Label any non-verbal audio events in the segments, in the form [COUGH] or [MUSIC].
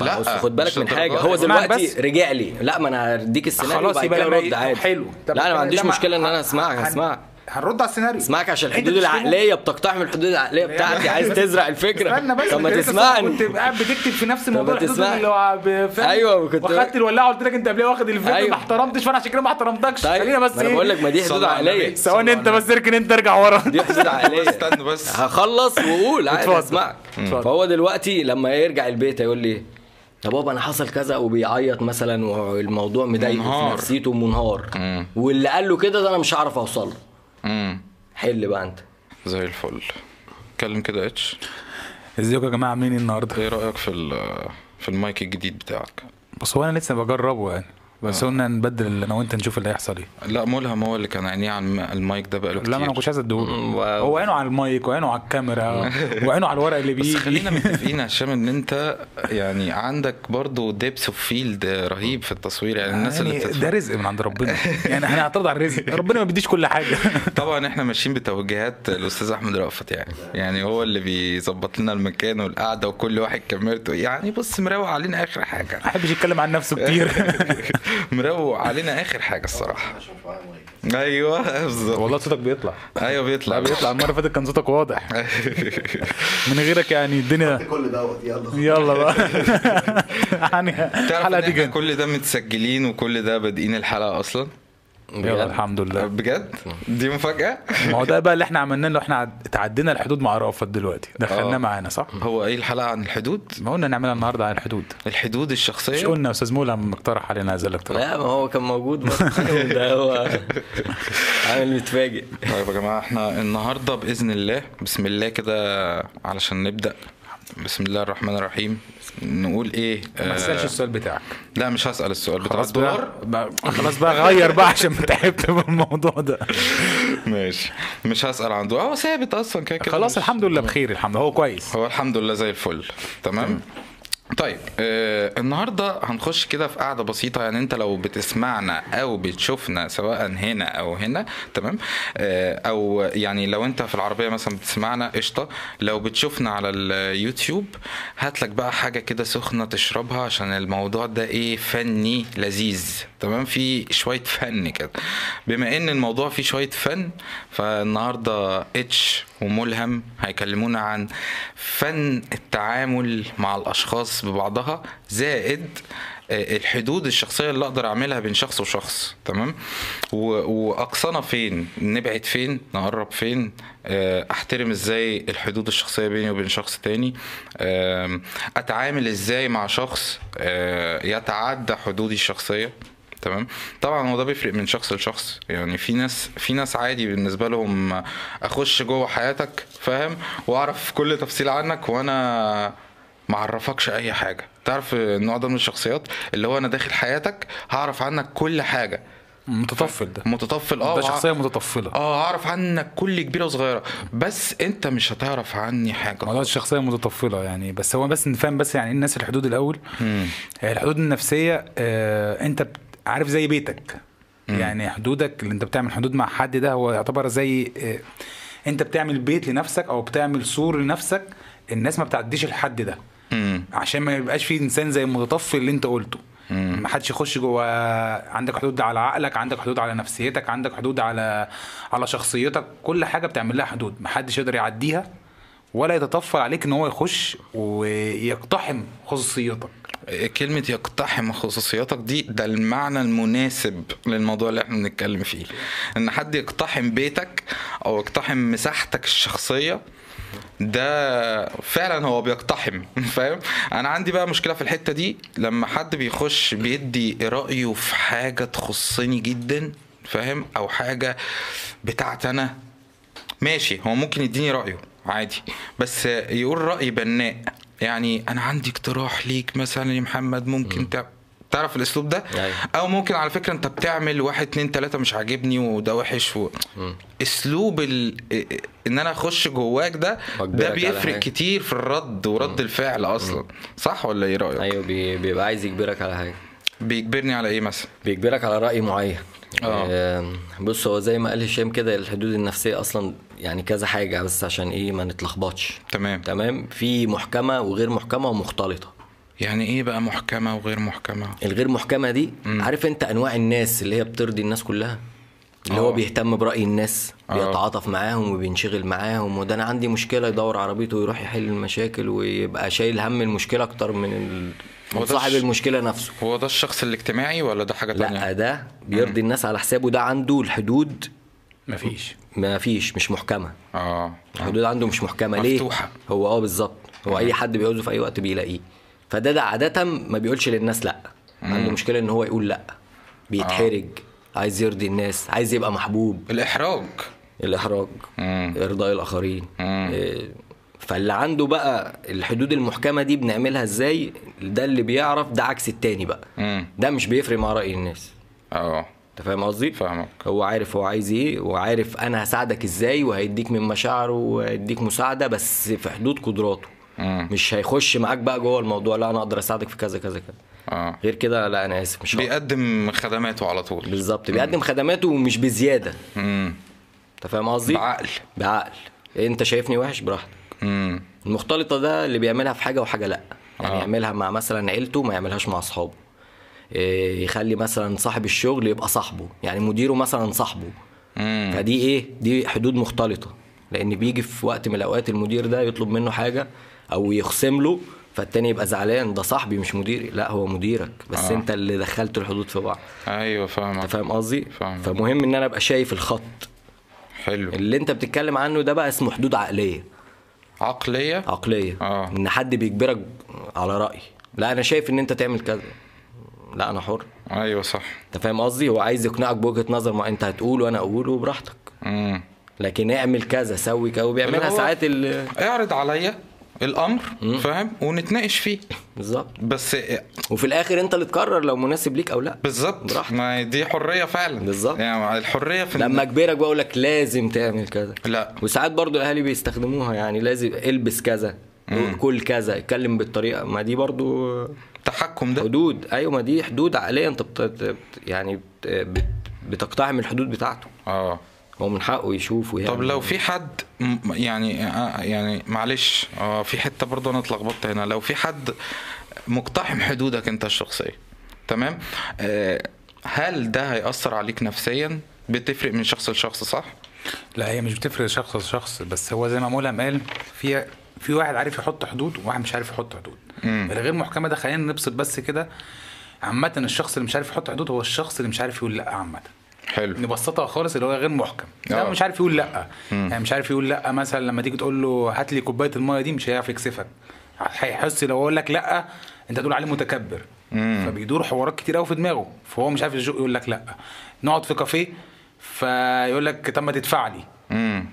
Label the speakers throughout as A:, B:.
A: لا
B: بص خد بالك
A: مش
B: من حاجه
A: للدرجة
B: هو
A: دي.
C: اسمعك
B: دلوقتي
C: بس.
B: رجع لي لا ما انا هديك السيناريو
C: خلاص
B: وبعد
C: يبقى
B: كده
C: لما
B: رد
C: ي-
B: عادي
C: حلو. طب
B: لا انا
C: لما-
B: ما عنديش
C: لما-
B: مشكله ان انا اسمعك
C: هن-
B: هسمعك
C: يعني هنرد على السيناريو
B: اسمعك عشان
C: أنت
B: الحدود
C: بتشتمه؟
B: العقليه بتقتحم الحدود العقليه بتاعتي عايز تزرع الفكره
C: استنى بس
B: طب ما
C: أنت لسه
B: تسمعني
C: كنت قاعد بتكتب في نفس موضوع الحدود
B: تسمعني.
C: اللي هو ب- فاهم؟
B: أيوة، كنت-
C: واخدت الولاعه قلت لك انت قبلها واخد الفيديو
B: أيوة.
C: ما احترمتش فانا عشان كده ما احترمتكش
B: طيب
C: خلينا بس إيه؟
B: ما انا بقول لك ما دي حدود
A: صلى على
B: عقليه
A: النبي.
C: سواء انت بس اركن انت ارجع ورا
B: دي حدود عقليه
A: استنى بس
B: هخلص واقول عادي
C: اتفضل.
B: اسمعك
C: اتفضل.
B: فهو دلوقتي لما يرجع البيت هيقول لي يا بابا انا حصل كذا وبيعيط مثلا والموضوع مضايقه في
A: منهار.
B: نفسيته منهار
A: مم.
B: واللي قال له كده ده انا مش هعرف اوصل له
A: امم
B: حل بقى انت
A: زي الفل اتكلم كده اتش
C: ازيكم يا جماعه عاملين ايه النهارده
A: ايه رايك في ال- في المايك الجديد بتاعك
C: بس هو انا لسه بجربه يعني
B: آه.
C: بس قلنا نبدل انا وانت نشوف اللي هيحصل ايه
A: لا ملهم هو اللي كان عينيه على الم- المايك ده بقاله كتير
C: لا ما انا كنتش عايز اديهوله
B: مم، واو.
C: هو عينه على المايك وعينه على
B: [LAUGHS]
C: الكاميرا وعينه على الورق اللي
A: بس
C: بيجي
A: خلينا متفقين يا هشام ان انت يعني عندك برضو ديبس اوف فيلد رهيب في التصوير يعني الناس اللي
C: يعني
A: بتتفرج
C: ده رزق من عند ربنا يعني احنا هنعترض على الرزق ربنا ما بيديش كل حاجه
B: [LAUGHS]
A: طبعا احنا ماشيين بتوجيهات الاستاذ احمد رأفت يعني يعني هو اللي بيظبط لنا المكان والقعده وكل واحد كاميرته يعني بص مروق علينا اخر حاجه
C: ما بيحبش يتكلم عن نفسه كتير
A: [LAUGHS] مروق علينا اخر حاجه الصراحه ايوه بالظبط
C: [LAUGHS] والله صوتك بيطلع
A: ايوه بيطلع
C: لا بيطلع المره اللي فاتت كان صوتك واضح من غيرك يعني الدنيا
D: كل دوت يلا
C: يلا بقى [LAUGHS] يعني
A: تعرف إن
C: الحلقه دي
A: إحنا
C: جد
A: كل ده متسجلين وكل ده بادئين الحلقه اصلا
C: يلا الحمد لله
A: بجد دي مفاجاه
C: ما هو ده بقى اللي احنا عملناه اللي احنا عد- تعدينا الحدود مع رأفت دلوقتي دخلناه
A: آه.
C: معانا صح؟
A: هو ايه الحلقه عن الحدود
C: ما قلنا نعملها النهارده عن الحدود
A: الحدود
C: مش
A: الشخصيه
C: قلنا يا استاذ مولى لما اقترح علينا هذا الاقتراح
B: لا ما هو كان موجود
C: [LAUGHS]
B: بس ده هو عامل متفاجئ
A: طيب يا جماعه احنا النهارده باذن الله بسم الله كده علشان نبدا بسم الله الرحمن الرحيم نقول ايه
C: ما تسالش
A: آه،
C: السؤال بتاعك
A: لا مش هسال السؤال بتاع
C: خلاص
A: الدولار
C: بقى, بقى خلاص بقى غير بقى عشان تعبت من الموضوع ده
A: ماشي مش هسال عن دولار هو ثابت اصلا كده كده
C: خلاص
A: مش-
C: الحمد لله بخير الحمد لله هو كويس
A: هو الحمد لله زي الفل تمام طيب آه النهارده هنخش كده في قاعده بسيطه يعني انت لو بتسمعنا او بتشوفنا سواء هنا او هنا تمام آه او يعني لو انت في العربيه مثلا بتسمعنا قشطه لو بتشوفنا على اليوتيوب هات لك بقى حاجه كده سخنه تشربها عشان الموضوع ده ايه فني لذيذ تمام في شويه فن كده بما ان الموضوع فيه شويه فن فالنهارده اتش وملهم هيكلمونا عن فن التعامل مع الاشخاص ببعضها زائد آه، الحدود الشخصيه اللي اقدر اعملها بين شخص وشخص تمام و- واقصانا فين نبعد فين نقرب فين آه، احترم ازاي الحدود الشخصيه بيني وبين شخص تاني آم، اتعامل ازاي مع شخص آه، يتعدى حدودي الشخصيه تمام طبعا هو ده بيفرق من شخص لشخص يعني في ناس في ناس عادي بالنسبه لهم اخش جوه حياتك فاهم واعرف كل تفصيل عنك وانا ما اعرفكش اي حاجه تعرف النوع ده من الشخصيات اللي هو انا داخل حياتك هعرف عنك كل حاجه
C: متطفل ده
A: متطفل اه
C: ده
A: وع-
C: شخصيه متطفله
A: اه هعرف عنك كل كبيره وصغيره بس انت مش هتعرف عني حاجه
C: موضوع الشخصيه متطفله يعني بس هو بس نفهم بس يعني ايه الناس الحدود الاول
A: مم.
C: هي الحدود النفسيه آه انت بت- عارف زي بيتك يعني حدودك اللي انت بتعمل حدود مع حد ده هو يعتبر زي آه انت بتعمل بيت لنفسك او بتعمل سور لنفسك الناس ما بتعديش الحد ده
A: مم.
C: عشان ما يبقاش في انسان زي المتطفل اللي انت قلته ما حدش يخش جوه عندك حدود على عقلك عندك حدود على نفسيتك عندك حدود على على شخصيتك كل حاجه بتعمل لها حدود ما حدش يقدر يعديها ولا يتطفل عليك ان هو يخش ويقتحم خصوصيتك
A: كلمة يقتحم خصوصياتك دي ده المعنى المناسب للموضوع اللي احنا بنتكلم فيه ان حد يقتحم بيتك او يقتحم مساحتك الشخصية ده فعلا هو بيقتحم [LAUGHS] فاهم انا عندي بقى مشكله في الحته دي لما حد بيخش بيدي رايه في حاجه تخصني جدا فاهم او حاجه بتاعتي انا ماشي هو ممكن يديني رأيه عادي بس يقول رأي بناء يعني أنا عندي اقتراح ليك مثلا يا محمد ممكن تع... تعرف الأسلوب ده
B: أيوة.
A: أو ممكن على فكرة أنت بتعمل واحد اتنين تلاتة مش عاجبني وده وحش و... أسلوب ال... إن أنا أخش جواك ده
B: وأجبرك
A: ده
B: على
A: بيفرق
B: حاجة.
A: كتير في الرد ورد الفعل أصلا صح ولا إيه رأيك؟
B: ايوه بي- بيبقى عايز يجبرك على حاجه
A: بيجبرني على إيه مثلا؟
B: بيجبرك على راي معين
A: آه.
B: آم، بص هو زي ما قال هشام كده الحدود النفسيه اصلا يعني كذا حاجه بس عشان ايه ما إيه نتلخبطش
A: تمام
B: تمام في محكمه وغير محكمه ومختلطه
A: يعني ايه بقى محكمه وغير محكمه
B: الغير محكمه دي عارف انت انواع الناس اللي هي بترضي الناس كلها اللي هو
A: آه.
B: بيهتم براي الناس
A: آه.
B: بيتعاطف معاهم وبينشغل معاهم وده انا عندي مشكله يدور عربيته ويروح يحل المشاكل ويبقى شايل هم المشكله اكتر من ال...
A: هو
B: من
A: ده
B: صاحب
A: الش- يعني.
B: المشكله نفسه
A: هو ده الشخص الاجتماعي ولا ده حاجه تانية
B: لا ده بيرضي الناس على حسابه ده عنده الحدود
C: مفيش
B: ما فيش مش محكمه
A: اه
B: الحدود آه. عنده مش محكمه ليه؟
A: مفتوحة. آه.
B: هو اه بالظبط هو اي حد بيعوزه في اي وقت بيلاقيه فده ده عاده ما بيقولش للناس لا عنده مشكله ان هو يقول لا بيتحرج
A: آه.
B: عايز يرضي الناس عايز يبقى محبوب
A: الاحراج
B: الاحراج
A: مم.
B: ارضاء الاخرين
A: مم.
B: إيه، فاللي عنده بقى الحدود المحكمه دي بنعملها ازاي ده اللي بيعرف ده عكس التاني بقى
A: مم.
B: ده مش بيفرق مع راي الناس
A: اه
B: انت فاهم قصدي؟
A: فاهمك.
B: هو عارف هو عايز ايه وعارف انا هساعدك ازاي وهيديك من مشاعره وهيديك مساعده بس في حدود قدراته
A: مم.
B: مش هيخش معاك بقى جوه الموضوع لا انا اقدر اساعدك في كذا كذا كذا
A: اه
B: غير كده لا انا اسف مش هقدر.
A: بيقدم خدماته على طول
B: بالظبط بيقدم خدماته ومش بزياده
A: امم
B: انت فاهم قصدي؟
A: بعقل
B: بعقل انت شايفني وحش براحتك
A: امم
B: المختلطه ده اللي بيعملها في حاجه وحاجه لا
A: آه.
B: يعني يعملها مع مثلا عيلته ما يعملهاش مع اصحابه إيه، يخلي مثلا صاحب الشغل يبقى صاحبه يعني مديره مثلا صاحبه
A: امم
B: فدي ايه دي حدود مختلطه لان بيجي في وقت من الاوقات المدير ده يطلب منه حاجه او يخصم له فالتاني يبقى زعلان ده صاحبي مش مديري لا هو مديرك بس آه. انت اللي دخلت الحدود في بعض
A: ايوه
B: انت
A: فاهمك
B: فاهم قصدي
A: فاهمك.
B: فمهم ان انا ابقى شايف الخط
A: حلو
B: اللي انت بتتكلم عنه ده بقى اسمه حدود عقليه
A: عقليه
B: عقليه
A: آه.
B: ان حد بيجبرك على راي لا انا شايف ان انت تعمل كذا لا انا حر
A: ايوه صح
B: انت فاهم قصدي هو عايز يقنعك بوجهه نظر ما انت هتقول وانا اقوله براحتك
A: امم
B: لكن اعمل كذا سوي كذا وبيعملها
A: اللي هو-
B: ساعات ال...
A: اعرض عليا الامر فاهم ونتناقش فيه
B: بالظبط
A: بس
B: وفي الاخر انت اللي تقرر لو مناسب ليك او لا
A: بالظبط
B: براحتك.
A: ما دي حريه فعلا
B: بالظبط.
A: يعني الحريه في
B: لما اجبرك بقول لك لازم تعمل كذا
A: لا
B: وساعات برضو الاهالي بيستخدموها يعني لازم البس كذا كل كذا اتكلم بالطريقه ما دي برضو
A: التحكم ده
B: حدود ايوه ما دي حدود عقليه انت بت... بت- يعني بت... بت... بتقتحم الحدود بتاعته
A: اه
B: هو من حقه يشوف ويعمل
A: طب لو في حد م- يعني آه، يعني معلش اه في حته برضه انا اتلخبطت هنا لو في حد مقتحم حدودك انت الشخصيه تمام آه، هل ده هيأثر عليك نفسيا بتفرق من شخص لشخص صح
C: لا هي مش بتفرق شخص لشخص بس هو زي ما مولهم قال في في واحد عارف يحط حدود وواحد مش عارف يحط حدود الغير محكمه ده خلينا نبسط بس كده عامة الشخص اللي مش عارف يحط حدود هو الشخص اللي مش عارف يقول لا عامة
A: حلو
C: نبسطها خالص اللي هو غير محكم
A: آه.
C: ده مش عارف يقول لا يعني مش عارف يقول لا مثلا لما تيجي تقول له هات لي كوبايه الميه دي مش هيعرف يكسفك هيحس لو اقول لك لا انت تقول عليه متكبر فبيدور حوارات كتير قوي في دماغه فهو مش عارف يزق يقول لك لا نقعد في كافيه فيقول لك طب ما تدفع لي
A: امم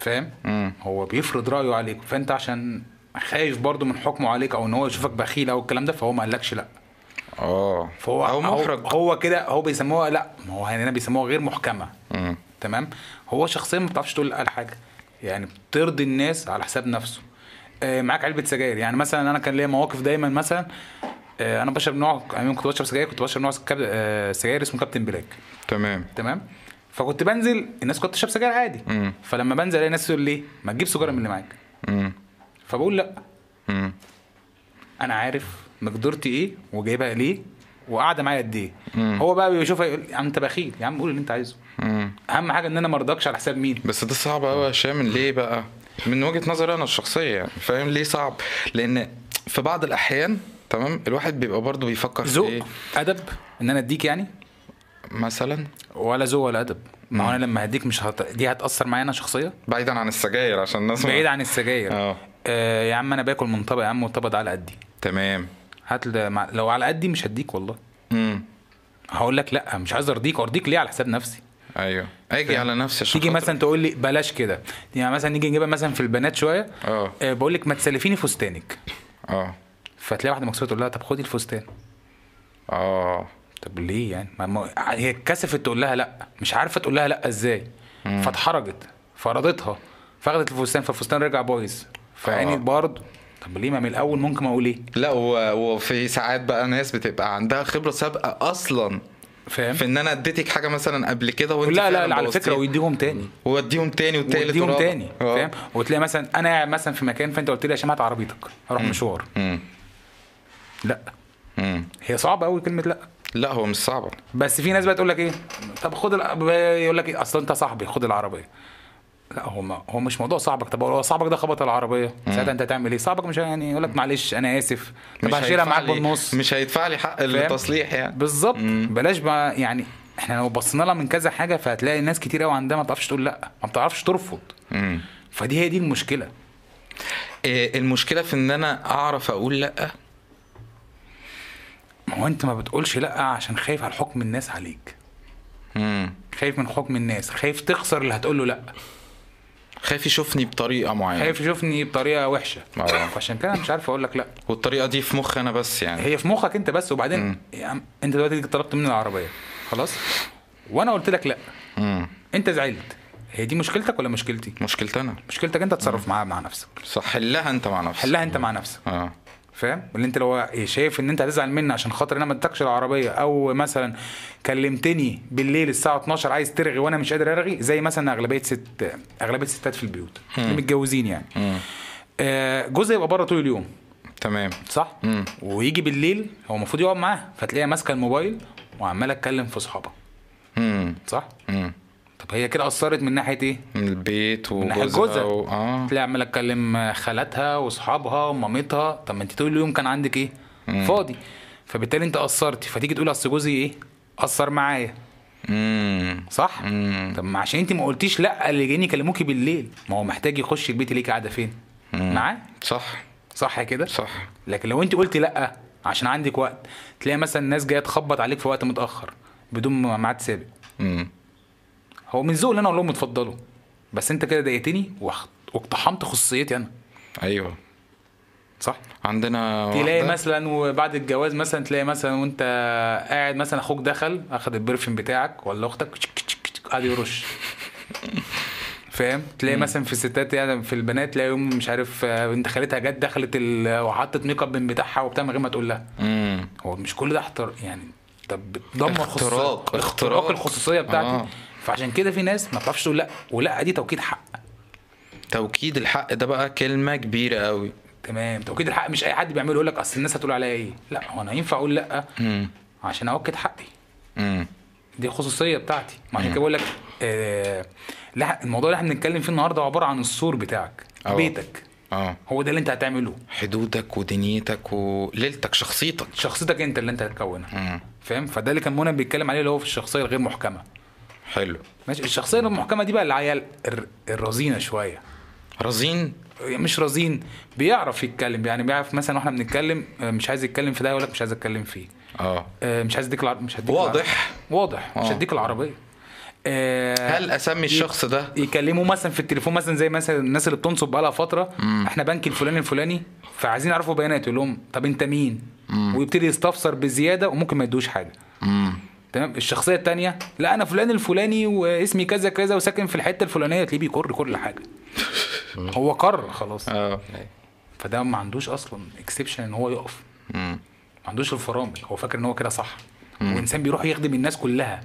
C: فاهم
A: مم.
C: هو بيفرض رايه عليك فانت عشان خايف برضه من حكمه عليك او ان هو يشوفك بخيل او الكلام ده فهو ما قالكش لا
A: اه
C: فهو
A: او
C: هو-
A: محرج
C: هو كده هو بيسموها لا ما هو هنا بيسموها غير محكمه
A: مم.
C: تمام هو شخصيا ما بتعرفش تقول لا حاجه يعني بترضي الناس على حساب نفسه آه، معاك علبه سجاير يعني مثلا انا كان ليا مواقف دايما مثلا آه، انا بشرب نوع يعني كنت بشرب سجاير كنت بشرب نوع كاب- آه، سجاير اسمه كابتن بلاك
A: تمام
C: تمام فكنت بنزل الناس كنت تشرب سجاير عادي
A: مم.
C: فلما بنزل الاقي ناس تقول لي ما تجيب سجاره من اللي معاك
A: امم
C: فبقول لا
A: امم
C: انا عارف مقدرتي ايه وجايبها ليه وقاعده معايا قد ايه هو بقى بيشوفها يقول يا عم انت بخيل يا عم قول اللي انت عايزه
A: امم
C: اهم حاجه ان انا ما ارضاكش على حساب مين
A: بس ده صعب قوي يا هشام ليه بقى من وجهه نظري انا الشخصيه يعني فاهم ليه صعب لان في بعض الاحيان تمام الواحد بيبقى برضه بيفكر في ايه
C: ذوق ادب ان انا اديك يعني
A: مثلا
C: ولا ذوق ولا ادب ما هو انا لما هديك مش هت... دي هتاثر معايا انا [LAUGHS] شخصيا
A: بعيدا عن السجاير عشان الناس ما-
C: بعيد عن السجاير
A: اه.
C: آه يا عم انا باكل من طبق يا عم والطبق ده على قدي
A: تمام
C: هات ل- مع- لو على قدي مش هديك والله
A: امم
C: هقول لك لا مش عايز ارضيك ارضيك ليه على حساب نفسي
A: ايوه اجي على نفسي عشان
C: تيجي
A: خاطر-
C: مثلا تقول لي بلاش كده يعني مثلا نيجي نجيبها مثلا في البنات شويه
A: اه.
C: آه، بقول لك ما تسلفيني فستانك
A: اه
C: فتلاقي واحده مكسوره تقول لها طب خدي الفستان
A: اه
C: طب ليه يعني ما ما هي اتكسفت تقول لها لا مش عارفه تقول لها لا ازاي فاتحرجت فرضتها فاخدت الفستان فالفستان رجع بايظ
A: آه.
C: فعيني برضه طب ليه ما من الاول ممكن اقول ايه
A: لا و- وفي ساعات بقى ناس بتبقى عندها خبره سابقه اصلا
C: فاهم
A: في ان انا اديتك حاجه مثلا قبل كده وانت
C: لا
A: فعلا
C: لا على
A: بوظتيها.
C: فكره ويديهم تاني
A: واديهم تاني وتالت
C: ويديهم
A: ورابع.
C: تاني
A: آه.
C: فاهم وتلاقي مثلا انا قاعد مثلا في مكان فانت قلت لي يا هشام هات عربيتك اروح مشوار
A: مم.
C: لا
A: مم.
C: هي صعبه قوي كلمه لا
A: لا هو مش صعبه
C: بس في ناس بقى تقول لك ايه طب خد الع- يقول لك ايه اصل انت صاحبي خد العربيه لا هو ما هو مش موضوع صاحبك طب هو صاحبك ده خبط العربيه ساعتها انت هتعمل ايه صاحبك مش يعني يقول لك معلش انا اسف طب
A: مش
C: هشيلها
A: هيدفع
C: معاك
A: لي-
C: بالنص
A: مش هيدفع لي حق التصليح يعني
C: بالظبط بلاش بقى يعني احنا لو بصينا لها من كذا حاجه فهتلاقي ناس كتير قوي عندها ما بتعرفش تقول لا ما بتعرفش ترفض
A: مم.
C: فدي هي دي المشكله
A: إيه المشكله في ان انا اعرف اقول لا
C: ما هو انت ما بتقولش لا عشان خايف على حكم الناس عليك
A: مم.
C: خايف من حكم الناس خايف تخسر اللي هتقول له لا
A: خايف يشوفني بطريقه معينه
C: خايف يشوفني بطريقه وحشه
A: آه.
C: عشان كده أنا مش عارف اقول لك لا
A: والطريقه دي في مخي انا بس يعني
C: هي في مخك انت بس وبعدين يا عم انت دلوقتي طلبت مني العربيه خلاص وانا قلت لك لا
A: مم.
C: انت زعلت هي دي مشكلتك ولا مشكلتي
A: مشكلتي انا
C: مشكلتك انت تصرف معاها مع نفسك
A: صح حلها انت مع نفسك
C: حلها انت مع نفسك
A: اه
C: فاهم اللي انت لو شايف ان انت هتزعل مني عشان خاطر انا ما اديتكش العربيه او مثلا كلمتني بالليل الساعه 12 عايز ترغي وانا مش قادر ارغي زي مثلا اغلبيه ست اغلبيه الستات في البيوت اللي متجوزين يعني آه، جوزها يبقى بره طول اليوم
A: تمام
C: صح
A: مم.
C: ويجي بالليل هو المفروض يقعد معاها فتلاقيها ماسكه الموبايل وعماله اتكلم في اصحابها
A: مم.
C: صح
A: مم.
C: طب هي كده اثرت من ناحيه ايه
A: من البيت
C: من ناحيه
A: وجوزها
C: جوزها
A: و... اه
C: تلاقي عماله تكلم خالاتها واصحابها ومامتها طب ما انت طول اليوم كان عندك ايه فاضي فبالتالي انت قصرتي فتيجي تقول اصل جوزي ايه قصر معايا
A: مم.
C: صح
A: مم.
C: طب ما عشان انت ما قلتيش لا اللي جايين يكلموكي بالليل ما هو محتاج يخش البيت ليك قاعده فين معاه
A: صح
C: صح كده
A: صح
C: لكن لو انت قلت لا عشان عندك وقت تلاقي مثلا الناس جايه تخبط عليك في وقت متاخر بدون ميعاد سابق
A: مم.
C: هو من ذوق اللي انا اقول لهم اتفضلوا بس انت كده ضايقتني واخ- واقتحمت خصوصيتي انا
A: ايوه
C: صح
A: عندنا
C: تلاقي
A: واحدة-
C: مثلا وبعد الجواز مثلا تلاقي مثلا وانت قاعد مثلا اخوك دخل اخد البرفيوم بتاعك ولا اختك
A: [LAUGHS]
C: قاعد يرش فاهم تلاقي مثلا في الستات يعني في البنات تلاقي يوم مش عارف آه، بنت خالتها جت دخلت ال- وحطت ميك اب من بتاعها وبتاع من غير ما تقول لها
A: مم.
C: هو مش كل ده احتر يعني طب بتدمر
A: اختراق-
C: خصوصية-
A: اختراق.
C: اختراق الخصوصيه بتاعتي
A: آه.
C: آه. فعشان كده في ناس ما بتعرفش تقول لا ولا دي توكيد حق
A: توكيد الحق ده بقى كلمه كبيره قوي
C: تمام توكيد الحق مش اي حد بيعمله يقول لك اصل الناس هتقول عليا ايه لا هو انا ينفع اقول لا عشان اوكد حقي
A: مم.
C: دي خصوصيه بتاعتي ما عشان كده بقول لك آه لا الموضوع اللي احنا بنتكلم فيه النهارده عباره عن السور بتاعك
A: أه.
C: بيتك
A: اه
C: هو ده اللي انت هتعمله
A: حدودك ودنيتك وليلتك شخصيتك
C: شخصيتك انت اللي انت هتكونها
A: مم.
C: فاهم فده اللي كان منى بيتكلم عليه اللي هو في الشخصيه الغير محكمه
A: حلو
C: ماشي الشخصيه الغير محكمه دي بقى العيال الر- الرزينه شويه
A: رزين
C: مش رزين بيعرف يتكلم يعني بيعرف مثلا واحنا بنتكلم آه، مش عايز يتكلم في ده يقول لك مش عايز اتكلم فيه
A: اه
C: آه، مش عايز اديك العربية مش هديك
A: واضح.
C: العربية. واضح مش
A: آه.
C: هديك العربيه آه،
A: هل اسمي الشخص ده
C: يكلموا مثلا في التليفون مثلا زي مثلا الناس اللي بتنصب بقالها فتره احنا بنك الفلاني الفلاني فعايزين يعرفوا بيانات يقول لهم طب انت مين ويبتدي يستفسر بزياده وممكن ما يدوش حاجه
A: مم.
C: تمام الشخصيه الثانيه لا انا فلان الفلاني واسمي كذا كذا وساكن في الحته الفلانيه تلاقيه بيكر كل حاجه
A: [LAUGHS]
C: هو قرر خلاص
A: اه
C: فده ما عندوش اصلا اكسبشن ان هو يقف
A: مم.
C: ما عندوش الفرامل هو فاكر ان هو كده صح وانسان بيروح يخدم الناس كلها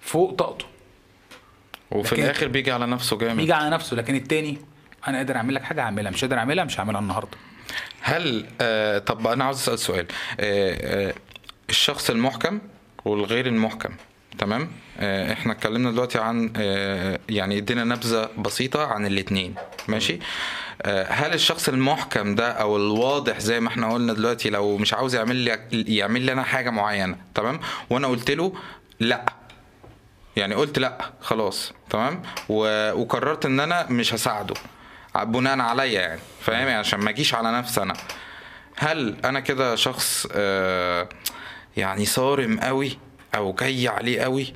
C: فوق طاقته
A: وفي
C: لكن-
A: الاخر بيجي على نفسه جامد
C: بيجي على نفسه لكن التاني انا قادر اعمل لك حاجه هعملها مش قادر اعملها مش هعملها النهارده
A: هل آه طب انا عاوز اسال سؤال آه آه الشخص المحكم والغير المحكم تمام آه احنا اتكلمنا دلوقتي عن آه يعني ادينا نبذه بسيطه عن الاثنين ماشي آه هل الشخص المحكم ده او الواضح زي ما احنا قلنا دلوقتي لو مش عاوز يعمل لي يعمل لي انا حاجه معينه تمام وانا قلت له لا يعني قلت لا خلاص تمام و... وقررت ان انا مش هساعده بناء عليا يعني فاهم يعني عشان ما اجيش على نفسي انا هل انا كده شخص آه يعني صارم قوي او جاي عليه قوي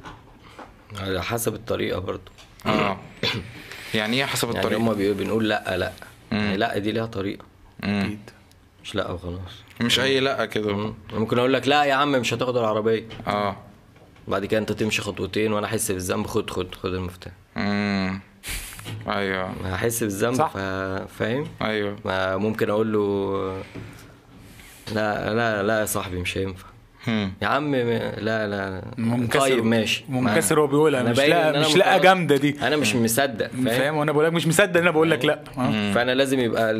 B: على حسب الطريقه برضو
A: اه يعني ايه حسب
B: يعني
A: الطريقه
B: هما بي- بنقول لا لا يعني لا دي ليها طريقه اكيد مش لا وخلاص
A: مش اي لا كده
B: مم. ممكن اقول لك لا يا عم مش هتاخد العربيه
A: اه
B: بعد كده انت تمشي خطوتين وانا احس بالذنب خد خد خد المفتاح
A: امم ايوه
B: هحس بالذنب
C: صح.
B: ف... فاهم
A: ايوه
B: ما ممكن اقول له لا لا لا يا صاحبي مش هينفع يا عم لا لا
C: منكسر
B: طيب ماشي
C: منكسر هو بيقولها
B: أنا
C: مش
B: باين
C: لا
B: إن أنا
C: مش لا
B: متعود.
C: جامده دي
B: انا مش مصدق فاهم
C: فاهم وانا بقول لك مش مصدق ان انا بقول لك لا آه.
B: فانا لازم يبقى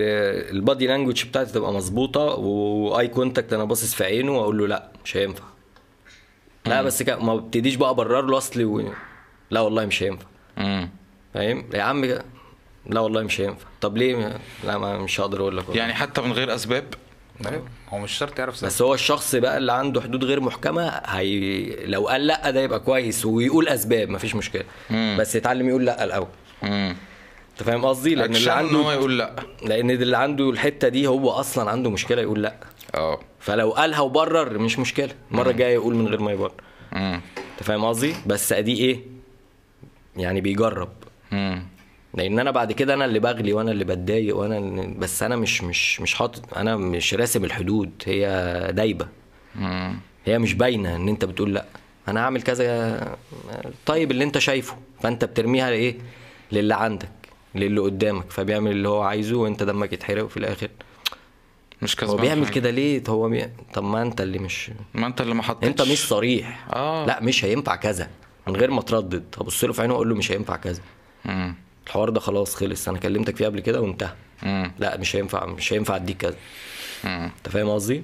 B: البادي لانجوج بتاعتي تبقى مظبوطه واي كونتاكت انا باصص في عينه واقول له لا مش هينفع لا بس كده ما ببتديش بقى ابرر له اصلي و... لا والله مش هينفع
A: مم.
B: فاهم يا عم كده، لا والله مش هينفع طب ليه لا ما مش هقدر اقول لك والله.
A: يعني حتى من غير اسباب
C: أيوة. هو مش شرط يعرف سبب.
B: بس هو الشخص بقى اللي عنده حدود غير محكمه هي لو قال لا ده يبقى كويس ويقول اسباب مفيش مشكله
A: مم.
B: بس يتعلم يقول لا الاول
A: امم
B: انت فاهم قصدي لان اللي
A: ان هو
B: عنده
A: يقول لا
B: لان اللي عنده الحته دي هو اصلا عنده مشكله يقول لا
A: اه
B: فلو قالها وبرر مش مشكله المره الجايه يقول من غير ما يبرر
A: امم
B: انت فاهم قصدي بس ادي ايه يعني بيجرب
A: امم
B: لان انا بعد كده انا اللي بغلي وانا اللي بتضايق وانا اللي- بس انا مش مش مش حاطط انا مش راسم الحدود هي دايبه
A: امم
B: هي مش باينه ان انت بتقول لا انا هعمل كذا طيب اللي انت شايفه فانت بترميها لايه للي عندك للي قدامك فبيعمل اللي هو عايزه وانت دمك يتحرق وفي الاخر
A: مش
B: هو
A: كسبان
B: بيعمل
A: حاجة.
B: كده ليه هو بي... طب ما انت اللي مش
A: ما انت اللي ما حطيتش
B: انت مش صريح
A: آه.
B: لا مش هينفع كذا من غير ما اتردد هبص له في عينه واقول له مش هينفع كذا
A: امم
B: الحوار ده خلاص خلص انا كلمتك فيه قبل كده وانتهى
A: امم
B: لا مش هينفع مش هينفع اديك كذا
A: امم
B: انت فاهم قصدي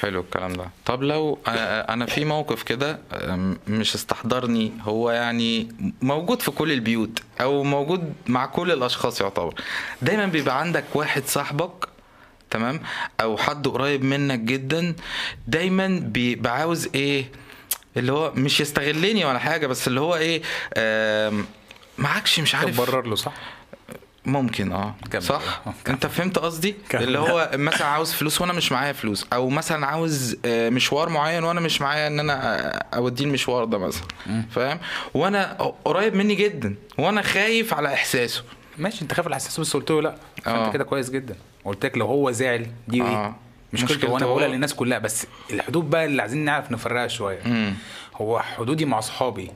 A: حلو الكلام ده طب لو أنا- انا في موقف كده أم، مش استحضرني هو يعني موجود في كل البيوت او موجود مع كل الاشخاص يعتبر دايما بيبقى عندك واحد صاحبك تمام او حد قريب منك جدا دايما بيبقى عاوز ايه اللي هو مش يستغلني ولا حاجه بس اللي هو ايه آم، معكش مش عارف
C: برر له صح
A: ممكن اه
C: [LAUGHS] كمل.
A: صح
C: آه،
A: انت فهمت قصدي
C: كمل.
A: اللي هو مثلا عاوز فلوس وانا مش معايا فلوس او مثلا عاوز آه، مشوار معين وانا مش معايا ان انا آه، اوديه المشوار ده مثلا فاهم وانا قريب مني جدا وانا خايف على احساسه
C: ماشي انت خايف على احساسه بس قلت له لا
A: آه.
C: فانت كده كويس جدا قلت لك لو هو زعل دي
A: آه.
C: ايه مشكلته
A: مشكلته
C: وانا
A: هو.
C: بقولها للناس كلها بس الحدود بقى اللي عايزين نعرف نفرقها شويه هو حدودي مع اصحابي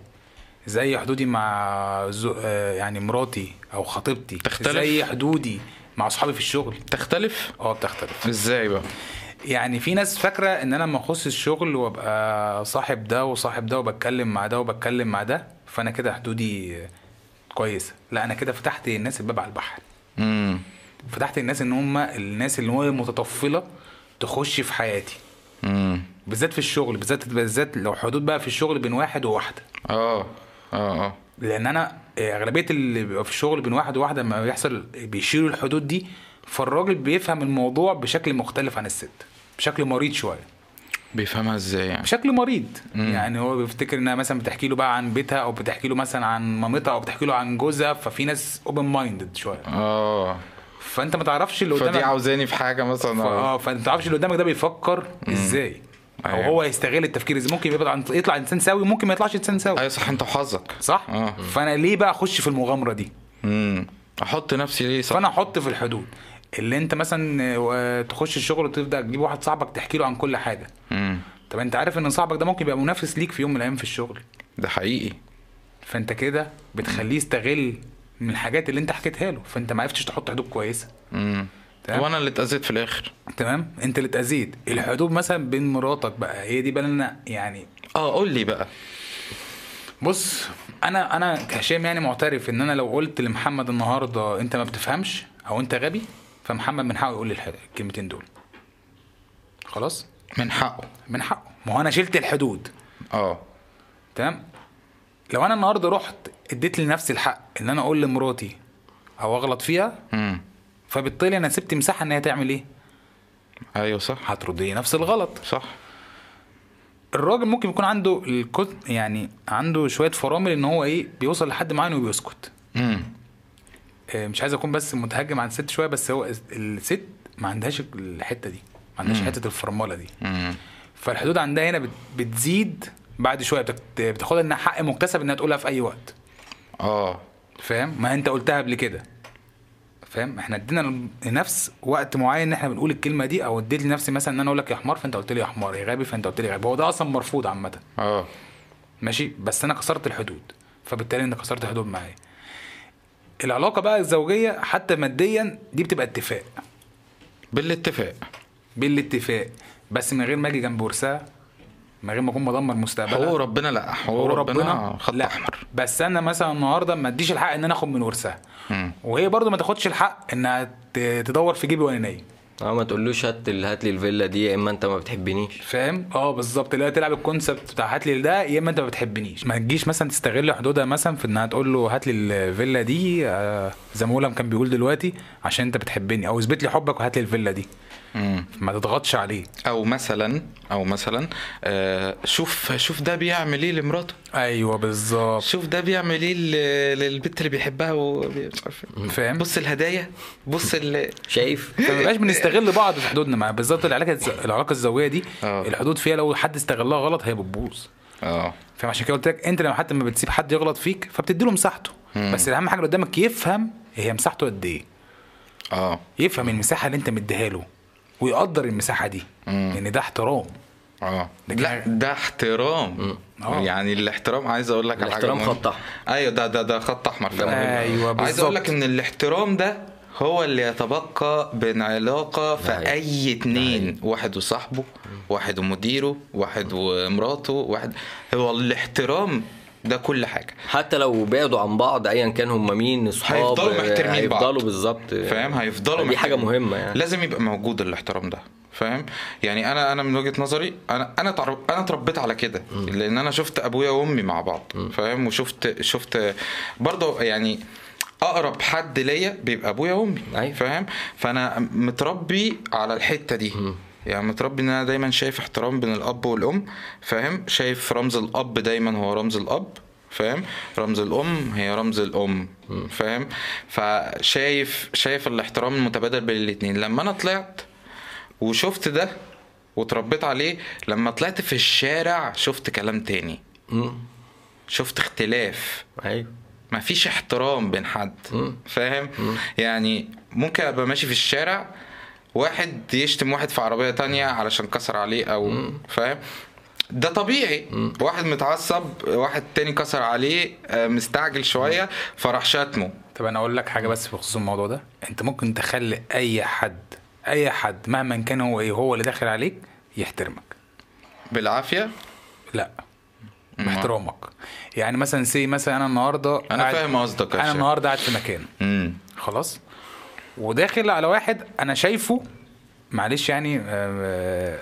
C: زي حدودي مع زو... آه، يعني مراتي او خطيبتي
A: تختلف؟
C: زي حدودي مع اصحابي في الشغل
A: تختلف
C: اه بتختلف
A: ازاي بقى
C: يعني في ناس فاكره ان انا لما اخش الشغل وابقى صاحب ده وصاحب ده وبتكلم مع ده وبتكلم مع ده فانا كده حدودي كويسه لا انا كده فتحت الناس الباب على البحر
A: امم
C: فتحت الناس ان هم الناس اللي هو المتطفله تخش في حياتي
A: امم
C: بالذات في الشغل بالذات بالذات لو حدود بقى في الشغل بين واحد وواحده
A: اه اه اه
C: لان انا اغلبيه اللي بيبقى في الشغل بين واحد وواحده لما بيحصل بيشيلوا الحدود دي فالراجل بيفهم الموضوع بشكل مختلف عن الست بشكل مريض شويه
A: بيفهمها ازاي يعني
C: بشكل مريض يعني هو بيفتكر انها مثلا بتحكي له بقى عن بيتها او بتحكي له مثلا عن مامتها او بتحكي له عن جوزها ففي ناس اوبن مايندد شويه
A: اه
C: فانت ما تعرفش اللي قدامك
A: فدي عاوزاني في حاجه مثلا أو-
C: اه فانت ما تعرفش اللي قدامك ده بيفكر ازاي او
A: أيوة.
C: هو هيستغل التفكير ازاي ممكن يبقى يطلع انسان سوي ممكن ما يطلعش انسان سوي
A: ايوه صح انت وحظك
C: صح
A: اه
C: فانا ليه بقى اخش في المغامره دي
A: امم احط نفسي ليه صح
C: فانا احط في الحدود اللي انت مثلا آه، تخش الشغل وتبدا تجيب واحد صاحبك تحكي له عن كل حاجه
A: امم
C: طب انت عارف ان صاحبك ده ممكن يبقى منافس ليك في يوم من الايام في الشغل
A: ده حقيقي
C: فانت كده بتخليه يستغل من الحاجات اللي انت حكيتها له فانت ما عرفتش تحط حدود كويسه
A: امم
C: تمام.
A: وانا اللي اتاذيت في الاخر
C: تمام انت اللي اتاذيت الحدود مثلا بين مراتك بقى هي دي بقى اللي انا يعني
A: اه قول لي بقى
C: بص انا انا كهشام يعني معترف ان انا لو قلت لمحمد النهارده انت ما بتفهمش او انت غبي فمحمد من حقه يقول لي الح- الكلمتين دول خلاص
A: من حقه
C: من حقه ما هو انا شلت الحدود
A: اه
C: تمام لو انا النهارده رحت اديت لنفسي الحق ان انا اقول لمراتي او اغلط فيها
A: امم
C: فبالتالي انا سبت مساحه ان هي تعمل ايه؟
A: ايوه صح
C: هترد لي نفس الغلط.
A: صح
C: الراجل ممكن يكون عنده الكت يعني عنده شويه فرامل ان هو ايه بيوصل لحد معين وبيسكت.
A: امم
C: آه، مش عايز اكون بس متهجم عن الست شويه بس هو الست ما عندهاش الحته دي، ما عندهاش حته الفرمله دي.
A: امم
C: فالحدود عندها هنا بت- بتزيد بعد شويه بتكت- بتاخدها انها حق مكتسب انها تقولها في اي وقت.
A: اه
C: فاهم؟ ما انت قلتها قبل كده. فاهم؟ احنا ادينا لنفس وقت معين ان احنا بنقول الكلمه دي او اديت لنفسي مثلا ان انا اقول لك يا حمار فانت قلت لي يا حمار يا غبي فانت قلت لي غبي هو ده اصلا مرفوض عامه.
A: اه
C: ماشي بس انا كسرت الحدود فبالتالي انا كسرت الحدود معايا العلاقه بقى الزوجيه حتى ماديا دي بتبقى اتفاق
A: بالاتفاق
C: بالاتفاق بس من غير ما اجي جنب ورثها من غير ما اكون بدمر مستقبلها
A: حقوق ربنا لا حقوق ربنا خط
C: لا
A: احمر
C: بس انا مثلا النهارده ما اديش الحق ان انا اخد من ورثها وهي برضو ما تاخدش الحق انها ت- تدور في جيبي وانا نايم
B: اه ما تقولوش هات ال- هات لي الفيلا دي يا اما انت ما بتحبنيش
C: فاهم اه بالظبط لا تلعب الكونسبت بتاع هات لي ده يا اما انت ما بتحبنيش ما تجيش مثلا تستغل حدودها مثلا في انها تقول له هات لي الفيلا دي آه، زي ما غلام كان بيقول دلوقتي عشان انت بتحبني او اثبت لي حبك وهات لي الفيلا دي
A: مم.
C: ما تضغطش عليه
A: او مثلا او مثلا آه، شوف شوف ده بيعمل ايه لمراته
C: ايوه بالظبط
A: شوف ده بيعمل ايه ل- للبنت اللي بيحبها ومش عارف إيه.
C: فاهم
A: بص الهدايا بص ال
B: شايف
C: ما بقاش بنستغل بعض في حدودنا مع بالظبط العلاقه الز- العلاقه الزوجيه دي
A: آه.
C: الحدود فيها لو حد استغلها غلط هي بتبوظ
A: اه
C: فاهم عشان كده قلت لك انت لما حتى ما بتسيب حد يغلط فيك فبتدي له مساحته بس اهم حاجه اللي قدامك يفهم هي مساحته قد ايه
A: اه
C: يفهم المساحه اللي انت مديها له ويقدر المساحه دي لان ده احترام
A: اه
C: لكن-
A: لا ده احترام
C: آه.
A: يعني الاحترام عايز اقول لك على حاجه
B: الاحترام
A: مهمة.
B: خط أحمر.
A: ايوه ده ده ده خط احمر فعلا
C: أيوة،
A: عايز اقول لك
C: بالظبط.
A: ان الاحترام ده هو اللي يتبقى بين علاقه في
B: حقيقي.
A: اي اتنين واحد وصاحبه واحد ومديره واحد ومراته واحد هو الاحترام ده كل حاجه
B: حتى لو بعدوا عن بعض ايا كان هم مين اصحاب
A: هيفضلوا
B: آه،
A: محترمين بعض.
B: هيفضلوا بالظبط
A: فاهم هيفضلوا
B: دي حاجه
A: محترمين.
B: مهمه يعني
A: لازم يبقى موجود الاحترام ده فاهم يعني انا انا من وجهه نظري انا انا تعر- انا اتربيت على كده لان انا شفت ابويا وامي مع بعض فاهم وشفت شفت برضه يعني اقرب حد ليا بيبقى ابويا وامي
B: أيوة.
A: فاهم فانا متربي على الحته دي يعني متربي ان انا دايما شايف احترام بين الاب والام فاهم شايف رمز الاب دايما هو رمز الاب فاهم رمز الام هي رمز الام فاهم فشايف شايف الاحترام المتبادل بين الاتنين لما انا طلعت وشفت ده وتربيت عليه لما طلعت في الشارع شفت كلام تاني
B: مم.
A: شفت اختلاف
B: ايوه
A: ما فيش احترام بين حد فاهم يعني ممكن ابقى ماشي في الشارع واحد يشتم واحد في عربيه تانية علشان كسر عليه او فاهم ده طبيعي واحد متعصب واحد تاني كسر عليه آه، مستعجل شويه فراح شاتمه
C: طب انا اقول لك حاجه بس في خصوص الموضوع ده انت ممكن تخلي اي حد اي حد مهما كان هو ايه هو اللي داخل عليك يحترمك
A: بالعافيه
C: لا باحترامك يعني مثلا سي مثلا انا النهارده
A: انا
C: قاعد-
A: فاهم قصدك يا
C: انا
A: شيخ.
C: النهارده قاعد في مكان
A: امم
C: خلاص وداخل على واحد انا شايفه معلش يعني آه،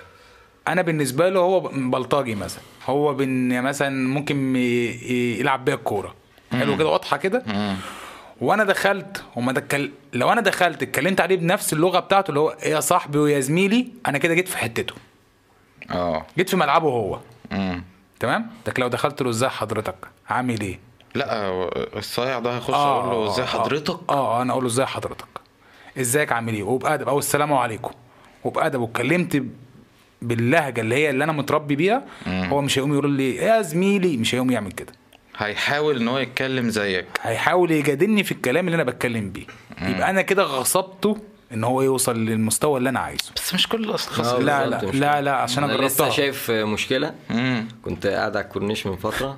C: انا بالنسبه له هو بلطجي مثلا هو بن مثلا ممكن ي- ي- يلعب بيا الكوره حلو كده واضحه كده وانا دخلت وما دكل... لو انا دخلت اتكلمت عليه بنفس اللغه بتاعته اللي هو إيه يا صاحبي ويا زميلي انا كده جيت في حتته
A: اه
C: جيت في ملعبه هو
A: امم
C: تمام لكن لو دخلت له ازاي حضرتك عامل ايه
A: لا آه، الصايع ده هيخش اقول له ازي حضرتك
C: اه, آه انا اقول له ازاي حضرتك ازيك عامل ايه وبادب او السلام عليكم وبادب واتكلمت ب- باللهجه اللي هي اللي انا متربي بيها هو مش هيقوم يقول لي يا زميلي مش هيقوم يعمل كده
A: هيحاول ان هو يتكلم زيك
C: هيحاول يجادلني في الكلام اللي انا بتكلم بيه يبقى انا كده غصبته ان هو يوصل للمستوى اللي انا عايزه
A: بس مش كل الاشخاص
B: آه،
A: كده.
C: لا لا
B: بالظبط مش
C: لا
B: كده.
C: لا عشان انا
B: لسه
C: جربتها
B: شايف مشكله
A: امم
B: كنت قاعد على الكورنيش من فتره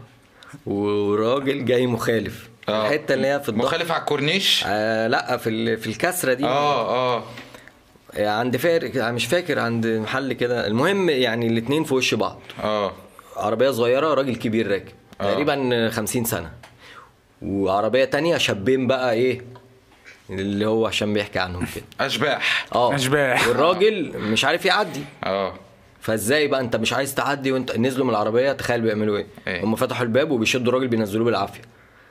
B: وراجل جاي مخالف
A: آه.
B: الحته اللي هي في الضهر
A: مخالف على الكورنيش
B: آه لا في ال- في الكسره دي
A: اه اه
B: آه، عند فارق مش فاكر عند محل كده المهم يعني الاثنين في وش بعض
A: اه
B: عربيه صغيره راجل كبير راكب
A: آه.
B: تقريبا 50 سنه وعربيه تانية شابين بقى ايه اللي هو هشام بيحكي عنهم
A: [LAUGHS]
B: كده
A: اشباح
B: اه
C: أشباح.
B: والراجل مش عارف يعدي
A: اه
B: فازاي بقى انت مش عايز تعدي وانت نزلوا من العربيه تخيل بيعملوا ايه,
A: إيه؟
B: هم فتحوا الباب وبيشدوا الراجل بينزلوه بالعافيه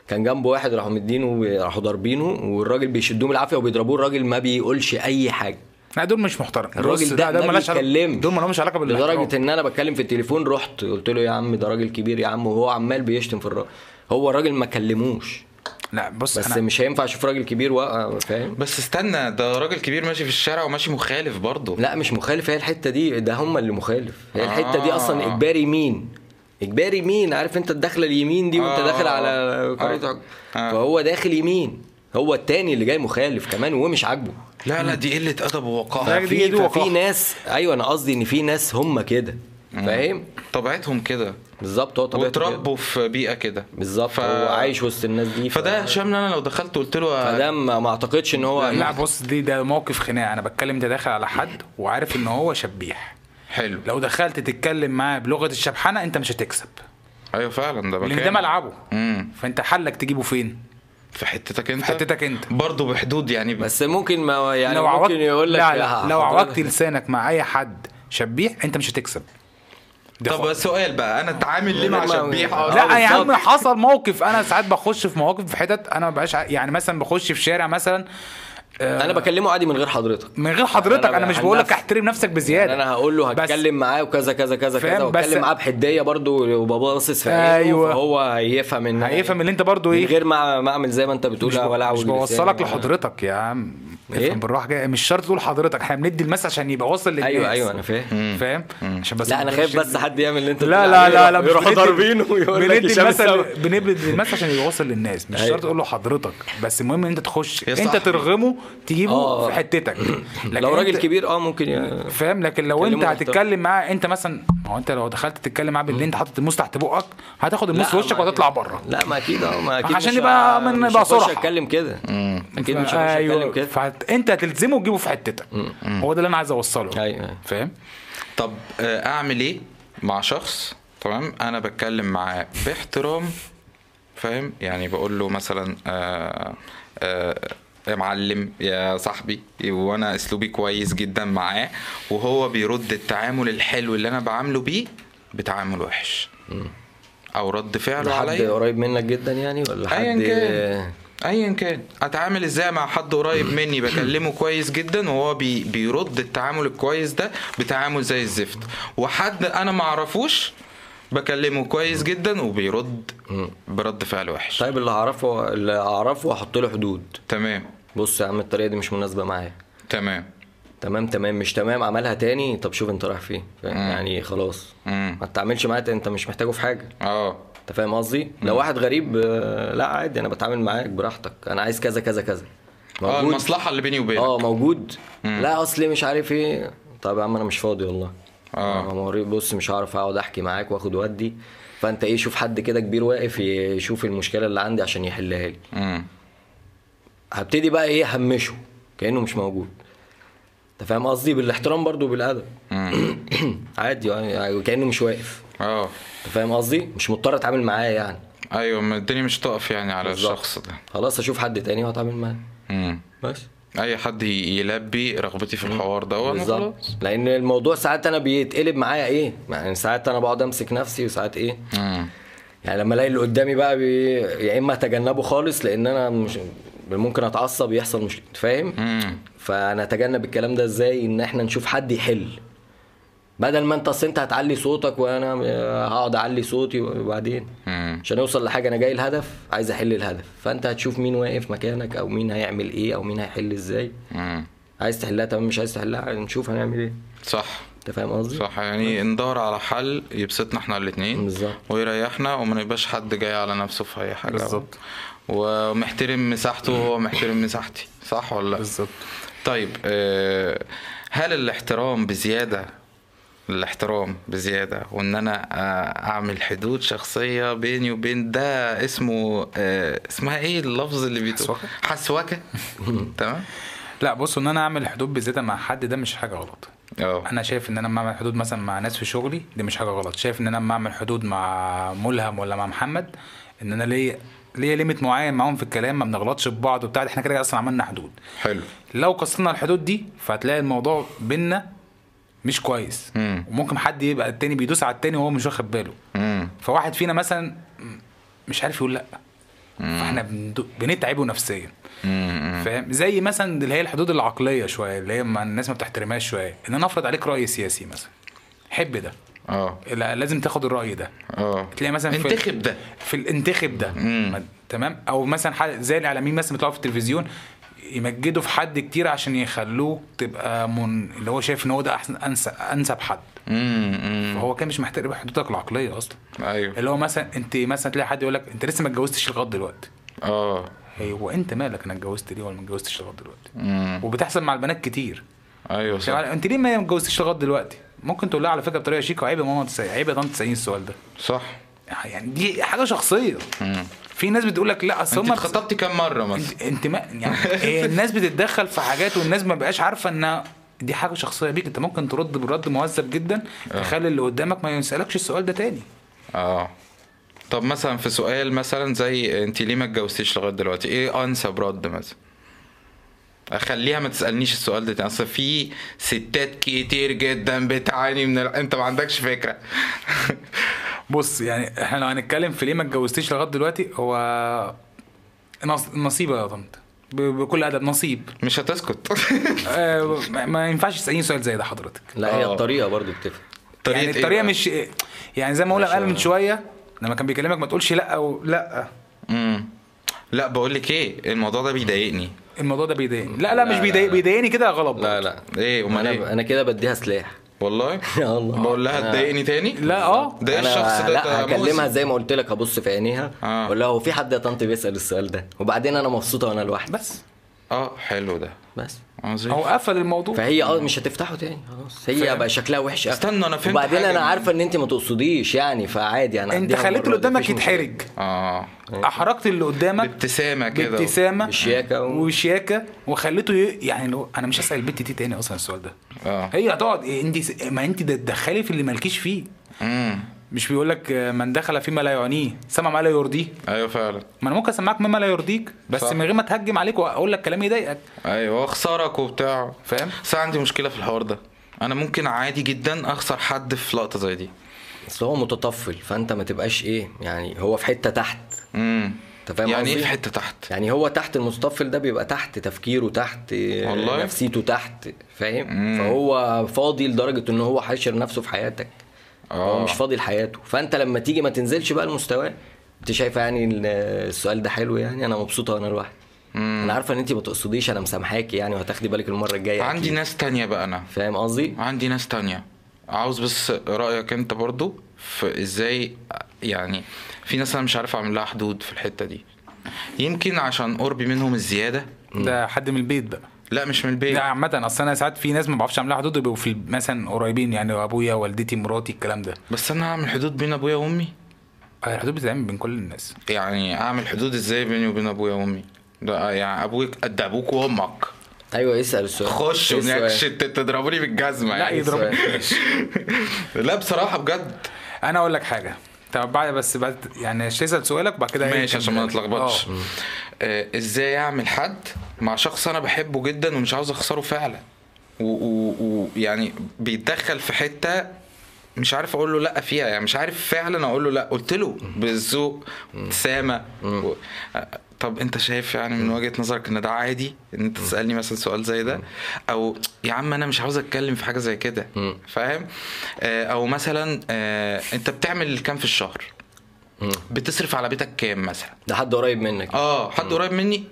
B: كان جنبه واحد راحوا مدينه راحوا ضاربينه والراجل بيشدوه بالعافيه وبيضربوه الراجل ما بيقولش اي حاجه
C: لا دول مش محترم بص،
B: الراجل ده,
C: دول
B: ما
C: ملهاش علاقة-
B: بيتكلمش
C: دول مالهمش علاقه بالاحترام.
B: لدرجه ان انا بتكلم في التليفون رحت قلت له يا عم ده راجل كبير يا عم وهو عمال بيشتم في الراجل هو الراجل ما كلموش
C: لا بص
B: بس
C: أنا-
B: مش هينفع اشوف راجل كبير و... فاهم
A: بس استنى ده راجل كبير ماشي في الشارع وماشي مخالف برضه
B: لا مش مخالف هي الحته دي ده هم اللي مخالف هي الحته دي
A: آه.
B: اصلا اجباري مين اجباري مين عارف انت الداخله اليمين دي وانت
A: آه.
B: داخل على
A: آه.
B: قريه حج-
A: آه.
B: فهو داخل يمين هو التاني اللي جاي مخالف كمان وهو مش عاجبه
A: لا لا دي قله ادب
C: لا،
A: ووقاحه
C: دي- دي
B: في
C: وقاحة.
B: في ناس ايوه انا قصدي ان في ناس هم كده فاهم
A: طبيعتهم كده
B: بالظبط هو طبيعته كده.
A: واتربوا في بيئه كده
B: بالظبط
A: ف-
B: هو عايش وسط الناس دي ف-
A: فده هشام انا لو دخلت قلت له
B: فده ما ما اعتقدش ان هو
C: لا بص دي ده موقف خناقه انا بتكلم انت داخل على حد وعارف ان هو شبيح
A: حلو
C: لو دخلت تتكلم معاه بلغه الشبحنه انت مش هتكسب
A: ايوه فعلا ده
C: لان
A: بكام.
C: ده ملعبه
A: امم
C: فانت حلك تجيبه فين
A: في حتتك انت
C: في حتتك انت
A: برضه بحدود يعني بس
B: بس ممكن ما يعني
C: لو
B: ممكن
C: عوضت
B: يقول لك
C: لا
B: لا،
C: لا لو
B: حضرتك-
C: عوضت لسانك مع اي حد شبيح انت مش هتكسب ده
A: طب سؤال بقى انا اتعامل ليه مع
B: ما-
A: شبيح
B: لا،
A: أصلاً؟
C: لا يا عم
B: بالظبط.
C: حصل موقف انا ساعات بخش في مواقف في حتت انا ما بقاش ع- يعني مثلا بخش في شارع مثلا
B: انا بكلمه عادي من غير حضرتك
C: من غير حضرتك
B: أنا
C: انا مش
B: عن
C: بقول لك
B: نفسي.
C: احترم نفسك
B: يعني
C: بزياده
B: انا هقول له
C: بس-
B: هتكلم معاه وكذا كذا كذا
C: فاهم؟
B: كذا
C: بس-
B: واتكلم معاه بحديه برضه وبابا باصص في عينه
C: أيوة.
B: فهو هيفهم ان
C: هيفهم اللي انت برضو
B: من
C: ايه
B: غير ما ما اعمل زي ما انت
C: مش
B: بتقول لا
C: ب-
B: ولا
C: مش
B: أعوج
C: بوصلك
B: لساني ولا-
C: لحضرتك يا عم
B: إيه؟
C: افهم بالراحه جاي مش شرط تقول حضرتك احنا بندي المسج عشان يبقى واصل للناس
B: ايوه ايوه انا فاهم
C: فاهم عشان بس
B: لا انا
C: ما
B: خايف
C: تقولش
B: بس حد يعمل اللي انت
C: لا
B: بتقول
C: لا
B: عليه،
C: لا لا مش
B: يروح
C: بندي-
B: ضاربينه ويقول لك
C: بندي
B: هشام
C: المثل
B: السبع.
C: بندي المثل عشان يوصل للناس مش
B: أيوة.
C: شرط تقول له حضرتك بس المهم ان انت تخش
A: يا
C: انت
A: صاحبي.
C: ترغمه تجيبه
B: آه.
C: في
B: [CLEARS THROAT]
C: حتتك
B: لو راجل
C: أنت-
B: كبير اه ممكن ي-
C: فاهم لكن لو انت
B: كلمه
C: هتتكلم معاه انت مثلا ما هو انت لو دخلت تتكلم معاه باللي انت حاطط الموس تحت بقك هتاخد الموس في
B: لا،
C: وشك
B: ما-
C: وهتطلع بره
B: لا ما اكيد اه ما اكيد
C: عشان
B: مش
C: يبقى
B: ه-
C: من-
B: مش
C: يبقى
B: هخش
C: صراحة.
B: اتكلم كده اكيد مش هخش اتكلم
C: ايوه
B: كده
C: فانت هتلزمه تجيبه في حتتك هو ده اللي انا عايز اوصله
B: ايوه أيوة.
C: فاهم
A: طب آه، اعمل ايه مع شخص تمام انا بتكلم معاه باحترام فاهم يعني بقول له مثلا آه آه يا معلم يا صاحبي وانا اسلوبي كويس جدا معاه وهو بيرد التعامل الحلو اللي انا بعامله بيه بتعامل وحش او رد فعله
B: حد
A: عليا
B: قريب منك جدا يعني ولا حد
A: ايا كان ايا كان اتعامل ازاي مع حد قريب مني بكلمه كويس جدا وهو بي بيرد التعامل الكويس ده بتعامل زي الزفت وحد انا ما اعرفوش بكلمه كويس جدا وبيرد برد فعل وحش
B: طيب اللي هعرفه اللي هعرفه هحط له حدود
A: تمام
B: بص يا عم الطريقه دي مش مناسبه معايا
A: تمام
B: تمام تمام مش تمام عملها تاني طب شوف انت رايح فين فاهم؟ يعني خلاص
A: مم.
B: ما تتعاملش معاه تاني، انت مش محتاجه في حاجه
A: اه
B: انت فاهم قصدي لو واحد غريب آه، لا عادي انا بتعامل معاك براحتك انا عايز كذا كذا كذا
C: آه،
A: اه
B: موجود؟
A: المصلحه اللي بيني وبينك
B: اه موجود لا اصلي مش عارف ايه طب يا عم انا مش فاضي والله
A: آه.
B: انا مريض بص مش هعرف اقعد احكي معاك واخد ودي فانت ايه شوف حد كده كبير واقف يشوف المشكله اللي عندي عشان يحلها لي
A: مم.
B: هبتدي بقى ايه همشه كانه مش موجود انت فاهم قصدي بالاحترام برضو وبالادب [COUGHS] عادي يعني كانه مش واقف
A: اه
B: انت فاهم قصدي مش مضطر اتعامل معاه يعني
A: ايوه ما الدنيا مش تقف يعني على
B: بالظبط.
A: الشخص ده
B: خلاص اشوف حد تاني وهتعامل معاه
A: مم.
B: بس
A: اي حد ي- يلبي رغبتي في الحوار ده وأنا
B: بالظبط
A: خلاص.
B: لان الموضوع ساعات انا بيتقلب معايا ايه يعني ساعات انا بقعد امسك نفسي وساعات ايه
A: مم.
B: يعني لما الاقي اللي قدامي بقى بي... يا اما اتجنبه خالص لان انا مش ممكن اتعصب يحصل مش فاهم
A: مم.
B: فانا اتجنب الكلام ده ازاي ان احنا نشوف حد يحل بدل ما انت اصل انت هتعلي صوتك وانا هقعد اعلي صوتي وبعدين
A: مم.
B: عشان اوصل لحاجه انا جاي الهدف عايز احل الهدف فانت هتشوف مين واقف مكانك او مين هيعمل ايه او مين هيحل ازاي
A: مم.
B: عايز تحلها تمام مش عايز تحلها نشوف هنعمل ايه
A: صح
B: انت فاهم قصدي
A: صح يعني ندور على حل يبسطنا احنا الاثنين
B: بالظبط.
A: ويريحنا وما يبقاش حد جاي على نفسه في اي حاجه
C: بالظبط.
A: ومحترم مساحته وهو محترم مساحتي صح ولا لا؟
C: بالظبط
A: طيب آه، هل الاحترام بزياده الاحترام بزياده وان انا آه، اعمل حدود شخصيه بيني وبين ده اسمه آه، اسمها ايه اللفظ اللي بيتقول
C: حسوكة؟ [LAUGHS]
A: حسوكه تمام
C: لا بص ان انا اعمل حدود بزياده مع حد ده مش حاجه غلط
A: اه
C: انا شايف ان انا لما اعمل حدود مثلا مع ناس في شغلي دي مش حاجه غلط شايف ان انا لما اعمل حدود مع ملهم ولا مع محمد ان انا ليا ليا ليميت معين معاهم في الكلام ما بنغلطش ببعض وبتاع احنا كده كده اصلا عملنا حدود
A: حلو
C: لو قصينا الحدود دي فهتلاقي الموضوع بينا مش كويس
A: مم.
C: وممكن حد يبقى التاني بيدوس على التاني وهو مش واخد باله
A: امم
C: فواحد فينا مثلا مش عارف يقول لا فاحنا بندو- بنتعبه نفسيا فاهم زي مثلا اللي هي الحدود العقليه شويه اللي هي ما الناس ما بتحترمهاش شويه ان انا افرض عليك راي سياسي مثلا حب ده
A: اه
C: لا لازم تاخد الراي ده
A: اه
C: تلاقي مثلا في-
A: انتخب ده
C: في الانتخب ده ما- تمام او مثلا حد زي الاعلاميين مثلا بيطلعوا في التلفزيون يمجدوا في حد كتير عشان يخلوه تبقى من اللي هو شايف ان هو ده احسن انسب انسب حد
A: امم
C: فهو كان مش محترم حدودك العقليه اصلا
A: ايوه
C: اللي هو مثلا انت مثلا تلاقي حد يقول لك انت لسه ما اتجوزتش لغايه دلوقتي
A: اه
C: هو انت مالك انا اتجوزت ليه ولا ما اتجوزتش لغايه دلوقتي
A: امم
C: وبتحصل مع البنات كتير
A: ايوه
C: يعني
A: صح
C: انت ليه ما اتجوزتش لغايه دلوقتي ممكن تقول لها على فكره بطريقه شيك عيب يا ماما تسأل- عيب يا طنط تساليني السؤال ده
A: صح
C: يعني دي حاجه شخصيه
A: امم
C: في ناس بتقول لك لا اصل
A: انت
C: هم
A: اتخطبتي كام مره مثلا
C: انت انت ما يعني إيه الناس بتتدخل في حاجات والناس ما بقاش عارفه انها دي حاجه شخصيه بيك انت ممكن ترد برد مهذب جدا تخلي اللي قدامك ما يسالكش السؤال ده تاني
A: اه طب مثلا في سؤال مثلا زي انت ليه ما اتجوزتيش لغايه دلوقتي ايه انسب رد مثلا اخليها ما تسالنيش السؤال ده تاني. اصل في ستات كتير جدا بتعاني من ال... انت ما عندكش فكره
C: بص يعني احنا لو هنتكلم في ليه ما اتجوزتيش لغايه دلوقتي هو نص- نصيبه يا طنط ب- بكل ادب نصيب
A: [LAUGHS] مش [LAUGHS] هتسكت
C: آه، ما- ما ينفعش تساليني سؤال زي ده حضرتك
B: لا هي
A: آه.
B: الطريقه برضو بتفرق
A: طريقة
C: يعني
A: إيه
C: الطريقه
A: بقى؟
C: مش يعني زي ما اقول
B: ماشي.
C: قال من شويه لما كان بيكلمك ما تقولش لا او لا
A: مم. امم. لا بقول لك ايه الموضوع ده بيضايقني
C: الموضوع ده بيضايقني لا لا
B: لا،
C: مش
B: لا،
C: بيضايق
B: لا.
C: بيضايقني كده غلط
A: لا لا ايه امال
B: انا
A: ايه
B: انا كده بديها سلاح
A: والله
B: [LAUGHS] يا الله.
A: بقول لها
B: أنا-
A: تضايقني تاني
C: لا اه
A: ده إيه
B: أنا
A: الشخص ده
B: لا
A: ده
B: هكلمها
A: مؤذي.
B: زي ما قلت لك هبص في عينيها
A: آه.
B: اقول لها هو في حد يا طنط بيسال السؤال ده وبعدين انا مبسوطه وانا لوحدي
C: بس
A: اه حلو ده
B: بس
A: آه، زي
C: هو قفل الموضوع
B: فهي اه مش هتفتحه تاني خلاص هي
A: فاهم.
B: بقى شكلها وحش أوي.
A: استنى، أنا فهمت
B: وبعدين
A: حاجة
B: انا
A: من-
B: عارفه ان انت ما تقصديش يعني فعادي انا
C: انت
B: هديها
C: خليت اللي
B: المرة دي،
C: قدامك
B: مفيش مشكلة.
C: يتحرج
A: اه
C: احرجت اللي قدامك
A: بابتسامه كده
C: بابتسامه
B: بشياكة و-
C: وشياكه وخليته ي... يعني لو انا مش هسال البت دي تاني اصلا السؤال ده
A: اه
C: هي هتقعد إيه، انت س- ما انت ده تدخلي في اللي مالكيش فيه
A: امم
C: مش بيقول لك آه، من دخل فيما لا يعنيه سمع ما لا يرضيه
A: ايوه فعلا
C: ما انا ممكن اسمعك مما لا يرضيك بس
A: صح.
C: من غير ما اتهجم عليك واقول لك كلام يضايقك
A: ايوه اخسرك وبتاع
C: فاهم؟
A: بس أنا عندي مشكله في الحوار ده انا ممكن عادي جدا اخسر حد في لقطه زي دي
B: اصل هو متطفل فانت ما تبقاش ايه يعني هو في حته تحت
A: امم
B: انت فاهم
A: يعني ايه
B: قصدي؟
A: في حته تحت
B: يعني هو تحت المتطفل ده بيبقى تحت تفكيره تحت آه،
A: والله؟
B: نفسيته تحت فاهم فهو فاضي لدرجه ان هو حاشر نفسه في حياتك
A: آه.
B: هو مش فاضي لحياته فانت لما تيجي ما تنزلش بقى المستوى انت شايفه يعني ال- السؤال ده حلو يعني انا مبسوطه وانا لوحدي انا عارفه ان انت ما تقصديش انا مسامحاكي يعني وهتاخدي بالك المره الجايه
A: عندي
B: يعني أكيد.
A: ناس تانية بقى انا
B: فاهم قصدي
A: عندي ناس تانية عاوز بس رأيك انت برضو في ازاي يعني في ناس انا مش عارف اعمل لها حدود في الحتة دي يمكن عشان قربي منهم الزيادة
C: ده حد من البيت بقى
A: لا مش من البيت
C: لا عامة اصل انا ساعات في ناس ما بعرفش اعملها حدود بيبقوا في مثلا قريبين يعني ابويا والدتي مراتي الكلام ده
A: بس انا هعمل حدود بين ابويا وامي
C: الحدود بتتعمل بين كل الناس
A: يعني اعمل حدود ازاي بيني وبين ابويا وامي ده يعني ابوك قد ابوك وامك
B: ايوه اسال السؤال
A: خش
B: إيه السؤال؟
A: ونكشت تضربوني بالجزمه
C: لا
A: يعني
C: يضرب [LAUGHS]
A: لا بصراحه بجد
C: انا اقول لك حاجه طب بعد بس بعد يعني تسال سؤالك وبعد كده إيه،
A: ماشي عشان ما
C: نكمل.
A: نتلخبطش
C: آه.
A: آه، ازاي اعمل حد مع شخص انا بحبه جدا ومش عاوز اخسره فعلا ويعني يعني بيتدخل في حته مش عارف اقول له لا فيها يعني مش عارف فعلا اقول له لا قلت له بالذوق ابتسامه و... آه، طب انت شايف يعني من وجهه نظرك ان ده عادي ان انت تسالني مثلا سؤال زي ده او يا عم انا مش عاوز اتكلم في حاجه زي كده
B: مم.
A: فاهم آه، او مثلا آه، انت بتعمل كام في الشهر
B: مم.
A: بتصرف على بيتك كام مثلا
B: ده حد قريب منك
A: اه حد قريب مني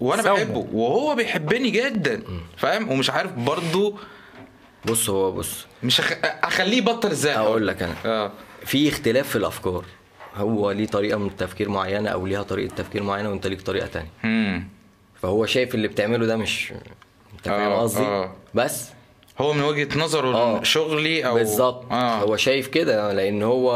A: وانا
C: سومه.
A: بحبه وهو بيحبني جدا فاهم ومش عارف برضو
B: بص هو بص
A: مش أخ... اخليه يبطل ازاي
B: اقول لك انا
A: اه
B: في اختلاف في الافكار هو ليه طريقه من التفكير معينه او ليها طريقه تفكير معينه وانت ليك طريقه تانية
A: مم.
B: فهو شايف اللي بتعمله ده مش انت فاهم
A: آه،
B: قصدي
A: آه.
B: بس
A: هو من وجهه نظره
B: آه.
A: شغلي او
B: بالظبط
A: اه
B: هو شايف كده لان هو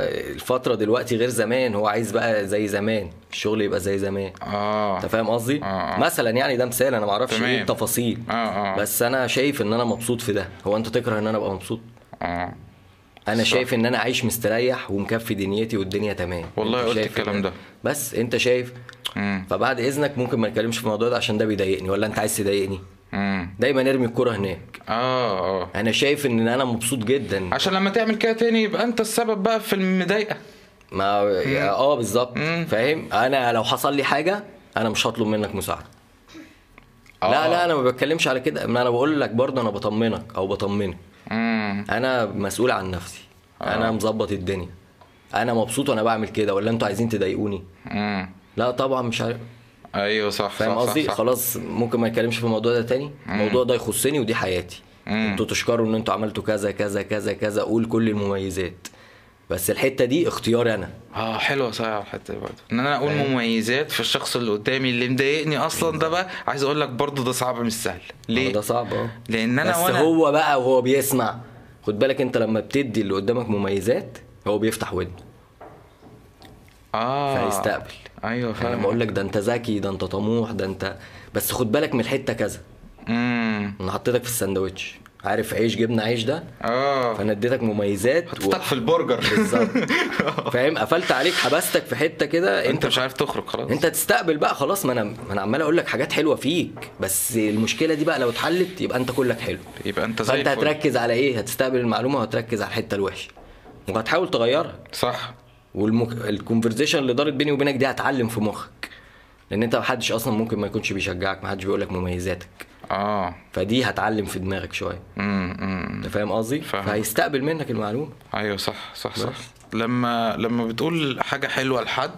B: الفتره دلوقتي غير زمان هو عايز بقى زي زمان الشغل يبقى زي زمان
A: اه
B: انت فاهم قصدي
A: آه.
B: مثلا يعني ده مثال انا ما اعرفش
A: تمام.
B: ايه التفاصيل
A: آه، آه.
B: بس انا شايف ان انا مبسوط في ده هو انت تكره ان انا ابقى مبسوط
A: اه
B: انا شايف ان انا عايش مستريح ومكفي دنيتي والدنيا تمام
A: والله
B: أنت
A: قلت
B: شايف
A: الكلام
B: إن-
A: ده.
B: بس انت شايف
A: مم.
B: فبعد اذنك ممكن ما نتكلمش في الموضوع ده عشان ده بيضايقني ولا انت عايز تضايقني
A: مم.
B: دايما ارمي الكرة هناك
A: اه اه
B: انا شايف ان انا مبسوط جدا
A: عشان لما تعمل كده تاني يبقى انت السبب بقى في المضايقه
B: ما اه بالظبط فاهم انا لو حصل لي حاجه انا مش هطلب منك مساعده لا
A: آه.
B: لا انا ما بتكلمش على كده ما انا بقول لك برضه انا بطمنك او بطمنك
A: مم.
B: انا مسؤول عن نفسي
A: آه.
B: انا مظبط الدنيا انا مبسوط وانا بعمل كده ولا انتوا عايزين تضايقوني
A: مم.
B: لا طبعا مش عارف
A: ايوه صح
B: فاهم
A: صح،
B: قصدي
A: صح صح
B: خلاص ممكن ما نتكلمش في الموضوع ده تاني الموضوع ده يخصني ودي حياتي انتوا تشكروا ان انتوا عملتوا كذا كذا كذا كذا قول كل المميزات بس الحته دي اختياري انا
A: اه حلوه صح على الحته دي برضه يعني ان انا اقول مميزات في الشخص اللي قدامي اللي مضايقني اصلا ده بقى عايز اقول لك برضه ده صعب مش سهل ليه؟
B: ده صعب اه
A: لان انا
B: بس
A: وانا
B: هو بقى وهو بيسمع خد بالك انت لما بتدي اللي قدامك مميزات هو بيفتح ودنه
A: اه
B: فهيستقبل
A: ايوه
B: انا
A: فاهم
B: بقول لك ده انت ذكي ده انت طموح ده انت بس خد بالك من الحته كذا
A: امم
B: انا حطيتك في الساندوتش عارف عيش جبنه عيش ده
A: اه
B: فانا اديتك مميزات و...
A: حطيتك في البرجر [LAUGHS]
B: بالظبط فاهم قفلت عليك حبستك في حته كده
A: انت
B: انت
A: مش عارف تخرج خلاص
B: انت تستقبل بقى خلاص ما انا ما انا عمال اقول لك حاجات حلوه فيك بس المشكله دي بقى لو اتحلت يبقى انت كلك حلو
A: يبقى انت زي
B: فانت
A: الفل.
B: هتركز على ايه هتستقبل المعلومه وهتركز على الحته الوحشه وهتحاول تغيرها
A: صح
B: والكونفرزيشن اللي دارت بيني وبينك دي هتعلم في مخك لان انت محدش اصلا ممكن ما يكونش بيشجعك محدش بيقول لك مميزاتك
A: اه
B: فدي هتعلم في دماغك شويه
A: امم امم
B: انت فاهم قصدي
A: فاهم.
B: فهيستقبل منك المعلومه
A: ايوه صح صح صح لما لما بتقول حاجه حلوه لحد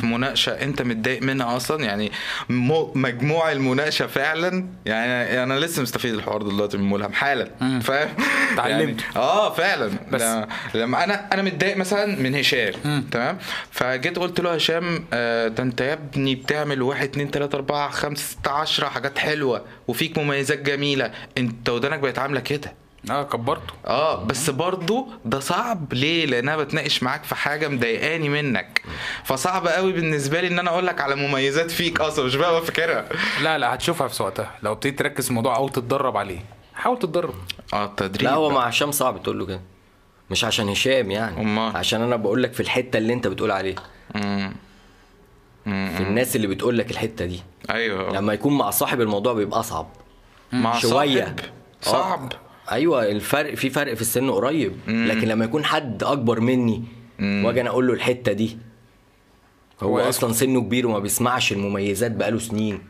A: في مناقشه انت متضايق منها اصلا يعني مو مجموع المناقشه فعلا يعني انا لسه مستفيد الحوار ده دلوقتي من ملهم حالا فاهم
C: اتعلمت.
A: يعني اه فعلا
C: بس.
A: لما- لما انا انا متضايق مثلا من هشام تمام فجيت قلت له هشام آه، ده انت يا ابني بتعمل واحد اتنين تلاته اربعه خمسه سته عشره حاجات حلوه وفيك مميزات جميله انت ودانك بقت عامله كده
C: اه كبرته
A: اه بس برضو ده صعب ليه لان انا بتناقش معاك في حاجه مضايقاني منك فصعب قوي بالنسبه لي ان انا اقول لك على مميزات فيك اصلا مش بقى فاكرها
C: لا لا هتشوفها في وقتها لو ابتديت تركز في الموضوع او تتدرب عليه حاول تتدرب
A: اه التدريب
B: لا هو
A: بقى.
B: مع هشام صعب تقول له كده مش عشان هشام يعني
A: أمال؟
B: عشان انا بقول لك في الحته اللي انت بتقول عليها
A: مم.
B: في الناس اللي بتقول لك الحته دي
A: ايوه
B: لما يكون مع صاحب الموضوع بيبقى اصعب
A: مع
B: شويه
A: صاحب
B: آه.
A: صعب
B: ايوه الفرق في فرق في السن قريب لكن لما يكون حد اكبر مني واجي انا اقول له الحته دي هو
C: هو
B: اصلا سنه كبير وما بيسمعش المميزات بقاله سنين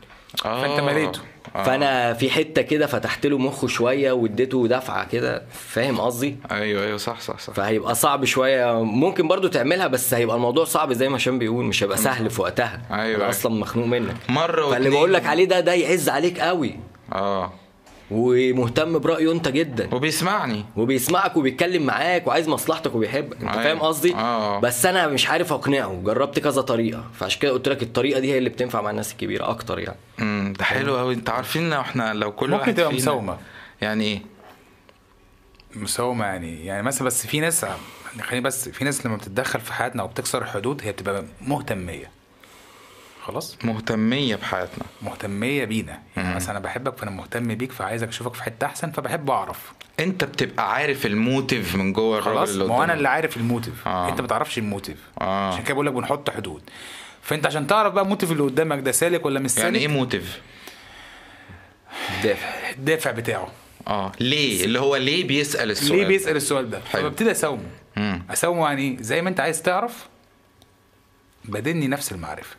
A: آه.
C: اه، فأنت مليته.
A: آه.
B: فانا في حته كده فتحت له مخه شويه واديته دفعه كده فاهم قصدي
A: ايوه ايوه صح صح صح
B: فهيبقى صعب شويه ممكن برضو تعملها بس هيبقى الموضوع صعب زي ما هشام بيقول مش هيبقى سهل في وقتها
A: أيوة.
B: انا اصلا مخنوق منك
A: مرة
B: فاللي
A: واتنين.
B: بقول لك عليه ده ده يعز عليك قوي
A: اه
B: ومهتم برايه انت جدا
A: وبيسمعني
B: وبيسمعك وبيتكلم معاك وعايز مصلحتك وبيحبك انت
A: أيوة.
B: فاهم قصدي
A: آه.
B: بس انا مش عارف اقنعه جربت كذا طريقه فعشان كده قلت لك الطريقه دي هي اللي بتنفع مع الناس الكبيره اكتر يعني
A: امم ده حلو قوي انت عارفين لو احنا لو كل
C: أيوه. ممكن
A: واحد
C: تبقى
A: فينا-
C: مساومة.
A: يعني ايه
C: مساومه يعني يعني مثلا بس في ناس يعني خليني بس في ناس لما بتتدخل في حياتنا او بتكسر الحدود هي بتبقى مهتميه خلاص
A: مهتميه بحياتنا
C: مهتميه بينا يعني مثلا انا بحبك فانا مهتم بيك فعايزك اشوفك في حته احسن فبحب اعرف
A: انت بتبقى عارف الموتيف من جوه الراجل
C: خلاص
A: اللي
C: ما هو انا
A: قدامك.
C: اللي عارف الموتيف
A: آه.
C: آه. انت ما تعرفش الموتيف
A: آه.
C: عشان كده بقول لك بنحط حدود فانت عشان تعرف بقى الموتيف اللي قدامك ده سالك ولا مش سالك
A: يعني ايه موتيف؟
B: دافع
C: الدافع بتاعه
A: اه ليه اللي هو ليه بيسال السؤال
C: ليه بيسال السؤال ده
A: حلو.
C: فببتدي اساومه
A: مم.
C: اساومه يعني ايه زي ما انت عايز تعرف بدلني نفس المعرفه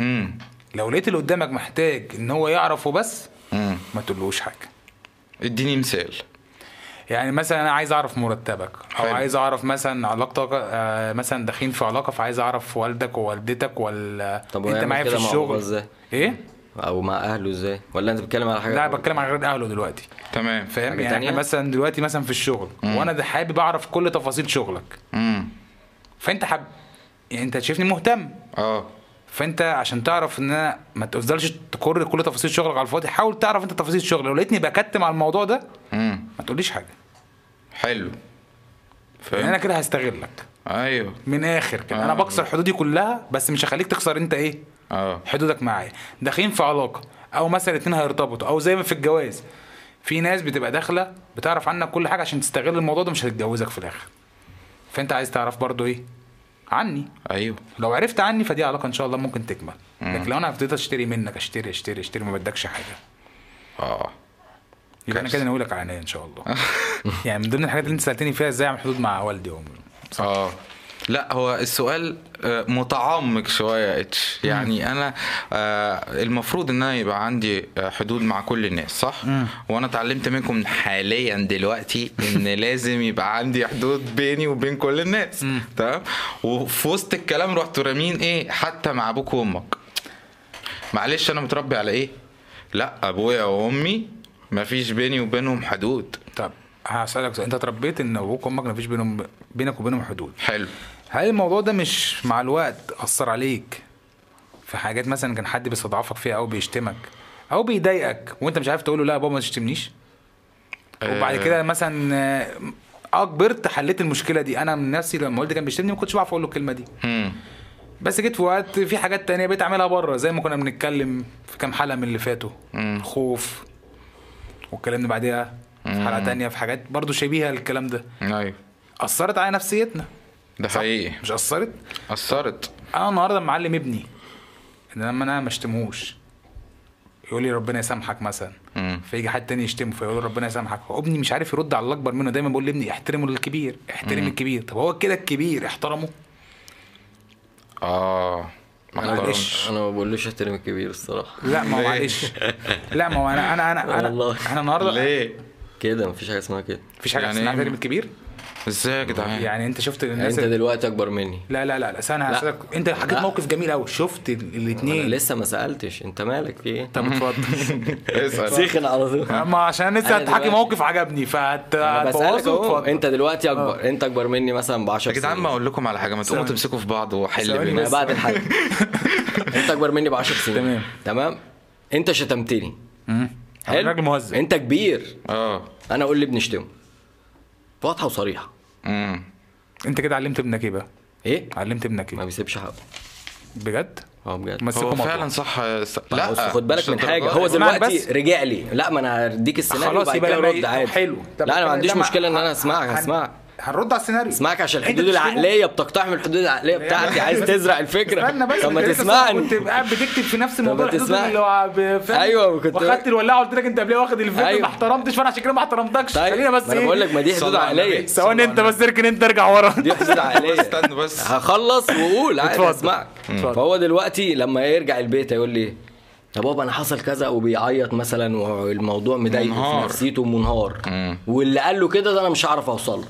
A: امم
C: لو لقيت اللي قدامك محتاج ان هو يعرف وبس
A: امم
C: ما تقولوش حاجه
A: اديني مثال
C: يعني مثلا انا عايز اعرف مرتبك او
A: حلو.
C: عايز اعرف مثلا علاقتك آه، مثلا داخلين في علاقه فعايز اعرف والدك ووالدتك ولا
B: طب
C: انت
B: ويعمل
C: معايا في
B: كده مع بابا
C: الشغل
B: ازاي؟
C: ايه
B: او مع اهله ازاي ولا انت بتتكلم على حاجه
C: لا بتكلم عن غير اهله دلوقتي
A: تمام
C: فاهم
B: حاجة
C: يعني احنا
B: تانية؟
C: مثلا دلوقتي مثلا في الشغل وانا ده حابب اعرف كل تفاصيل شغلك
A: امم
C: فانت حب يعني انت شايفني مهتم
A: اه
C: فانت عشان تعرف ان انا ما تفضلش تكر كل تفاصيل شغلك على الفاضي حاول تعرف انت تفاصيل شغلك لو لقيتني بكتم على الموضوع ده
A: امم
C: ما تقوليش حاجه
A: حلو
C: لان انا
A: فاهم
C: كده هستغلك
A: ايوه
C: من اخر كده انا
A: آه.
C: بكسر حدودي كلها بس مش هخليك تكسر انت ايه
A: اه
C: حدودك معايا داخلين في علاقه او مثلا اتنين هيرتبطوا او زي ما في الجواز في ناس بتبقى داخله بتعرف عنك كل حاجه عشان تستغل الموضوع ده مش هتتجوزك في الاخر فانت عايز تعرف برضو ايه عني
A: ايوه
C: لو عرفت عني فدي علاقه ان شاء الله ممكن تكمل لكن لو انا فضلت اشتري منك اشتري اشتري اشتري ما بدكش حاجه
A: اه
C: يبقى انا
A: كارثة.
C: كده ناويلك على عناية ان شاء الله
A: [LAUGHS]
C: يعني من ضمن الحاجات اللي انت سالتني فيها ازاي اعمل حدود مع والدي وامي
A: اه لا هو السؤال آه، متعمق شويه اتش يعني انا آه، المفروض ان انا يبقى عندي آه، حدود مع كل الناس صح وانا اتعلمت منكم حاليا دلوقتي ان لازم يبقى عندي حدود بيني وبين كل الناس تمام وفي وسط الكلام رحت رامين ايه حتى مع ابوك وامك معلش انا متربي على ايه لا ابويا وامي مفيش بيني وبينهم حدود
C: طب هسالك سؤال انت اتربيت ان ابوك وامك ما فيش بينهم بينك وبينهم حدود
A: حلو
C: هل الموضوع ده مش مع الوقت اثر عليك في حاجات مثلا كان حد بيستضعفك فيها او بيشتمك او بيضايقك وانت مش عارف تقول له لا يا بابا ما تشتمنيش وبعد كده مثلا آه، اه كبرت حليت المشكله دي انا من نفسي لما والدي كان بيشتمني ما كنتش بعرف اقول له الكلمه دي
A: امم
C: بس جيت في وقت في حاجات تانية بقيت اعملها بره زي ما كنا بنتكلم في كام حلقه من اللي فاتوا خوف واتكلمنا بعديها في حلقه تانية في حاجات برضو شبيهه للكلام ده
A: ايوه
C: اثرت على نفسيتنا
A: ده
C: صح؟
A: حقيقي
C: مش اثرت
A: اثرت
C: انا النهارده معلم ابني ان لما انا ما اشتمهوش يقول لي ربنا يسامحك مثلا
A: مم.
C: فيجي حد تاني يشتمه فيقول له ربنا يسامحك هو ابني مش عارف يرد على الاكبر منه دايما بقول لابني احترموا الكبير احترم الكبير طب هو كده الكبير احترمه
A: اه ما
C: أنا
A: احترمش
B: انا ما بقولوش احترم الكبير الصراحه
C: لا ما هو
A: ليه؟
C: معلش لا ما هو انا انا انا انا
B: والله.
C: احنا النهارده
A: ليه؟
B: كده مفيش حاجه اسمها كده
C: مفيش حاجه
A: يعني
C: اسمها
A: إيه؟
C: احترم الكبير
A: ازاي يا جدعان؟ [LAUGHS]
C: يعني انت شفت
B: يعني
C: الناس
B: انت دلوقتي اكبر مني
C: لا لا لا لا سنة
B: لا.
C: هسألك انت حكيت
B: لا.
C: موقف جميل قوي شفت
B: انا
C: الاثنين
B: لسه ما سالتش انت مالك في ايه
C: طب
B: [LAUGHS]
C: اتفضل
A: اسال
B: سيخن على طول
C: ما عشان لسه
B: أنا
C: هتحكي
B: دلوقتي-
C: موقف عجبني
B: انا بسالك
C: فهتبوظه
B: اهو
C: واتفضل
B: انت دلوقتي اكبر انت اكبر مني مثلا ب 10
A: يا جدعان ما اقول لكم على حاجه ما تقوموا
C: ثواني.
A: تمسكوا في بعض وحل
C: ثواني
A: بينا
B: ما
C: بس.
B: بعد الحاجه
C: [LAUGHS]
B: انت اكبر مني ب 10 سنين
C: تمام.
B: تمام انت شتمتني
C: مم.
B: حلو
C: راجل مهذب
B: انت كبير
A: اه
B: انا اقول لي بنشتمه واضحه وصريحه
A: امم
C: انت كده علمت ابنك ايه بقى؟
B: ايه
C: علمت ابنك
B: ما
C: ايه؟
B: بيسيبش حقه
C: بجد؟
B: اه بجد
C: مسكه
A: هو
C: مطوة.
A: فعلا صح س-
B: لا
A: لا
B: بص خد بالك
A: مش
B: من حاجه
A: للدرجة
B: هو
A: دي.
C: اسمعني
B: دلوقتي
C: بس.
B: رجع لي لا ما انا هديك السيناريو
C: خلاص
B: وبعد
C: يبقى
B: كده
C: لما
B: ارد
C: ي-
B: عادي
C: حلو طب
B: لا انا ما عنديش
C: لما-
B: مشكله ان انا
C: هن-
B: اسمعك
C: هن-
B: هسمعك
C: هنرد على السيناريو
B: اسمعك عشان
C: انت
B: الحدود
C: بتشتمه؟
B: العقليه بتقتحم الحدود العقليه بتاعتي عايز تزرع الفكره
C: يعني استنى بس
B: طب ما
C: انت لسه
B: تسمعني
C: كنت قاعد بتكتب في نفس الموضوع
B: ما
C: الحدود
B: تسمعني.
C: اللي هو ب- فاهم؟
B: ايوه، وكنت-
C: واخدت الولاعه قلت لك انت قبل ايه واخد الفيلم
B: ايوه.
C: ما احترمتش فانا عشان كده ما احترمتكش
B: طيب
C: خلينا بس
B: ما انا
C: ايه؟
B: بقول لك ما دي
A: صلى
B: حدود
A: على النبي.
B: عقليه
C: ثواني انت بس اركن انت ارجع ورا
B: دي
C: [LAUGHS]
B: حدود عقليه
A: استنى بس
B: هخلص واقول عادي
C: اتفضل.
B: اسمعك
C: اتفضل.
B: فهو دلوقتي لما يرجع البيت هيقول لي يا بابا انا حصل كذا وبيعيط مثلا والموضوع مضايقه
A: منهار.
B: في نفسيته منهار
A: مم.
B: واللي قال له كده ده انا مش هعرف اوصل له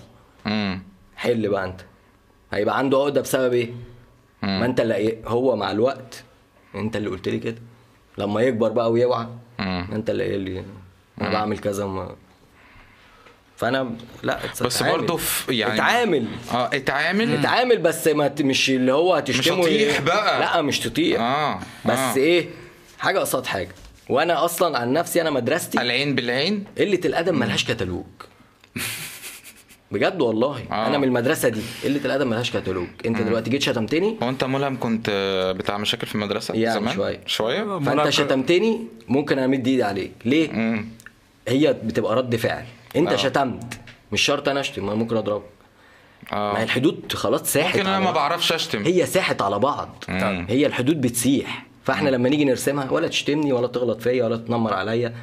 A: امم
B: حل بقى انت هيبقى عنده عقده بسبب ايه؟ ما انت اللي إيه؟ هو مع الوقت انت اللي قلت لي كده لما يكبر بقى ويوعى
A: مم.
B: انت اللي قايل لي انا بعمل كذا وما فانا ب- لا
A: بس
B: اتعامل.
A: برضه في يعني
B: اتعامل
A: اه اتعامل
B: اتعامل بس ما ت- مش اللي هو هتشتمه
A: هتطيح بقى.
B: لا مش تطيح
A: اه
B: بس
A: آه.
B: ايه حاجه قصاد حاجه وانا اصلا عن نفسي انا مدرستي
A: العين بالعين
B: قله الادب ملهاش كتالوج بجد والله
A: آه.
B: انا من المدرسه دي قله الادب ملهاش كتالوج انت دلوقتي جيت شتمتني
A: هو انت ملهم كنت آه، بتاع مشاكل في المدرسه
B: يعني
A: زمان
B: شوية. اه،
A: شويه
B: فانت
C: ملاك-
B: شتمتني ممكن انا امد ايدي عليك ليه
A: امم
B: هي بتبقى رد فعل انت
A: آه.
B: شتمت مش شرط انا اشتم ما أنا ممكن اضربك ما هي
A: اه
B: الحدود خلاص ساحت
A: لكن انا
B: على
A: ما
B: بعض.
A: بعرفش اشتم
B: هي ساحت على بعض
A: مم.
B: هي الحدود بتسيح فاحنا لما نيجي نرسمها ولا تشتمني ولا تغلط فيا ولا تنمر عليا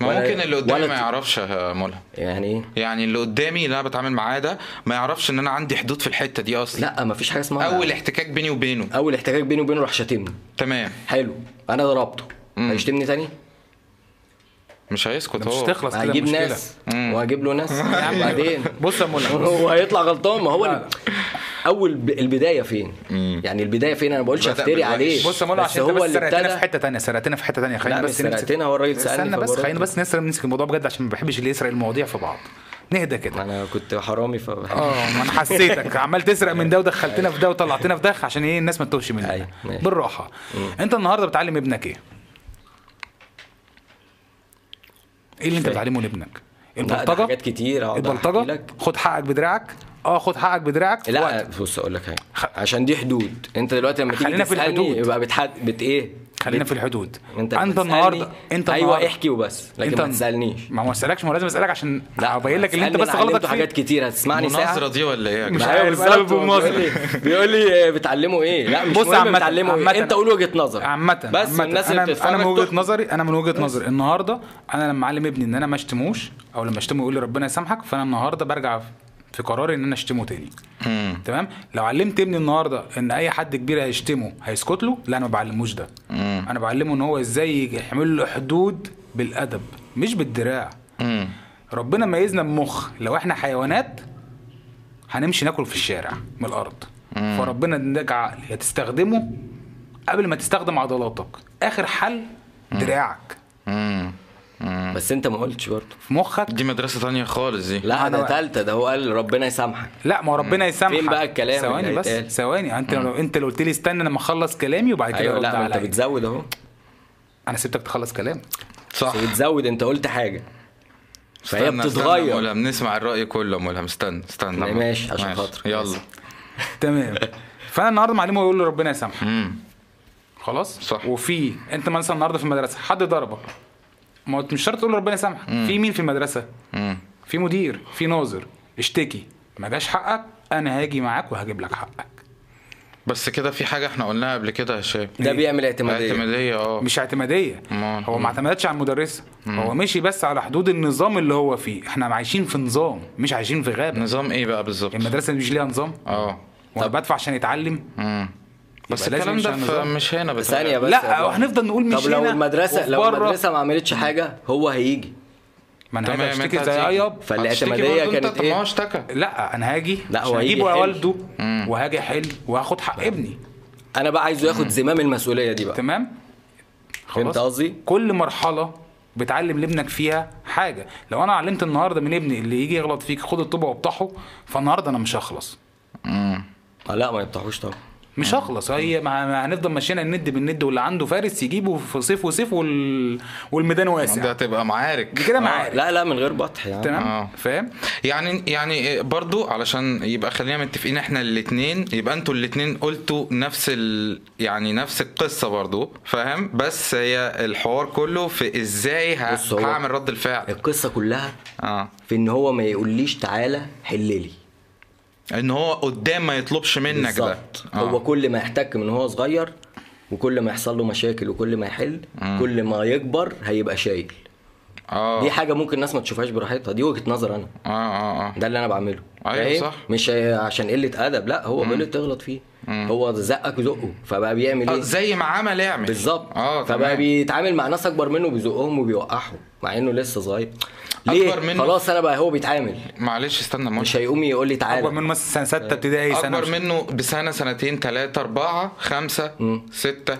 A: ما
B: ولا-
A: ممكن اللي قدامي
B: ولا
A: ما
B: ت-
A: يعرفش يا ملهم
B: يعني ايه
A: يعني اللي قدامي اللي انا بتعامل معاه ده ما يعرفش ان انا عندي حدود في الحته دي اصلا
B: لا ما فيش حاجه اسمها
A: اول احتكاك بيني وبينه
B: اول احتكاك بيني وبينه راح شاتمني
A: تمام
B: حلو انا ضربته
A: مم.
B: هيشتمني تاني
A: مش هيسكت
C: ده مش
A: هو
C: هتخلص كده
B: هجيب
C: المشكلة.
B: ناس وهجيب له
C: [LAUGHS]
B: ناس وبعدين
C: أيوه. بص يا منى
B: [LAUGHS] هو هيطلع غلطان ما هو
C: لا،
B: ال-
C: لا.
B: اول ب- البدايه فين يعني البدايه فين انا ما بقولش
A: بدأ
B: افتري
A: بالوحش.
B: عليه
C: بص يا منى عشان انت
B: هو
C: بس
B: اللي
C: سرقتنا
B: ابتدى
C: في حته ثانيه سرقتنا في حته ثانيه خلينا
B: لا، مش
C: بس نمسك-
B: سرقتنا، هو الراجل سألني
C: استنى بس
B: فبرد.
C: خلينا بس نسرق نمسك الموضوع بجد عشان ما بحبش اللي يسرق المواضيع في بعض نهدى كده
B: انا كنت حرامي ف
C: اه ما انا حسيتك عمال تسرق من ده ودخلتنا في ده وطلعتنا في ده عشان ايه الناس ما تتوهش مننا
B: أيوة، ماشي.
C: بالراحه انت النهارده بتعلم ابنك ايه؟ ايه اللي انت
B: فاهم.
C: بتعلمه لابنك؟
B: لا، ده
C: البلطجه
B: حاجات كتير أقعد أحكي
C: البلطجه
B: لك.
C: خد حقك بدراعك اه خد حقك بدراعك في
B: لا
C: وقتك.
B: بص اقول لك حاجه عشان دي حدود انت دلوقتي لما تيجي
C: خلينا في
B: تسألني
C: الحدود.
B: يبقى بتحد بت ايه
C: خلينا
B: بت-
C: في الحدود
B: انت
C: انت,
B: لما
C: انت
B: تسألني،
C: النهارده انت
B: ايوه
C: النهاردة-
B: احكي وبس لكن
C: انت-
B: ما تسالنيش
C: ما ما اسالكش ما هو لازم اسالك عشان لا ابين لك اللي انت
B: هتسألني
C: بس
B: أنا علمته
C: غلطك فيه
B: حاجات كتير هتسمعني
A: المناظره
B: ساعه
A: دي ولا ايه يا
C: مش
A: جدعان؟
B: ايوه
C: عارف،
B: بالظبط،
C: قلب
B: هو بيقول
C: مصر.
B: لي- بيقول لي آه، بتعلموا ايه لا مش
C: بص
B: مهم
C: عامة-
B: بتعلموا
C: عامة-
B: ايه انت قول وجهه نظر
C: عامة
B: بس
C: عامة.
B: الناس اللي
C: انا
B: بتتفرج
C: انا من وجهه
B: تحكم.
C: نظري انا من وجهه نظري النهارده انا لما اعلم ابني ان انا ما اشتموش او لما اشتمه يقول لي ربنا يسامحك فانا النهارده برجع في قراري ان انا اشتمه تاني
A: مم.
C: تمام لو علمت ابني النهارده ان اي حد كبير هيشتمه هيسكت له لا انا ما بعلموش ده
A: مم.
C: انا بعلمه ان هو ازاي يعمل له حدود بالادب مش بالدراع
A: مم.
C: ربنا ميزنا بمخ لو احنا حيوانات هنمشي ناكل في الشارع من الارض فربنا اداك عقل يا تستخدمه قبل ما تستخدم عضلاتك اخر حل دراعك
A: مم. مم.
B: بس انت ما قلتش برضه
C: في مخك
A: دي مدرسه تانية خالص دي
B: لا
C: أنا
B: ده
C: بقى-
B: تالتة ده هو قال ربنا يسامحك
C: لا ما هو ربنا يسامحك
B: فين بقى الكلام اللي
C: ثواني بس
B: هيتقال؟
C: ثواني انت لو انت لو قلت لي استنى لما اخلص كلامي وبعد كده
B: ايوه
C: رد
B: لا ما انت
C: عليا
B: بتزود اهو
C: انا سبتك تخلص كلامك
A: صح
B: بس بتزود انت قلت حاجه فهي
A: استنى، استنى
B: بتتغير.
A: يا ملهم نسمع الراي كله يا ملهم استنى استنى
B: لا،
A: يا ملهم.
B: ماشي، عشان خاطرك.
A: يلا
B: ماشي.
C: تمام فانا النهارده معلمه يقول له ربنا يسامحك
A: مم.
C: خلاص
A: صح.
C: وفي انت مثلا النهارده في المدرسه حد ضربك ما هو مش شرط تقول ربنا يسامحك في مين في المدرسه في مدير في ناظر اشتكي ما جاش حقك انا هاجي معاك وهجيب لك حقك
A: بس كده في حاجه احنا قلناها قبل كده يا هشام
B: ده بيعمل اعتماديه
A: اعتماديه اه
C: مش اعتماديه
A: مم.
C: هو ما اعتمدتش على المدرسه هو مشي بس على حدود النظام اللي هو فيه احنا عايشين في نظام مش عايشين في غابه
A: نظام ايه بقى
B: إيه،
A: بالظبط
C: المدرسه مش ليها نظام
A: اه
C: وانا بدفع عشان اتعلم
A: مم. بس
C: يبقى لازم
A: الكلام
C: مش
A: ده
C: على
A: في-
C: النظام.
A: مش هنا بس
B: ثانيه بس
C: لا
B: يا جماعة.
C: وهنفضل نقول مش
B: طب لو
C: هنا
B: المدرسه لو
C: وبره.
B: المدرسه ما عملتش حاجه هو هيجي
C: ما انا
A: تمام
C: هاجي
A: انت
C: اشتكي زي
A: هتيجي.
C: اياب
B: فالاعتمادية
A: هتشتكي برضه
B: كانت
A: انت؟ طب ما
B: ايه؟
A: هو اشتكى
C: لا انا هاجي
B: لا، هو
C: عشان
B: هيجي
C: اجيبه يا
B: يحل.
C: والده وهاجي احل وهاخد حق ابني
B: انا بقى عايزه ياخد زمام المسؤوليه دي بقى
C: تمام
B: فهمت قصدي؟
C: كل مرحله بتعلم لابنك فيها حاجه لو انا علمت النهارده من ابني اللي يجي يغلط فيك خد الطوبه وابطحه فالنهارده انا مش هخلص
B: آه، لا ما يفتحوش طبعا
C: مش هخلص هي ما ما هنفضل ماشيين الند بالند واللي عنده فارس يجيبه في صيف وصيف وال... والميدان
A: ده
C: واسع
A: هتبقى معارك
C: دي كده
B: آه،
C: معاك
B: لا لا من غير بطح يعني
A: آه.
C: تمام فاهم
A: يعني يعني برضو علشان يبقى خلينا متفقين احنا الاثنين يبقى انتوا الاثنين قلتوا نفس ال يعني نفس القصه برضو فاهم بس هي الحوار كله في ازاي ه-
B: بص هو- إيه؟
A: هعمل رد الفعل
B: القصه كلها
A: اه
B: في ان هو ما يقوليش تعالى حل لي
A: ان هو قدام ما يطلبش منك ده
B: بالظبط.
A: آه.
B: هو كل ما يحتك من هو صغير وكل ما يحصل له مشاكل وكل ما يحل كل ما يكبر هيبقى شايل
A: اه
B: دي حاجه ممكن الناس ما تشوفهاش براحتها دي وجهه نظر انا
A: اه اه اه
B: ده اللي انا بعمله
A: أيوة
B: فاهم؟
A: صح.
B: مش عشان قله ادب لا هو غلط تغلط فيه هو زقك وزقه فبقى بيعمل
A: آه،
B: ايه
A: زي ما عمل اعمل
B: بالظبط
A: اه
B: فبقى
A: تمام
B: بيتعامل مع ناس اكبر منه بيزقهم وبيوقعهم مع انه لسه صغير ليه
A: أكبر منه؟
B: خلاص انا بقى هو بيتعامل
A: معلش استنى ما
B: مش هيقوم يقول لي تعالى
C: اكبر منه مثلا سنه سته ابتدائي سنه
A: اكبر
C: وش-
A: منه بسنه سنتين ثلاثه اربعه خمسه سته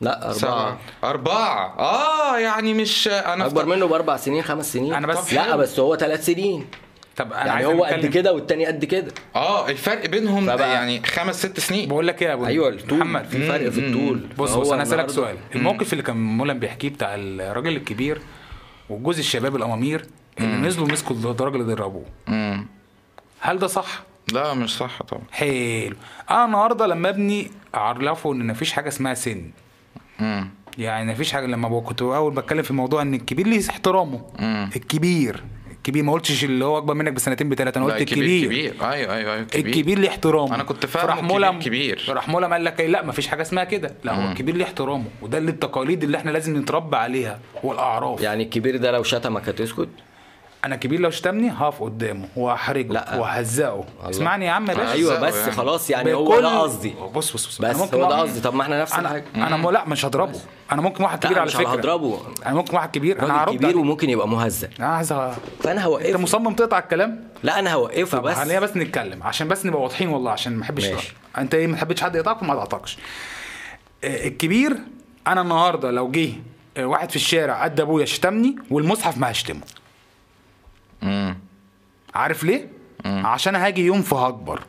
B: لا
A: سبعه
B: اربعه
A: اربعه اه يعني مش انا
B: اكبر
A: افتكرت-
B: منه باربع سنين خمس سنين
C: أنا بس-
B: لا بس هو ثلاث سنين
C: طب انا
B: يعني
C: عايز
B: هو قد
C: أتكلم.
B: كده والتاني قد كده
A: اه الفرق بينهم
B: فبقى-
A: يعني خمس ست سنين
C: بقول لك ايه يا ابو
B: ايوه الطول
C: محمد
B: في فرق في الطول
C: بص
B: فهو
C: بص انا اسالك
B: النهاردة-
C: سؤال الموقف اللي كان مولان بيحكيه بتاع الراجل الكبير وجوز الشباب الامامير اللي نزلوا مسكوا الراجل اللي ضربوه
A: مم.
C: هل ده صح؟
A: لا مش صح طبعا
C: حلو انا النهارده لما ابني اعرفه ان مفيش حاجه اسمها سن
A: مم.
C: يعني مفيش حاجه لما بقى- كنت اول بتكلم في موضوع ان الكبير ليه احترامه
A: مم.
C: الكبير الكبير ما قلتش اللي هو اكبر منك بسنتين بثلاثه انا
A: لا،
C: قلت الكبير,
A: كبير ايوه ايوه ايوه
C: الكبير, ليه احترامه
A: أنا كنت فاهمه
C: فراح
A: الكبير
C: مولم-
A: كبير.
C: راح مولم قال لك إيه، لا مفيش حاجه اسمها كده لا هو الكبير ليه احترامه وده اللي التقاليد اللي احنا لازم نتربى عليها والاعراف
B: يعني الكبير ده لو شتمك هتسكت
C: انا كبير لو شتمني هقف قدامه وهحرجه
B: لا.
C: وههزقه
B: الله.
C: اسمعني يا عم يا باشا
B: ايوه بس
A: يعني.
B: خلاص يعني هو
C: بكل-
B: ده قصدي
C: بص بص بص
B: بس
C: أنا ممكن
B: هو ده
C: أقف-
B: قصدي طب ما احنا نفس
C: انا
B: الحاجه
C: انا م... لا مش هضربه انا ممكن واحد كبير
B: لا،
C: على
B: مش
C: فكره
B: هضربه.
C: انا ممكن واحد كبير انا
B: راجل
C: هعرض
B: كبير وممكن يبقى مهزأ
C: انا عايز أ-
B: فانا
C: انت
B: هوقفه
C: مصمم تقطع الكلام
B: لا انا هوقفه
C: بس
B: بس
C: خلينا بس نتكلم عشان بس نبقى واضحين والله عشان ما احبش
B: ماشي.
C: أقطع. انت ايه ما تحبش حد يقطعك وما تقطعكش آه، الكبير انا النهارده لو جه آه، واحد في الشارع قد ابويا شتمني والمصحف ما هشتمه
A: مم.
C: عارف ليه؟ عشان هاجي يوم فهكبر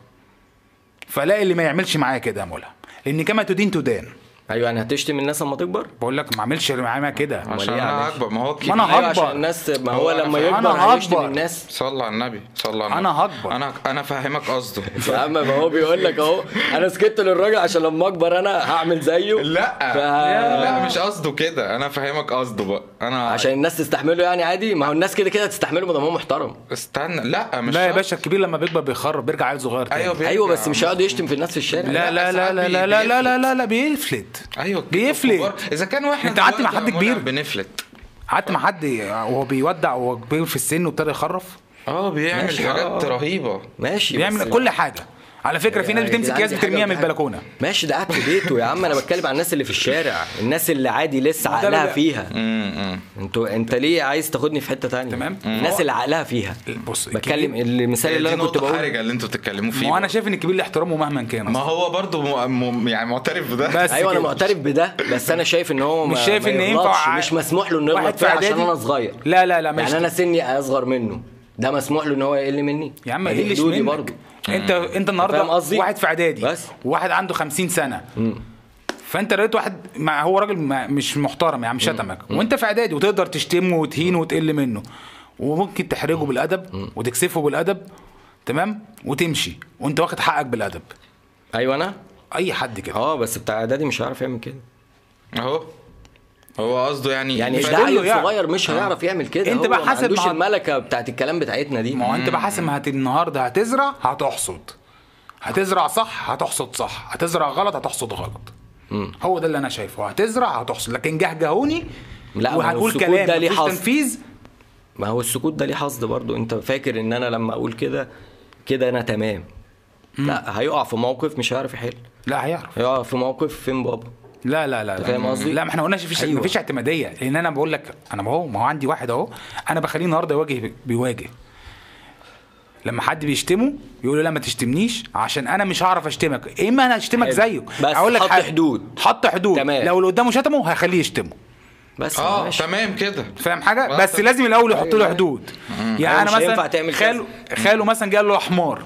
C: فلاقي اللي ما يعملش معايا كده يا مولى لان كما تدين تدان
B: ايوه يعني هتشتم الناس لما تكبر
C: بقول لك ما اعملش اللي معايا كده
B: أمال
A: عشان
B: إيه
A: انا
B: معلش؟
A: اكبر ما هو
C: ما أنا
A: كبير.
B: ايوه عشان
C: هكبر.
B: الناس ما
A: هو
B: هو
A: أنا
B: لما
A: فاهم.
B: يكبر
C: أنا
B: هيشتم
C: هكبر.
B: الناس
A: صلى على النبي صلى على النبي
C: أنا هكبر.
A: انا انا فاهمك قصده
B: يا عم ما هو بيقول لك اهو انا سكت للراجل عشان لما اكبر انا هعمل زيه
A: لا
B: ف...
A: لا مش قصده كده انا فاهمك قصده بقى انا
B: عشان الناس تستحمله يعني عادي ما هو الناس كده كده هتستحمله ما دام هو محترم
A: استنى لا مش
C: لا يا
A: شرط.
C: باشا أيوه، الكبير لما بيكبر بيخرب بيرجع عيل صغير تاني
A: ايوه بيرجع.
B: ايوه بس مش هيقعد يشتم في الناس في الشارع
C: لا لا لا لا لا لا لا لا لا لا بيفلت أيوة،
A: ايوه
C: بيفلت
A: اذا كان واحنا
C: انت قعدت مع
A: دلوقتي
C: حد
A: يا مولانا
C: كبير؟
A: بنفلت
C: قعدت مع حد وهو بيودع وهو كبير في السن وابتدى يخرف
A: اه بيعمل
B: ماشي،
A: حاجات
B: آه.
A: رهيبه
B: ماشي بس-
C: بيعمل كل حاجه على فكره في ناس
B: يعني
C: بتمسك
B: عندي
C: اكياس
B: حاجة
C: بترميها من
B: وبتاع.
C: البلكونه
B: ماشي ده قاعد في بيته يا عم انا بتكلم عن الناس اللي في الشارع الناس اللي عادي لسه
C: ما ده
B: عقلها
C: بقى-
B: فيها
A: امم
B: انتوا انت ليه عايز تاخدني في حته تانية
C: تمام.
B: الناس اللي عقلها فيها
C: بص
B: بتكلم
C: إيه
B: المثال اللي
A: دي
B: انا كنت
A: نقطه
B: بقوله
A: حرجه اللي انتوا بتتكلموا فيه
C: ما انا شايف ان الكبير له احترامه مهما كان
A: ما
C: أصلاً.
A: هو برضه م... م... يعني معترف بده
C: بس
B: ايوه انا
C: كده.
B: معترف بده بس انا شايف ان هو ما-
C: مش شايف
B: ما
C: ان
B: يغلطش،
C: ينفع
B: مش مسموح له انه
C: واحد
B: يغلط
C: في
B: فيها عشان
C: إعدادي؟
B: انا صغير
C: لا لا لا ماشي
B: يعني انا سني اصغر منه ده مسموح له ان هو يقل مني
C: يا عم
B: ما دي
C: ايه
B: حدودي
C: اللي
B: برضه
C: برضه انت انت النهارده
B: فاهم قصدي؟
C: واحد في اعدادي
B: بس.
C: وواحد عنده 50 سنه فانت لقيت واحد مع هو راجل ما مش محترم يعني مش شتمك وانت في اعدادي وتقدر تشتمه وتهينه وتقل منه وممكن تحرجه بالادب وتكسفه بالادب تمام وتمشي وانت واخد حقك بالادب
B: ايوه انا
C: اي حد كده
B: آه، اه بس بتاع اعدادي مش هيعرف يعمل كده
A: اهو هو قصده يعني
B: يعني
A: ف-
C: مش
B: ده
C: كله
B: عيل
C: يعني.
B: صغير مش هيعرف يعمل كده
C: أنت
B: هو
C: بقى
B: ما
C: حاسب
B: عندوش
C: مع-
B: الملكه بتاعت الكلام بتاعتنا دي
C: ما هو انت بقى حاسب ما هت النهارده هتزرع هتحصد هتزرع صح هتحصد صح هتزرع غلط هتحصد غلط هو ده اللي انا شايفه هتزرع هتحصد لكن جهجهوني
B: لا، ما هو
C: وهتقول
B: السكوت
C: كلام
B: ده ليه
C: مفيش
B: حصر.
C: تنفيذ
B: ما هو السكوت ده ليه حصد برضو انت فاكر ان انا لما اقول كده كده انا تمام لا هيقع في موقف مش هيعرف يحل
C: لا هيعرف
B: هيقع في موقف فين بابا
C: لا لا لا
B: انت
C: لا.
B: فاهم قصدي؟
C: لا ما احنا قلناش مفيش
B: أيوة.
C: أيوة. مفيش اعتماديه لان انا بقول لك انا ما هو ما هو عندي واحد اهو انا بخليه النهارده يواجه بيواجه لما حد بيشتمه يقول له لا ما تشتمنيش عشان انا مش هعرف إيه اشتمك يا اما انا هشتمك
B: حلو.
C: زيه
B: بس
C: اقول لك
B: حط
C: حاجة.
B: حدود.
C: حط حدود
B: تمام.
C: تمام لو اللي قدامه شتمه هخليه يشتمه
B: بس
A: اه
B: ماشي.
A: تمام كده
C: فاهم حاجه
A: بس
C: بس لازم الاول يحط له
B: أيوة.
C: حدود
B: أيوة،
C: يعني
B: مش
C: انا
B: هينفع
C: مثلا
B: تعمل
C: خاله خاله مثلا قال له يا حمار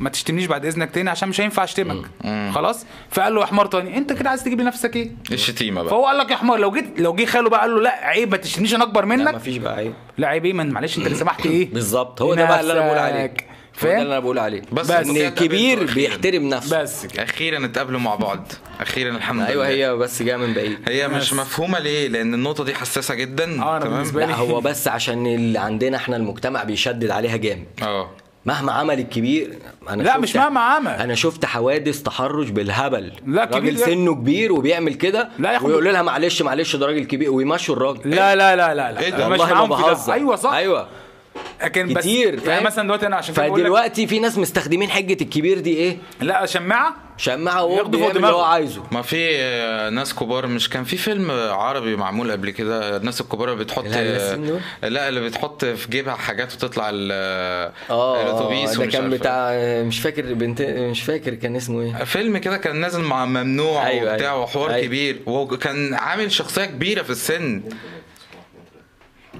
C: ما تشتمنيش بعد اذنك تاني عشان مش هينفع اشتمك خلاص فقال له يا حمار تاني انت كده عايز تجيب لنفسك ايه
A: الشتيمه بقى
C: فهو قال لك يا حمار لو جيت لو جه خاله بقى قال له لا عيب ما تشتمنيش انا اكبر
B: لا
C: منك
B: مفيش بقى عيب
C: لا عيب ايه ما أنت معلش انت اللي سمحت ايه
B: [LAUGHS] بالظبط هو ده بقى اللي انا بقول
C: لنفسك.
B: عليه هو ده اللي انا
C: فاهم
B: بقول إيه؟ عليه
A: بس
B: ان
A: كده
B: الكبير
A: قابلته أخيراً.
B: بيحترم نفسه
C: بس كده
A: اخيرا اتقابلوا مع بعض اخيرا الحمد لله
B: ايوه هي بس جايه من بعيد
A: هي مش مفهومه ليه لان النقطه دي حساسه جدا
C: آه، أنا بالنسبة لي-
B: لا هو بس عشان اللي عندنا احنا المجتمع بيشدد عليها جامد
A: اه
B: مهما عمل الكبير انا
C: لا،
B: شفت-
C: مش مهما عمل.
B: انا شفت حوادث تحرش بالهبل
C: لا، كبير
B: راجل
C: ده-
B: سنه كبير وبيعمل كده
C: لا ياخد-
B: ويقول لها معلش معلش ده راجل كبير ويمشوا الراجل
C: لا لا لا لا لا
A: إيه ده؟
C: مش
B: والله ما
C: معاهم في ده.
B: بهزر
C: ايوه صح
B: ايوه
C: لكن بس
B: كتير
C: يعني مثلا دلوقتي انا عشان كده بقول لك-
B: فدلوقتي في ناس مستخدمين حجه الكبير دي ايه
C: لا شماعه
B: شماعه وهو
C: ياخدوا فوق
B: بيعمل اللي هو
C: دماغه.
B: عايزه
A: ما في آه، ناس كبار مش كان في فيلم عربي معمول قبل كده الناس الكبار اللي بتحط
B: لا، لا، السن دول؟
A: لا اللي بتحط في جيبها حاجات وتطلع ال-
B: اه
A: الاتوبيس
B: ده
A: ومش
B: كان
A: عارف إيه.
B: بتاع مش فاكر بنت مش فاكر كان اسمه ايه
A: فيلم كده كان نازل مع ممنوع
B: أيوة،
A: أيوة وبتاع
B: أيوة،
A: أيوة وحوار
B: أيوة.
A: أيوة كبير وكان عامل شخصيه كبيره في السن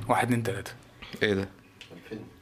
C: واحد اتنين تلاته
A: ايه ده؟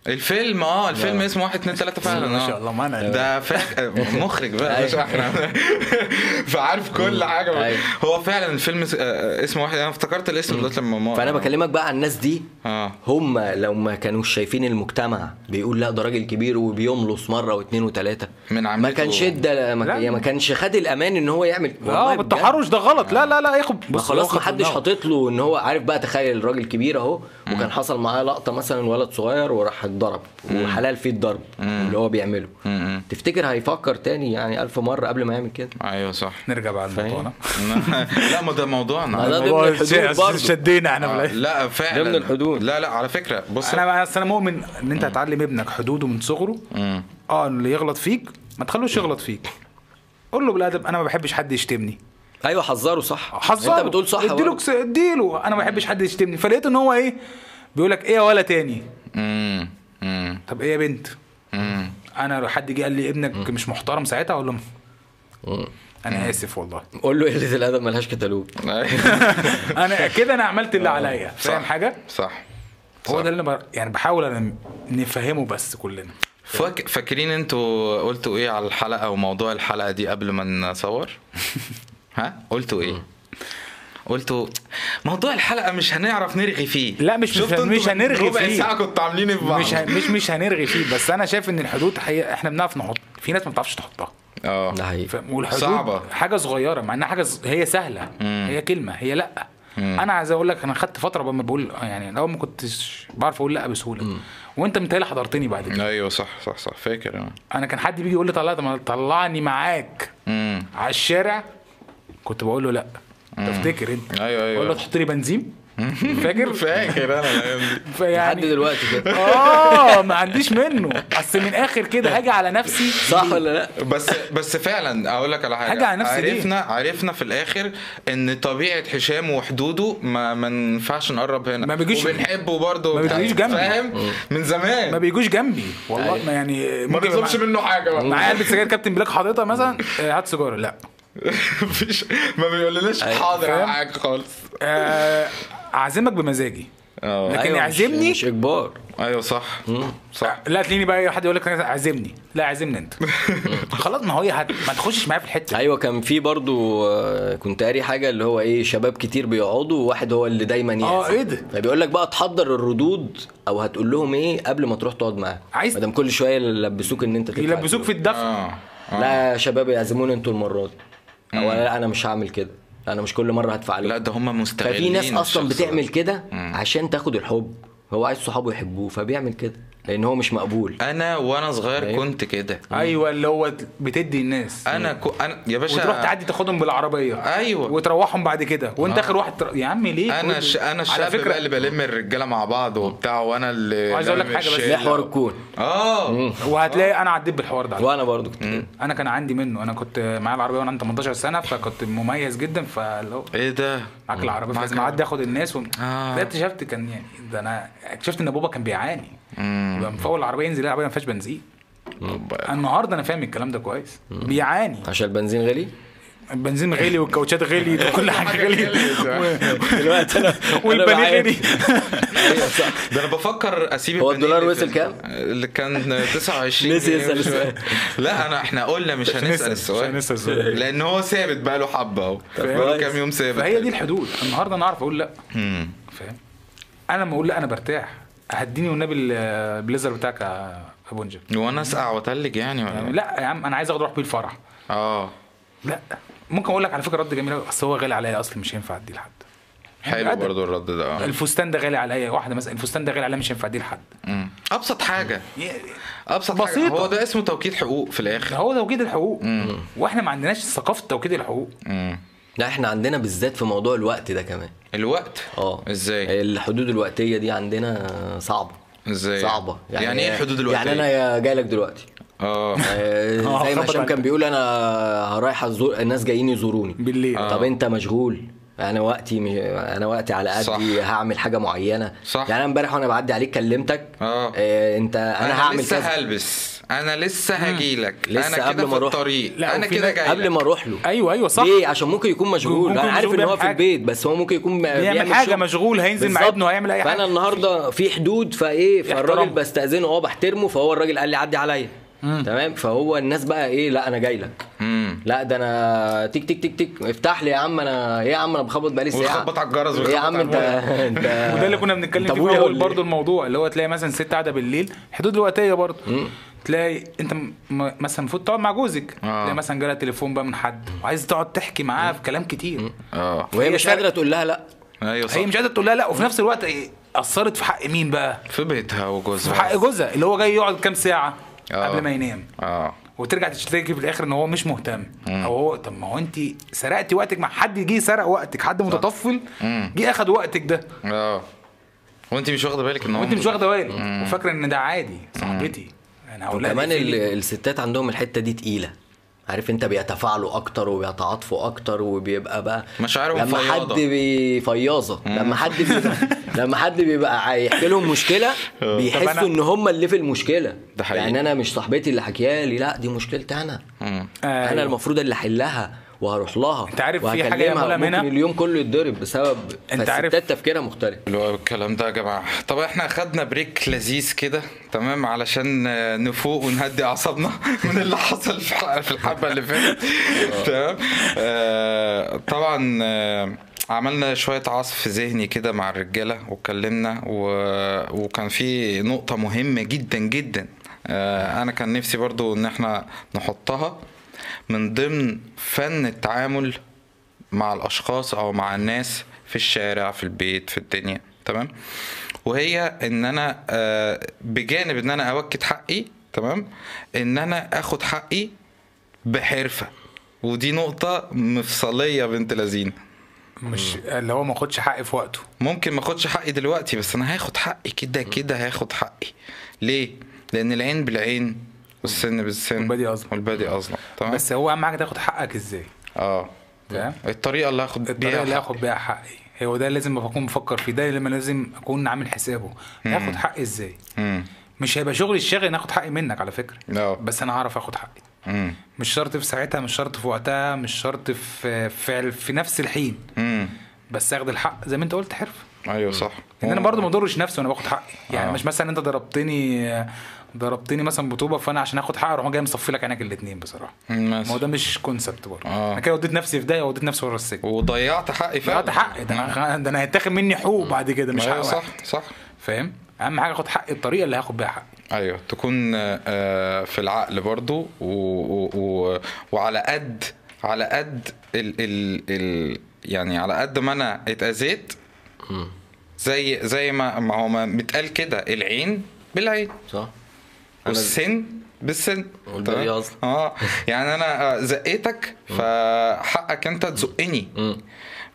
A: الفيلم اه الفيلم اسمه واحد اتنين تلاته فعلا
C: ما
A: آه.
C: شاء الله، ما أنا-
A: ده فاك... مخرج بقى مش
B: أيوة.
A: احنا [LAUGHS] فعارف كل حاجه
B: أيوة.
A: هو فعلا الفيلم اس- آه، اسمه واحد انا افتكرت الاسم دلوقتي لما ما-
B: فانا بكلمك بقى عن الناس دي
A: اه
B: هم لو ما كانوش شايفين المجتمع بيقول لا ده راجل كبير وبيملص مره واثنين وثلاثه
A: من
B: ما
A: عمته.
B: كانش ادى ما,
C: لا.
B: يعني ما كانش خد الامان ان هو يعمل والله
C: اه
B: بجد.
C: بالتحرش ده غلط لا لا لا ياخد
B: ما
C: بص، هو
B: خلاص
C: خد
B: ما حدش
C: دماغه.
B: حاطط له ان هو عارف بقى تخيل الراجل كبير اهو وكان حصل معاه لقطه مثلا ولد صغير وراح اتضرب وحلال فيه الضرب اللي هو بيعمله
A: مم.
B: تفتكر هيفكر تاني يعني ألف مره قبل ما يعمل كده
A: ايوه صح [LAUGHS]
C: نرجع بقى لموضوعنا [LAUGHS]
A: لا ما ده موضوعنا
B: ما ده ضمن
C: والله
B: الحدود
C: شد-
B: برضه.
C: شدينا احنا
A: آه،
C: بالعيد.
A: لا فعلا
B: ضمن الحدود.
A: لا لا على فكره بص
C: انا بقى أصل انا مؤمن ان انت هتعلم ابنك حدوده من صغره
A: مم.
C: اه اللي يغلط فيك ما تخلوش يغلط فيك قول له بالادب انا ما بحبش حد يشتمني
A: أيوة،
B: ايوه حذره صح
C: حذره
B: انت بتقول صح
C: اديله
B: برضه.
C: كس... اديله انا ما بحبش حد يشتمني فلقيت ان هو ايه بيقول لك ايه يا ولا تاني
A: مم. مم.
C: طب ايه يا بنت
A: مم.
C: انا لو حد جه قال لي ابنك مش محترم ساعتها اقول له
B: مم.
C: انا
B: [LAUGHS]
C: اسف والله
B: قول له قله الادب ملهاش كتالوج
C: انا كده انا عملت
B: اه،
C: اللي عليا فاهم
A: صح.
C: حاجه
A: صح
C: هو ده اللي أنا ب... يعني بحاول انا نفهمه بس كلنا
A: فاك... فاكرين انتوا قلتوا ايه على الحلقه وموضوع الحلقه دي قبل ما
C: [LAUGHS]
A: نصور ها قلتوا ايه قلتوا موضوع الحلقه مش هنعرف نرغي فيه
C: لا، مش-
A: شفتوا
C: مش-
A: انتوا
C: مش
A: من
C: هنرغي
A: ربع
C: فيه.
A: ساعه كنتوا عاملين ايه في بعض؟
C: مش ه... مش مش هنرغي فيه بس انا شايف ان الحدود حقيقة احنا بنعرف نحط في ناس ما بتعرفش تحطها
A: اه
B: ده حقيقي
C: فاهم؟ والحدود
A: صعبة.
C: حاجه صغيره مع انها حاجه ز... هي سهله مم. هي كلمه هي لا مم. انا عايز اقول لك انا خدت فتره لما بقول يعني الاول ما كنتش بعرف اقول لا بسهوله مم. وانت متهيألي حضرتني بعد كده
A: ايوه صح صح صح فاكر آه. انا
C: انا كان حد بيجي يقول لي طلعت ما طلعني معاك
A: مم.
C: على الشارع كنت بقول له لا تفتكر انت
A: أيوة، أيوة.
C: اقول له تحط لي بنزين فاكر
A: [LAUGHS] فاكر انا الايام دي
B: لحد
C: فيعني
B: دلوقتي كده
C: اه ما عنديش منه بس من اخر كده هاجي على نفسي
B: صح ولا لا
A: بس بس فعلا اقول لك على حاجه
C: حاجة على نفسي ليه؟
A: عرفنا عرفنا في الاخر ان طبيعه هشام وحدوده ما ما ينفعش نقرب هنا
C: ما بيجيش-
A: وبنحبه برضه
C: ما بيجيش جنبي.
A: فاهم من زمان
C: ما بيجوش جنبي والله ما يعني
A: طيب. ما
C: ممكن يبقى
A: بيطلبش منه حاجه بقى
C: معايا علبه سجاير كابتن بلاك حاططها مثلا آه، هات سيجاره لا
A: [LAUGHS] مفيش ما بيقولناش حاضر
C: أيوة، فاهم؟
A: انا معاك خالص
C: آه، اعزمك بمزاجي
A: اه
C: لكن
B: أيوة، مش-
C: يعزمني
B: مش اجبار
A: ايوه صح صح
C: لا تلاقيني بقى أي حد يقول لك اعزمني لا
A: [LAUGHS]
C: اعزمني انت خلاص ما هو هي هت- ما تخشش معايا في
A: أيوة،
C: الحته
B: ايوه كان في برضو آه، كنت قاري حاجه اللي هو ايه شباب كتير بيقعدوا وواحد هو اللي دايما يعزم
C: آه، إيه ده؟
B: فبيقول لك بقى تحضر الردود او هتقول لهم ايه قبل ما تروح تقعد معاه
C: عايز-
B: ما دام كل شويه يلبسوك ان انت تدفع
C: يلبسوك في الدفع
A: اه
B: لا يا شباب اعزموني انتوا المره دي او لا انا مش هعمل كده انا مش كل مره هدفع عليه
A: لا ده هم مستغلين
B: ففي ناس اصلا
A: الشخص ده.
B: بتعمل كده
A: مم.
B: عشان تاخد الحب هو عايز صحابه يحبوه فبيعمل كده لان هو مش مقبول
A: انا وانا صغير
B: أيوة.
A: كنت كده
C: ايوه اللي هو بتدي الناس
A: انا كو... انا يا باشا
C: أيوة. وتروح تعدي تاخدهم بالعربيه
A: آه، أيوة.
C: وتروحهم بعد كده وانت اخر واحد تر... يا عم ليه
A: انا
C: كل-
A: ش... انا
C: على
A: الشاب بقى اللي
C: فكره
A: بلم الرجاله مع بعض وبتاع وانا اللي
C: عايز أقول لك
A: بلم
C: حاجة بس.
A: الشلة.
B: ده حوار الكون
A: اه
C: وهتلاقي انا عديت بالحوار ده على
B: وانا برضو كنت كده.
C: انا كان عندي منه انا كنت معايا العربيه وانا عندي 18 سنه فكنت مميز جدا فلو
A: ايه ده
C: معاك العربيه
A: معاك
C: فلازم اعدي اخد الناس و...
A: آه.
C: ده اكتشفت كان يعني ده انا اكتشفت ان بابا كان بيعاني
A: مم.
C: يبقى مفول العربيه ينزل العربيه ما فيهاش بنزين النهارده انا فاهم الكلام ده كويس بيعاني
B: عشان البنزين غالي
C: البنزين
A: طيب.
C: غالي والكاوتشات
A: [LAUGHS]
C: غالي وكل حاجه غالي
B: دلوقتي انا
C: والبانيه
B: [LAUGHS]
C: غالي
B: ايوه صح
A: ده انا بفكر اسيب
B: هو
A: البنين
B: الدولار
A: اللي
B: وصل
A: في-
B: كام؟
A: اللي كان 29
B: [LAUGHS] نسي
A: جنيه
B: يسأل
A: وشوية.
B: السؤال.
A: لا انا احنا قلنا مش هنسال السؤال
C: لسه السؤال
A: لان هو ثابت بقى له حبه اهو بقى له
B: كويس.
A: كام يوم ثابت
C: فهي دي الحدود النهارده انا اعرف اقول لا
A: مم.
C: فاهم انا لما اقول لا انا برتاح هديني والنبي البليزر آه، بتاعك يا ابو نجيب
A: وانا اسقع واتلج يعني ولا
C: يعني
A: إيه؟
C: لا يا عم انا عايز اخد اروح بيه الفرح
A: اه
C: لا ممكن اقول لك على فكره رد جميل قوي اصل هو غالي عليا اصل مش هينفع اديه لحد
A: حلو
C: الأدب.
A: برضو الرد ده آه.
C: الفستان ده غالي عليا واحده مثلا الفستان ده غالي عليا مش هينفع اديه لحد
A: مم. ابسط حاجه ابسط حاجه
C: بسيطة.
A: هو ده اسمه توكيد حقوق في الاخر
C: هو توكيد الحقوق واحنا ما عندناش ثقافه توكيد الحقوق
A: مم.
B: لا احنا عندنا بالذات في موضوع الوقت ده كمان
A: الوقت
B: اه
A: ازاي
B: الحدود الوقتيه دي عندنا صعبه
A: ازاي
B: صعبه
A: يعني, يعني ايه الحدود الوقتيه
B: يعني انا جاي لك دلوقتي
A: اه
B: [LAUGHS] آه،
C: آه،
B: زي ما
C: خبط
B: هشام
C: عليك.
B: كان بيقول انا رايح ازور الناس جايين يزوروني
C: بالليل.
A: آه.
B: طب انت مشغول انا وقتي مش... انا وقتي على قدي
A: صح.
B: هعمل حاجه معينه
A: صح.
B: يعني انا امبارح وانا بعدي عليك كلمتك
A: آه.
B: آه، انت انا,
A: انا
B: هعمل
A: لسه
B: كذا
A: هلبس انا لسه هجيلك
B: لسه
A: انا
B: قبل
A: كده في
B: ما أروح.
A: الطريق
C: لا،
A: انا
C: وفي
A: كده
C: ناس-
A: جاي
B: قبل ما اروح له
C: ايوه ايوه صح
B: ليه يعني عشان ممكن يكون مشغول
C: ممكن
B: انا عارف
C: مشغول
B: ان هو
C: بيعمل
B: في
C: حاجة.
B: البيت بس هو ممكن يكون بيعمل
C: حاجة،
B: شغل.
C: مشغول، هينزل مع
B: بالظبط.
C: ابنه، هيعمل أي
B: فانا
C: حاجة.
B: النهارده في حدود فايه فالراجل
C: يحترمه.
B: بستاذنه اه بحترمه فهو الراجل قال لي عدي عليا تمام فهو الناس بقى ايه لا انا جاي لك
A: مم.
B: لا ده انا تك تك تك تك افتح لي يا عم انا ايه يا عم انا بخبط بقالي ساعه
A: ويخبط على الجرس
B: ايه يا
A: ويخبط
B: عم
A: على
B: انت انت
C: وده اللي كنا بنتكلم فيه في اول
A: إيه؟
C: برضه الموضوع اللي هو تلاقي مثلا ست قاعده بالليل حدود الوقتيه برضه تلاقي انت م- م- مثلا المفروض تقعد مع جوزك
A: آه.
C: تلاقي مثلا جالها تليفون بقى من حد وعايز تقعد تحكي معاه في كلام كتير
A: اه
B: وهي
C: هي
B: مش
C: شرق.
B: قادره تقول لها لا
A: ايوه صح
C: هي مش قادره تقول لها لا وفي نفس الوقت إيه، اثرت في حق مين بقى
A: في بيتها وجوزها
C: في حق جوزها اللي هو جاي يقعد كام ساعه
A: آه.
C: قبل ما ينام
A: اه
C: وترجع تشتكي في الاخر ان هو مش مهتم او هو طب ما هو انت سرقتي وقتك مع حد جه سرق وقتك حد متطفل
A: مم.
C: جه اخد وقتك ده
A: اه وانت مش واخده بالك ان هو
C: وانت مش واخده بالك وفاكره ان ده عادي صاحبتي انا هقول لها
B: وكمان
C: دي فيلم.
B: ال- الستات عندهم الحته دي تقيله عارف انت بيتفاعلوا اكتر وبيتعاطفوا اكتر وبيبقى بقى
A: مشاعرهم
B: لما
A: فياضة.
B: حد بي- فياضه لما حد بيبقى
A: [LAUGHS]
B: لما حد بيبقى عا- يحكي لهم مشكله
C: طب أنا-
B: بيحسوا ان هم اللي في المشكله
A: اه. ده حقيقي.
B: يعني انا مش صاحبتي اللي حكيها لي لا دي مشكلتي انا
A: مم.
C: آه،
B: انا
C: أيوة.
B: المفروض اللي احلها وهروح لها
C: أنت عارف في حاجة يا
B: وهكلمها،
C: مولا منى؟
B: ممكن اليوم كله يتضرب بسبب
C: أنت عارف-
B: فالستات تفكيرها مختلف
A: اللي هو الكلام ده يا جماعه طب احنا خدنا بريك لذيذ كده تمام علشان آه، نفوق ونهدي اعصابنا [LAUGHS] من اللي حصل في الح- في الحبه اللي فاتت تمام آه، طبعا آه، عملنا شوية عصف ذهني كده مع الرجالة واتكلمنا و... وكان في نقطة مهمة جدا جدا آه، أنا كان نفسي برضو إن احنا نحطها من ضمن فن التعامل مع الاشخاص او مع الناس في الشارع في البيت في الدنيا تمام وهي ان انا آه، بجانب ان انا اوكد حقي تمام ان انا اخد حقي بحرفه ودي نقطه مفصليه بنت لذين
C: مش اللي هو ما اخدش حقي في وقته
A: ممكن ما اخدش حقي دلوقتي بس انا هاخد حقي كده كده هاخد حقي ليه لان العين بالعين والسن بالسن
C: والبادي أظلم.
A: والبادي اظلم تمام
C: بس هو اهم حاجه تاخد حقك ازاي
A: اه
C: تمام
A: الطريقه اللي هاخد
C: الطريقه
A: بيها
C: اللي
A: حقي.
C: هاخد بيها حقي هو ده لازم اكون بفكر فيه ده لما لازم اكون عامل حسابه هاخد حقي ازاي
A: مم.
C: مش هيبقى شغلي الشاغل ان اخد حقي منك على فكره
A: آه.
C: بس انا هعرف اخد حقي
A: مم.
C: مش شرط في ساعتها مش شرط في وقتها مش شرط في في, في نفس الحين
A: مم.
C: بس اخد الحق زي ما انت قلت حرفه
A: ايوه صح
C: ان انا برضو ما اضرش نفسي وانا باخد حقي يعني آه. مش مثلا انت ضربتني ضربتني مثلا بطوبه فانا عشان اخد حقي اروح جاي مصفي لك عينك الاثنين بصراحه ما هو
A: مثلا
C: ده مش كونسبت برضه
A: آه.
C: انا كده وديت نفسي في ده وديت نفسي ورا السجن
A: وضيعت حقي فعلا
C: ضيعت حقي ده انا ده انا هيتاخد مني حقوق بعد كده مش حق
A: ايوه
C: صح
A: صح صح
C: فاهم اهم حاجه اخد حقي الطريقه اللي هاخد بيها حقي
A: ايوه تكون آه، في العقل برضو و... و... و... وعلى قد على قد ال... ال... ال... يعني على قد ما انا اتاذيت زي زي ما ما هو ما متقال كده العين بالعين
B: صح أنا-
A: والسن بالسن
B: والبري
A: تمام؟
B: أصلا.
A: اه يعني انا آه،
B: [LAUGHS]
A: زقيتك فحقك انت تزقني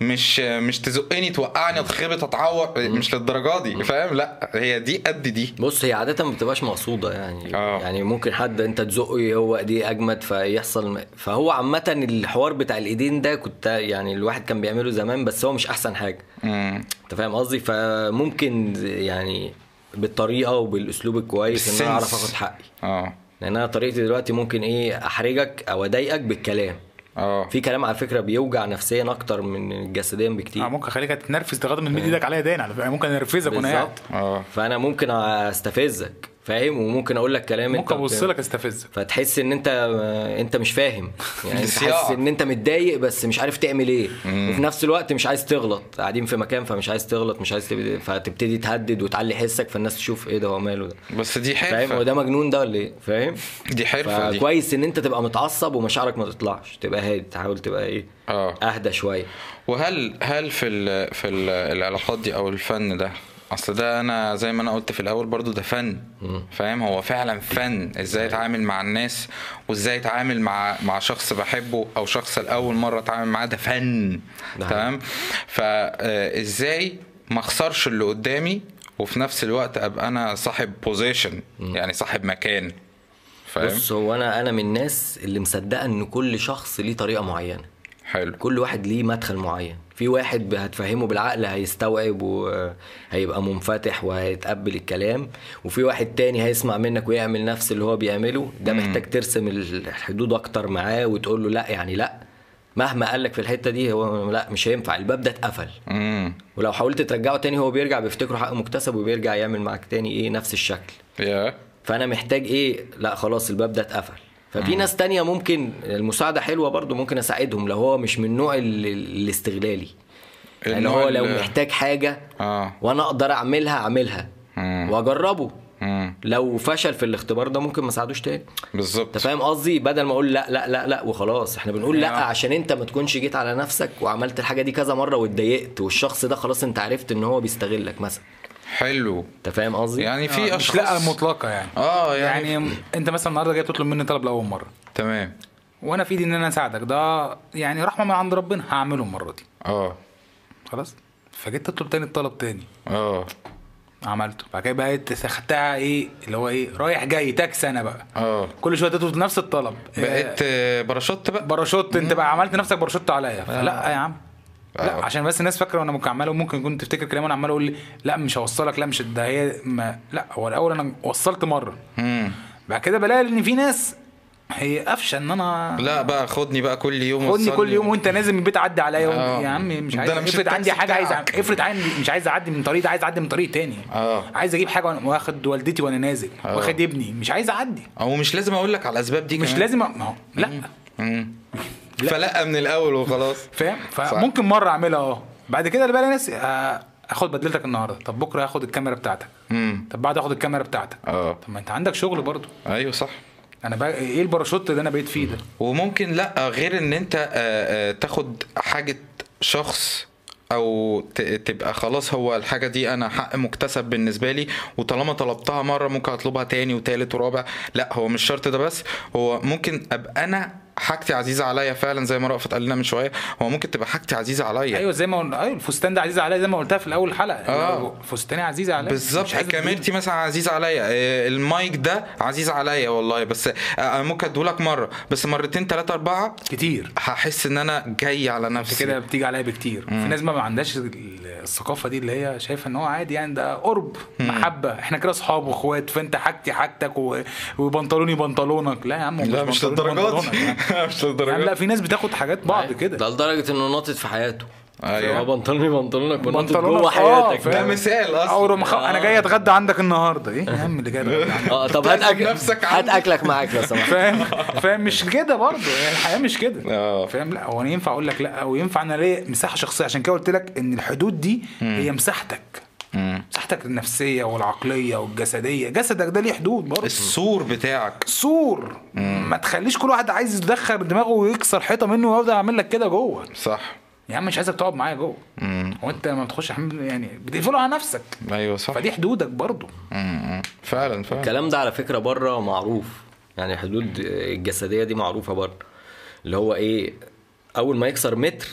A: مش مش تزقني توقعني اتخبط اتعور مش للدرجه دي فاهم لا هي دي قد دي
B: بص هي عادة ما بتبقاش مقصودة يعني
A: آه.
B: يعني ممكن حد انت تزقه هو دي اجمد فيحصل فهو عامة الحوار بتاع الايدين ده كنت يعني الواحد كان بيعمله زمان بس هو مش احسن حاجة
A: مم.
B: انت فاهم قصدي فممكن يعني بالطريقة وبالاسلوب الكويس ان انا اعرف
A: بالسنس.
B: اخد حقي
A: اه
B: لان انا طريقتي دلوقتي ممكن ايه احرجك او اضايقك بالكلام
C: آه.
A: اه
B: في كلام على فكرة بيوجع نفسيا اكتر من جسديا بكتير
C: اه ممكن اخليك تتنرفز لغايه ما تمد ايدك عليا داين على فكره ممكن انرفزك وانا قاعد
B: بالظبط
A: اه
B: فانا ممكن استفزك فاهم وممكن اقول لك كلام
C: ممكن ابص
B: بتعمله.
C: لك استفزك
B: فتحس ان انت انت مش فاهم يعني انت
A: السياق.
B: حاسس ان انت متضايق بس مش عارف تعمل ايه وفي نفس الوقت مش عايز تغلط قاعدين في مكان فمش عايز تغلط مش عايز تب... فتبتدي تهدد وتعلي حسك فالناس تشوف ايه ده هو ماله ده
A: بس دي
B: فاهم هو
A: حرفه
B: ده مجنون ده ولا ايه فاهم
A: دي حرفه دي
B: فكويس ان انت تبقى متعصب ومشاعرك ما تطلعش تبقى هادي تحاول تبقى ايه
A: اه
B: اهدى شويه
A: وهل هل في ال في ال العلاقات دي او الفن ده اصل ده انا زي ما انا قلت في الاول برضو ده فن فاهم هو فعلا فن ازاي
B: أيوة.
A: اتعامل مع الناس وازاي اتعامل مع مع شخص بحبه او شخص لاول مره اتعامل معاه ده فن
B: ده حقيقي.
A: تمام فازاي ما اخسرش اللي قدامي وفي نفس الوقت ابقى انا صاحب بوزيشن يعني صاحب مكان فاهم
B: بص هو انا انا من الناس اللي مصدقه ان كل شخص ليه طريقه معينه
A: حلو
B: كل واحد ليه مدخل معين في واحد ب- هتفهمه بالعقل هيستوعب وهيبقى منفتح وهيتقبل الكلام وفي واحد تاني هيسمع منك ويعمل نفس اللي هو بيعمله ده محتاج ترسم الحدود اكتر معاه وتقول له لا يعني لا مهما قال لك في الحته دي هو لا مش هينفع الباب ده اتقفل
A: امم
B: ولو حاولت ترجعه تاني هو بيرجع بيفتكره حقه مكتسب وبيرجع يعمل معاك تاني ايه نفس الشكل
A: يا
B: فانا محتاج ايه لا خلاص الباب ده اتقفل ففي ناس تانية ممكن المساعدة حلوة برضو ممكن اساعدهم لو هو مش من نوع ال- الاستغلالي يعني
A: النوع
B: هو لو
A: ال-
B: محتاج حاجة
A: اه
B: وانا اقدر اعملها اعملها
A: مم.
B: واجربه
A: امم
B: لو فشل في الاختبار ده ممكن ما اساعدوش تاني
A: بالظبط
B: انت فاهم قصدي بدل ما اقول لا لا لا لا وخلاص احنا بنقول لا
A: أيوة.
C: آه.
B: عشان انت ما تكونش جيت على نفسك وعملت الحاجه دي كذا مره واتضايقت والشخص ده خلاص انت عرفت ان هو بيستغلك مثلا
A: حلو
B: انت فاهم قصدي
A: يعني
C: طيب. آه،
A: في
C: مش
A: اشخاص
C: لا مطلقه يعني
A: اه يعني,
C: يعني انت مثلا النهارده جاي تطلب مني طلب لاول مره
A: تمام
C: وانا في ايدي ان انا اساعدك ده يعني رحمه من عند ربنا هعمله المره دي
A: اه
C: خلاص فجيت تطلب تاني الطلب تاني
A: اه
C: عملته بعد كده بقى إنت خدتها ايه اللي هو ايه رايح جاي تاكس انا بقى
A: اه
C: كل شويه تطلب نفس الطلب
A: بقيت
C: آه،
A: آه، باراشوت بقى
C: باراشوت انت بقى عملت نفسك باراشوت عليا فلا يا عم
A: آه.
C: لا عشان بس الناس فاكره وانا ممكن عمال ممكن كنت تفتكر كلام وانا عمال اقول لي، لا مش هوصلك لا مش ده هي ما لا هو الاول انا وصلت مره
A: مم.
C: بعد كده بلاقي ان في ناس هي قفشه ان انا
A: لا بقى خدني بقى كل يوم
C: خدني
A: وصلني.
C: كل يوم وانت نازل من البيت عدي عليا
A: آه.
C: يا عم مش
A: ده
C: عايز
A: أنا مش
C: افرض عندي
A: التاكسي
C: حاجه عايز
A: بتاعك.
C: أعمل- افرض عندي مش عايز اعدي من طريق ده عايز اعدي من طريق تاني
A: آه.
C: عايز اجيب حاجه وأنا- واخد والدتي وانا نازل
A: آه.
C: واخد ابني مش عايز اعدي
A: او مش لازم اقول لك على الاسباب دي
C: مش
A: كمان.
C: لازم أ- ما هو لا
A: مم. فلا من الاول وخلاص
C: فاهم فممكن مره اعملها اه بعد كده اللي بلاقي ناس آه، اخد بدلتك النهارده طب بكره هاخد الكاميرا بتاعتك
A: مم.
C: طب بعد اخد الكاميرا بتاعتك
A: اه
C: طب ما انت عندك شغل برضه
A: ايوه صح
C: انا بقى ايه الباراشوت اللي انا بقيت فيه ده
A: وممكن لا غير ان انت آه، آه، تاخد حاجة شخص او ت- تبقى خلاص هو الحاجة دي انا حق مكتسب بالنسبة لي وطالما طلبتها مرة ممكن اطلبها تاني وتالت ورابع لا هو مش شرط ده بس هو ممكن ابقى انا حاجتي عزيزة عليا فعلا زي ما رأفت قال لنا من شوية هو ممكن تبقى حاجتي عزيزة عليا
C: ايوه زي ما قلنا ايوه الفستان ده عزيز عليا زي ما قلتها في الاول الحلقه
A: آه.
C: فستاني عزيز عليا
A: بالظبط
C: أيوة، مش عايز
A: كاميرتي مثلا عزيز عليا آه، المايك ده عزيز عليا والله بس آه، انا ممكن ادولك مره بس مرتين ثلاثه اربعه
C: كتير
A: هحس ان انا جاي على
C: انت
A: نفسي
C: كده بتيجي عليا بكتير في ناس ما ما عندهاش ال- الثقافه دي اللي هي شايفه ان هو عادي يعني ده قرب محبه احنا كده اصحاب واخوات فانت حاجتي حاجتك و... وبنطلوني بنطلونك لا يا عم هو
A: لا مش
C: بنطلوني
A: للدرجات
C: بنطلونك
A: [LAUGHS]
C: يعني.
A: مش
C: يعني لا
A: للدرجات
C: في ناس بتاخد حاجات بعض كده
B: ده لدرجه انه ناطط في حياته
A: أيوة.
B: هو بنطلوني بنطلونك وناطط
C: بنطلونك،
B: جوه
C: آه،
B: حياتك
A: اه، ده
C: فاهم.
A: مثال
C: او
A: اصلا
C: رم- انا جاي اتغدى عندك النهارده ايه يا عم اللي جاي اتغدى عندك
B: اه طب هات أكل...
A: نفسك
B: هات
A: عندك.
B: اكلك معاك لو سمحت
C: فاهم فاهم مش كده برضه يعني الحياه مش
A: آه.
C: كده فاهم لا هو انا ينفع اقول لك لا وينفع انا ليا مساحه شخصيه عشان كده قلت لك ان الحدود دي هي مساحتك
A: مم.
C: مساحتك النفسيه والعقليه والجسديه جسدك ده ليه حدود برضه
A: السور بتاعك
C: سور ما تخليش كل واحد عايز يدخل دماغه ويكسر حيطه منه ويفضل يعمل لك كده جوه
A: صح
C: يا عم مش عايزك تقعد معايا جوه هو انت لما بتخش حمام يعني بتقفله على نفسك
A: ايوه صح
C: فدي حدودك برضه
A: مم. فعلا فعلا
B: الكلام ده على فكره بره معروف يعني حدود الجسديه دي معروفه بره اللي هو ايه اول ما يكسر متر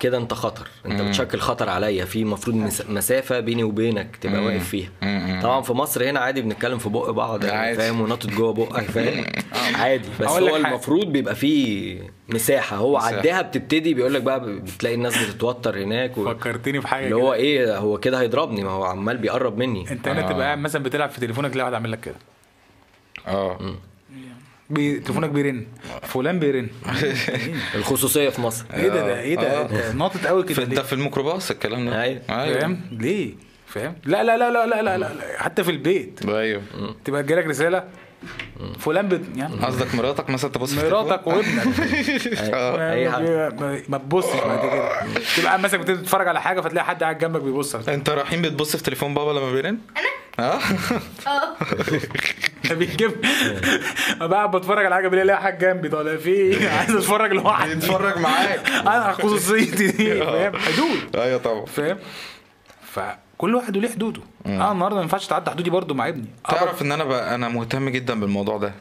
B: كده انت خطر انت بتشكل خطر عليا في المفروض مسافه بيني وبينك تبقى واقف فيها
A: مم.
B: طبعا في مصر هنا عادي بنتكلم في بق بعض يعني
A: عادي. آه.
B: فاهم ونطط جوه
A: [LAUGHS]
B: بقك فاهم عادي بس
C: أقول لك
B: هو
C: حاجة.
B: المفروض بيبقى فيه مساحه هو
A: مساحة.
B: عداها بتبتدي بيقول لك بقى بتلاقي الناس بتتوتر هناك و...
C: فكرتني بحاجه
B: اللي
C: كده.
B: هو ايه هو كده هيضربني ما هو عمال بيقرب مني
C: انت هنا تبقى قاعد مثلا بتلعب في تليفونك تلاقي واحد عامل لك كده
A: اه [LAUGHS]
C: بي... تليفونك بيرن فلان بيرن
B: الخصوصيه في مصر
C: ايه ده ده ايه ده
A: آه.
C: أنت ناطط قوي
A: في
C: كده
A: ده
C: ليه؟
A: في الميكروباص الكلام ده
B: أيوة.
A: ايوه
C: فاهم ليه فاهم لا لا لا لا لا لا, لا, لا. حتى في البيت
A: ايوه
C: تبقى جالك رساله فلان بت... يعني
A: قصدك مراتك مثلا تبص في
C: مراتك
B: [LAUGHS]
C: وابنك
A: التليفون؟ آه.
B: أي حد.
C: ما- ما- ما تبصش بعد كده تبقى قاعد مثلا بتتفرج على حاجه فتلاقي حد قاعد جنبك بيبص [LAUGHS] على-
A: انت رايحين بتبص في تليفون بابا لما بيرن؟ [LAUGHS] انا؟ اه
D: اه
C: ده بيجيب أبقى قاعد بتفرج على حاجه بلاقي حد جنبي طالع في إيه؟ عايز اتفرج لوحدي
A: بيتفرج
C: [LAUGHS]
A: معاك
C: انا خصوصيتي دي فاهم حدود
A: ايوه طبعا
C: فاهم فكل واحد وليه حدوده انا النهارده ما ينفعش اتعدى حدودي برضو مع ابني آه،
A: تعرف ان انا بقى انا مهتم جدا بالموضوع ده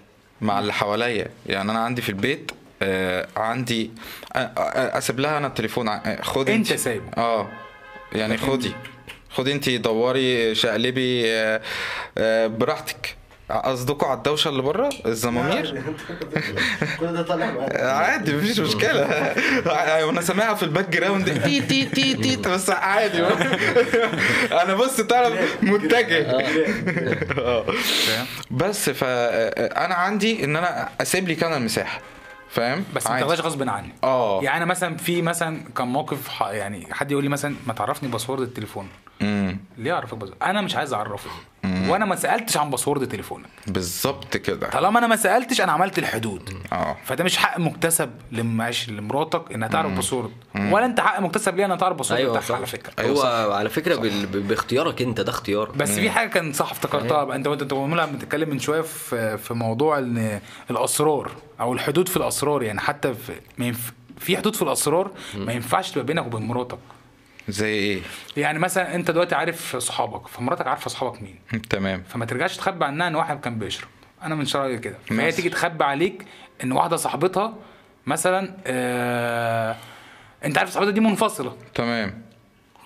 A: مع اللي حواليا يعني انا عندي في البيت آه عندي آه، آه، اسيب لها انا التليفون ع- آه، خدي
C: أنت سايبه.
A: اه يعني خدي خدي انت دوري شقلبي آه، آه، براحتك قصدكوا على الدوشه اللي بره الزمامير
E: [LAUGHS] كل ده طالع معاك
A: عادي مفيش مشكله وانا سامعها في الباك جراوند [LAUGHS] تي تي تي تي بس عادي [LAUGHS] انا بص
C: [LAUGHS]
A: تعرف متجه
C: آه.
A: [LAUGHS] آه.
C: فاهم
A: بس فانا عندي ان انا اسيب لي كان المساحه فاهم
C: بس ما
A: عادي.
C: تاخدهاش غصب عني
A: اه
C: يعني انا مثلا في مثلا كان موقف ح- يعني حد يقول لي مثلا ما تعرفني باسورد التليفون
A: امم
C: ليه اعرفك باسورد انا مش عايز اعرفه وانا ما سالتش عن باسورد تليفونك
A: بالظبط كده
C: طالما انا ما سالتش انا عملت الحدود
A: اه
C: فده مش حق مكتسب لمعاش لمراتك انها تعرف باسورد ولا انت حق مكتسب ليها انها تعرف باسورد
B: ايوه
C: بتاعها
B: صح
C: على فكره
B: هو أيوة على فكره بال... باختيارك انت ده اختيار
C: بس في حاجه كان صح افتكرتها بقى انت وانت أنت عمال بتتكلم من شويه في في موضوع ان الاسرار او الحدود في الاسرار يعني حتى في ما ينف- في حدود في الاسرار ما ينفعش تبقى بينك وبين مراتك
A: زي ايه
C: يعني مثلا انت دلوقتي عارف صحابك فمراتك عارفه صحابك مين
A: تمام
C: فما ترجعش تخبي عنها ان واحد كان بيشرب انا من شرايي كده فهي
A: ماشي.
C: تيجي تخبي عليك ان واحده صاحبتها مثلا آه انت عارف صاحبتها دي منفصله
A: تمام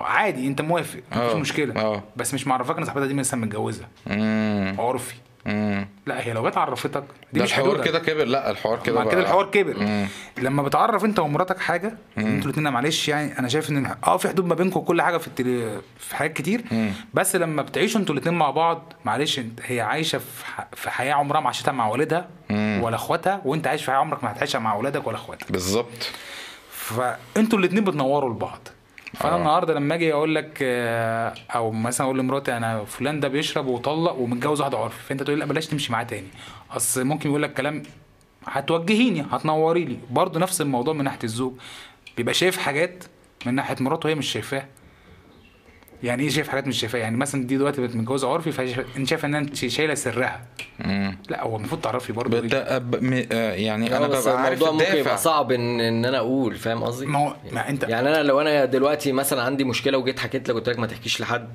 C: عادي انت موافق مفيش
A: اه.
C: مشكله
A: اه.
C: بس مش معرفاك ان صاحبتها دي مثلا متجوزه
A: امم
C: عرفي
A: امم
C: لا هي لو جت عرفتك دي
A: ده
C: مش
A: الحوار
C: حدودك
A: كده كبر لا الحوار كده
C: بعد
A: بقى-
C: كده الحوار كبر
A: مم.
C: لما بتعرف انت ومراتك حاجه انتوا الاثنين معلش يعني انا شايف ان اه في حدود ما بينكم كل حاجه في التل... في حاجات كتير
A: مم.
C: بس لما بتعيشوا انتوا الاثنين مع بعض معلش انت هي عايشه في, ح... في حياه عمرها ما عاشتها مع والدها
A: مم.
C: ولا اخواتها وانت عايش في حياه عمرك ما هتعيشها مع اولادك ولا اخواتك
A: بالظبط
C: فانتوا الاثنين بتنوروا لبعض فانا
A: آه.
C: النهارده لما اجي اقول لك آه، او مثلا اقول لمراتي انا فلان ده بيشرب وطلق ومتجوز واحده عرف فانت تقول لي لا بلاش تمشي معاه تاني اصل ممكن يقول لك كلام هتوجهيني هتنوري لي برضه نفس الموضوع من ناحيه الزوج بيبقى شايف حاجات من ناحيه مراته هي مش شايفاها يعني ايه شايف حاجات مش شايفاها يعني مثلا دي دلوقتي بقت متجوزه عرفي فانت شايفه ان انت شايله سرها
A: امم
C: لا هو المفروض تعرفي برضه إيه.
A: بدأ ب... م... آه، يعني
B: انا
A: انا
B: بس
A: ببقى عارف
B: الموضوع ممكن
A: الدافع
B: يبقى صعب ان ان انا اقول فاهم قصدي
C: ما هو ما انت
B: يعني انا لو انا دلوقتي مثلا عندي مشكله وجيت حكيت لك قلت لك ما تحكيش لحد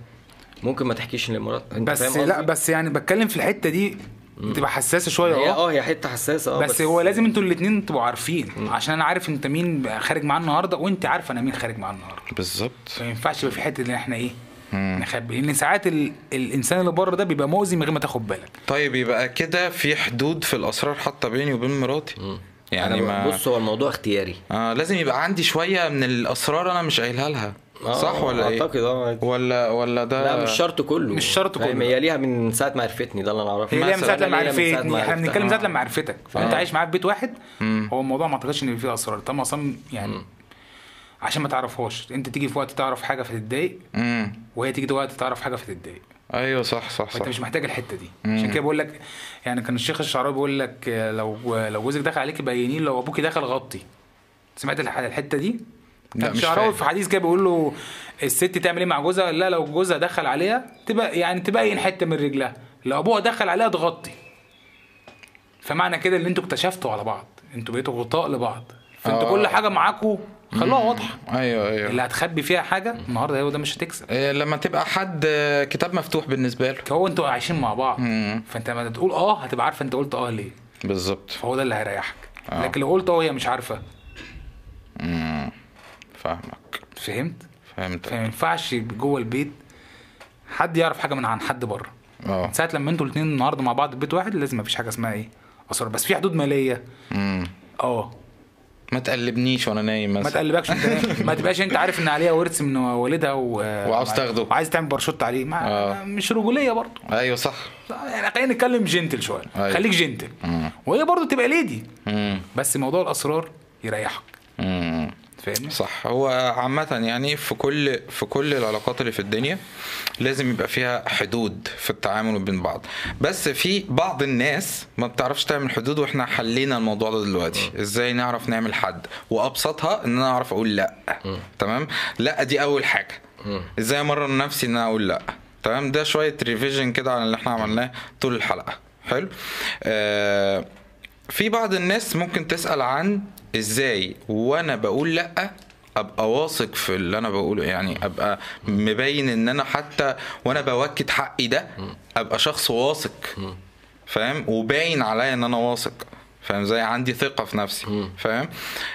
B: ممكن ما تحكيش لمراتك انت فاهم
C: بس
B: قصدي؟
C: لا بس يعني بتكلم في الحته دي بتبقى حساسه شويه
B: هي
C: اه
B: اه هي حته حساسه اه
C: بس, هو لازم انتوا الاثنين تبقوا عارفين عشان انا عارف انت مين خارج معاه النهارده وانت عارفه انا مين خارج معاه النهارده
A: بالظبط
C: ما ينفعش يبقى في حته ان احنا ايه نخبي لان ساعات ال... الانسان اللي بره ده بيبقى مؤذي من غير ما تاخد بالك
A: طيب يبقى كده في حدود في الاسرار حتى بيني وبين مراتي يعني
B: يعني
A: ما
B: بص هو الموضوع اختياري
A: آه لازم يبقى عندي شويه من الاسرار انا مش قايلها لها
B: آه،
A: صح ولا ايه
B: اعتقد اه
A: ولا ولا ده
B: لا مش شرط كله
C: إيه؟ مش شرط
B: فاهم؟
C: كله.
B: هي ليها من ساعه ما عرفتني ده اللي انا اعرفه
C: هي ليه من ساعه
B: مثلاً
C: لما
B: أنا ليا من ساعة ما
C: عرفتني احنا
B: عرفتها. اه.
C: بنتكلم من ساعه لما عرفتك فانت عايش معاه في بيت واحد هو الموضوع ما اعتقدش ان فيه اسرار طب ما اصلا يعني عشان ما تعرفهاش انت تيجي في وقت تعرف حاجه فتتضايق
A: مم.
C: وهي تيجي في وقت تعرف حاجه فتتضايق
A: ايوه صح صح صح
C: فانت مش محتاج الحته دي عشان كده بقول لك يعني كان الشيخ الشعراوي بيقول لك آه، لو لو جوزك دخل عليك بينيه لو ابوك دخل غطي سمعت الح- الحته دي؟
A: لا،
C: كان
A: مش
C: الشعراوي
A: فاهم.
C: في حديث كده بيقول له الست تعمل ايه مع جوزها؟ لا لو جوزها دخل عليها تبقى يعني تبين حته من رجلها لو ابوها دخل عليها تغطي فمعنى كده ان انتوا اكتشفتوا على بعض انتوا بقيتوا غطاء لبعض فانتوا
A: آه.
C: كل حاجه معاكوا خلوها واضحه
A: ايوه ايوه
C: اللي هتخبي فيها حاجه النهارده هو ده مش هتكسب
A: إيه، لما تبقى حد آه، كتاب مفتوح بالنسبه له
C: هو انتوا عايشين مع بعض
A: مم.
C: فانت لما تقول اه هتبقى عارفه انت قلت اه ليه
A: بالظبط
C: فهو ده اللي هيريحك
A: آه.
C: لكن لو قلت اه هي مش عارفه
A: فاهمك
C: فهمت
A: فهمتك
C: فما ينفعش جوه البيت حد يعرف حاجه من عن حد بره
A: اه
C: ساعه لما انتوا الاثنين النهارده مع بعض في بيت واحد لازم مفيش حاجه اسمها ايه اسرار بس في حدود ماليه
A: أمم.
C: اه
A: ما تقلبنيش وانا نايم
C: ما
A: مثلا
C: تقلبكش
A: [LAUGHS]
C: انت نايم. ما تبقاش انت عارف ان عليها ورث من والدها و...
A: وعاوز تاخده.
C: وعايز تعمل بارشوت عليه
A: آه.
C: ما... مش رجوليه برضه
A: ايوه صح
C: يعني خلينا نتكلم جنتل شويه
A: أيوة.
C: خليك جنتل
A: مم.
C: وهي برضه تبقى ليدي
A: أمم.
C: بس موضوع الاسرار يريحك
A: أمم.
C: فاهمني
A: صح هو عامة يعني في كل في كل العلاقات اللي في الدنيا لازم يبقى فيها حدود في التعامل بين بعض بس في بعض الناس ما بتعرفش تعمل حدود واحنا حلينا الموضوع ده دلوقتي ازاي نعرف نعمل حد وابسطها ان انا اعرف اقول لا تمام لا دي اول حاجة ازاي امرن نفسي ان انا اقول لا تمام ده شوية ريفيجن كده على اللي احنا عملناه طول الحلقة حلو آه في بعض الناس ممكن تسأل عن ازاي وانا بقول لا ابقى واثق في اللي انا بقوله يعني ابقى مبين ان انا حتى وانا بوكد حقي ده ابقى شخص واثق فاهم وباين عليا ان انا واثق فاهم زي عندي ثقه في نفسي فاهم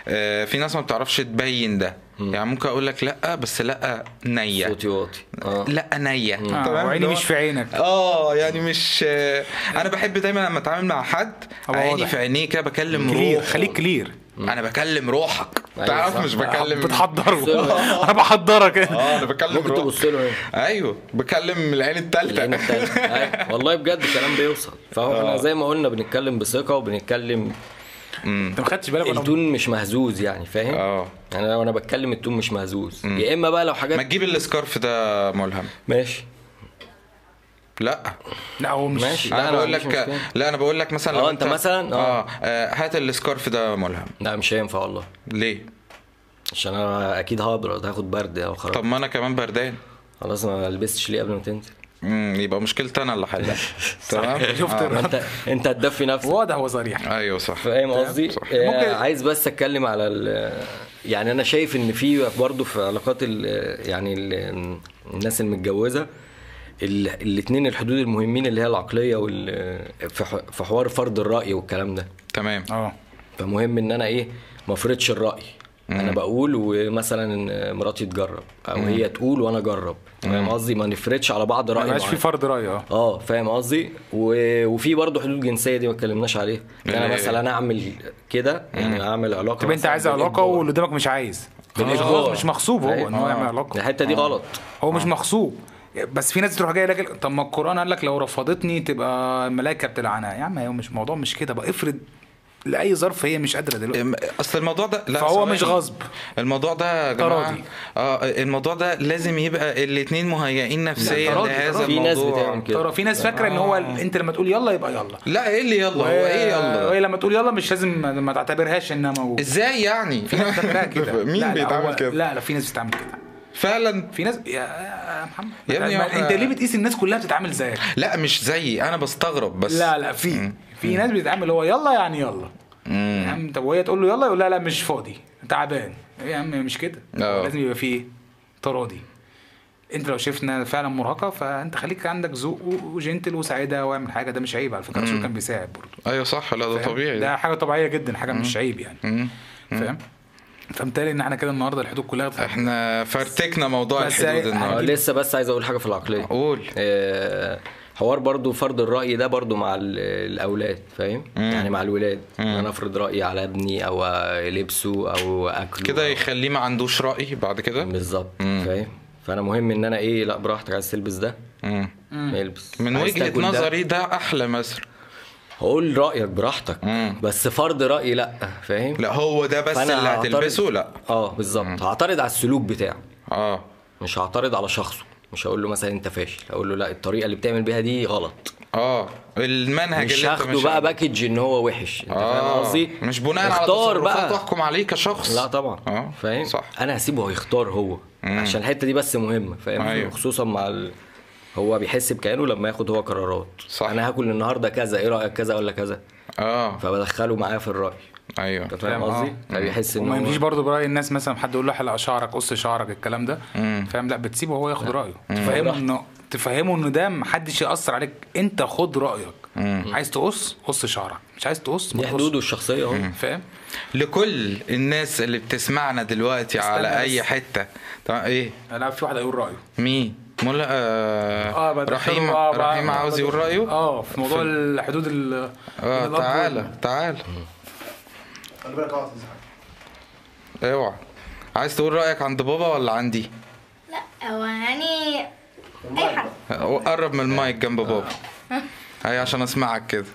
A: آه في ناس ما بتعرفش تبين ده يعني ممكن اقول لك لا بس لا نيه
B: صوتي واطي اه
A: لا نيه
C: آه،
A: تمام؟
C: وعيني
A: اللي هو-
C: مش في عينك.
A: اه يعني مش آه، انا بحب دايما لما اتعامل مع حد
C: أبقى
A: عيني
C: واضح.
A: في عينيه كده بكلم
C: كلير
A: روحه
C: خليك كلير
A: انا بكلم روحك
B: أيوة
A: تعرف
B: صح.
A: مش بكلم
C: [LAUGHS] بتحضره انا بحضرك
B: آه.
A: اه انا بكلم
B: ممكن
A: روحك
B: تبص له ايه؟
A: ايوه بكلم العين
B: العين
A: التالتة
B: التالتة. أيوة. والله بجد الكلام بيوصل
A: آه.
B: فهو احنا زي ما قلنا بنتكلم بثقه وبنتكلم
C: انت ما خدتش بالك ولا
B: التون مش مهزوز يعني فاهم؟
A: آه.
B: انا وانا بتكلم التون مش مهزوز يا اما بقى لو
A: ما
B: حاجات
A: تجيب السكارف ده ملهم
B: ماشي
A: لا
C: لا هو مش
B: ماشي. لا،
A: انا
B: أنا ما
A: بقول
B: عنديش
A: لك
B: مشكلة.
A: لا انا بقول لك مثلا
B: آه،
A: لو
B: أنت مثلا؟ آه.
A: اه آه، هات السكارف ده ملهم
B: لا مش هينفع والله
A: ليه
B: عشان انا اكيد هبرد هاخد برد او خلاص
A: طب ما انا كمان بردان
B: خلاص ما لبستش ليه قبل ما تنزل
A: امم يبقى مشكلتي انا اللي
B: [LAUGHS]
A: حلها تمام
C: [LAUGHS] شفت
A: آه.
B: ما انت انت هتدفي نفسك
C: واضح هو صريح
A: ايوه صح
B: فاهم قصدي؟
A: صح.
B: آه،
C: ممكن-
B: عايز بس اتكلم على ال- يعني انا شايف ان في برضه في علاقات ال- يعني ال- الناس المتجوزه الاثنين الحدود المهمين اللي هي العقليه وال في ح- في حوار فرض الراي والكلام ده
A: تمام
B: آه.
C: اه
B: فمهم ان انا ايه ما افرضش الراي انا بقول ومثلا مراتي تجرب او هي تقول وانا اجرب فاهم قصدي ما نفرضش على بعض
C: ما
B: راي
C: يبقاش في
B: معين.
C: فرض راي اه
B: اه فاهم قصدي و... وفي برضه حدود جنسيه دي ما اتكلمناش عليها يعني ان انا
A: لا.
B: مثلا اعمل كده يعني اعمل علاقه
C: طب انت
B: مثلاً
C: عايز علاقه
B: بالإجبار.
C: واللي قدامك مش عايز
B: بالإجبار.
C: الاشخاص مش مغصوب هو
B: أيوة.
C: ان هو يعمل آه. علاقه
B: الحته دي غلط
C: هو
B: آه.
C: مش مغصوب بس في ناس تروح جايه لك طب ما القران قال لك لو رفضتني تبقى الملائكه بتلعنها يا عم هو مش الموضوع مش كده بقى افرض لاي ظرف هي مش قادره دلوقتي
A: أم- اصل الموضوع ده لا
C: فهو
A: ثواني.
C: مش غصب.
A: الموضوع ده يا جماعه
C: تراضي.
A: اه الموضوع ده لازم يبقى الاثنين مهيئين نفسيا
C: تراضي،
A: لهذا
C: تراضي.
B: في ناس
A: الموضوع
B: بتعمل كده آه.
C: ترى في ناس فاكره ان هو ال- انت لما تقول يلا يبقى يلا
A: لا ايه اللي يلا هو ايه
C: وهي
A: يلا
C: آه، إيه، لما تقول يلا مش لازم ما- ما تعتبرهاش انها موجوده
A: ازاي يعني
C: فاكراها كده لا،
A: [LAUGHS] مين
C: لا،
A: بيتعامل
C: هو-
A: كده
C: لا لا في ناس بتتعامل كده
A: فعلا
C: في ناس يا- يا محمد
A: يا ابني
C: ما-
A: احنا-
C: انت ليه بتقيس الناس كلها بتتعامل زيك
A: لا مش زيي انا بستغرب بس
C: لا لا في في ناس بتتعامل هو يلا يعني يلا يا عم طب وهي تقول له يلا يقول لها لا مش فاضي تعبان إيه يا عم مش كده
A: آه.
C: لازم يبقى في تراضي انت لو شايف انها فعلا مرهقه فانت خليك عندك ذوق و- وجنتل وسعيده واعمل حاجه ده مش عيب على فكره الرسول كان بيساعد برضه
A: ايوه صح لا ده
C: فاهم؟
A: طبيعي
C: ده حاجه طبيعيه جدا حاجه مش عيب يعني فاهم فبالتالي ان احنا كده النهارده الحدود كلها اتفتحت.
A: احنا فرتكنا موضوع
C: بس
A: الحدود
C: هي-
B: اه
A: النهارده
B: لسه بس عايز اقول حاجه في العقليه
A: قول.
B: آه، حوار برضو فرض الراي ده برضو مع ال- الاولاد فاهم يعني مع الولاد إن انا افرض رايي على ابني او لبسه او اكله
A: كده
B: أو-
A: يخليه ما عندوش راي بعد كده
B: بالظبط فاهم فانا مهم ان انا ايه لا براحتك عايز تلبس ده
A: مم.
B: البس
A: من
B: عايز
A: وجهه
B: تاكل ده،
A: نظري ده احلى مثل
B: هقول رايك براحتك بس فرض رايي لا فاهم
A: لا هو ده بس
B: فأنا
A: اللي
B: هعترض.
A: هتلبسه لا
B: اه بالظبط هعترض على السلوك بتاعه
A: اه
B: مش هعترض على شخصه مش هقول له مثلا انت فاشل اقول له لا الطريقه اللي بتعمل بيها دي غلط
A: اه المنهج
B: مش
A: اللي انت
B: هاخده بقى
A: عامله.
B: باكج ان هو وحش انت
A: آه،
B: فاهم قصدي
A: مش بناء على
B: اختار
A: تصرفات
B: بقى
A: تحكم عليه كشخص
B: لا طبعا
A: اه
B: فاهم
A: صح
B: انا هسيبه هيختار هو عشان الحته دي بس مهمه فاهم
A: أيوة.
B: خصوصا مع ال... هو بيحس بكيانه لما ياخد هو قرارات
A: صح.
B: إيه انا هاكل النهارده كذا ايه رايك كذا ولا كذا
A: اه
B: فبدخله معايا في الراي
A: ايوه
B: انت فاهم
C: فاهم، آه.
B: قصدي؟ فبيحس ان
C: وما
B: هو
C: يمشيش برضه براي الناس مثلا حد يقول له حلق شعرك قص شعرك الكلام ده فاهم لا بتسيبه هو ياخد رايه تفهمه انه تفهمه ان ده محدش ياثر عليك انت خد رايك عايز تقص قص شعرك مش عايز تقص ما
B: دي
C: تقصش.
B: حدوده الشخصيه اهو
C: فاهم
A: لكل الناس اللي بتسمعنا دلوقتي على
C: بس.
A: اي حته طبعا ايه
C: انا في واحد هيقول رايه
A: مين ملا آه
C: بدخله-
A: رحيم
C: آه، بقى-
A: رحيم عاوز يقول رايه
C: اه في موضوع الحدود ال
B: آه،
A: اه
C: الأب وال-
A: تعالى تعالى
E: خلي بالك اقعد تزعل
A: اوعى عايز تقول رايك عند بابا ولا عندي
D: لا هو يعني اي حد
A: قرب من المايك جنب بابا هي عشان اسمعك كده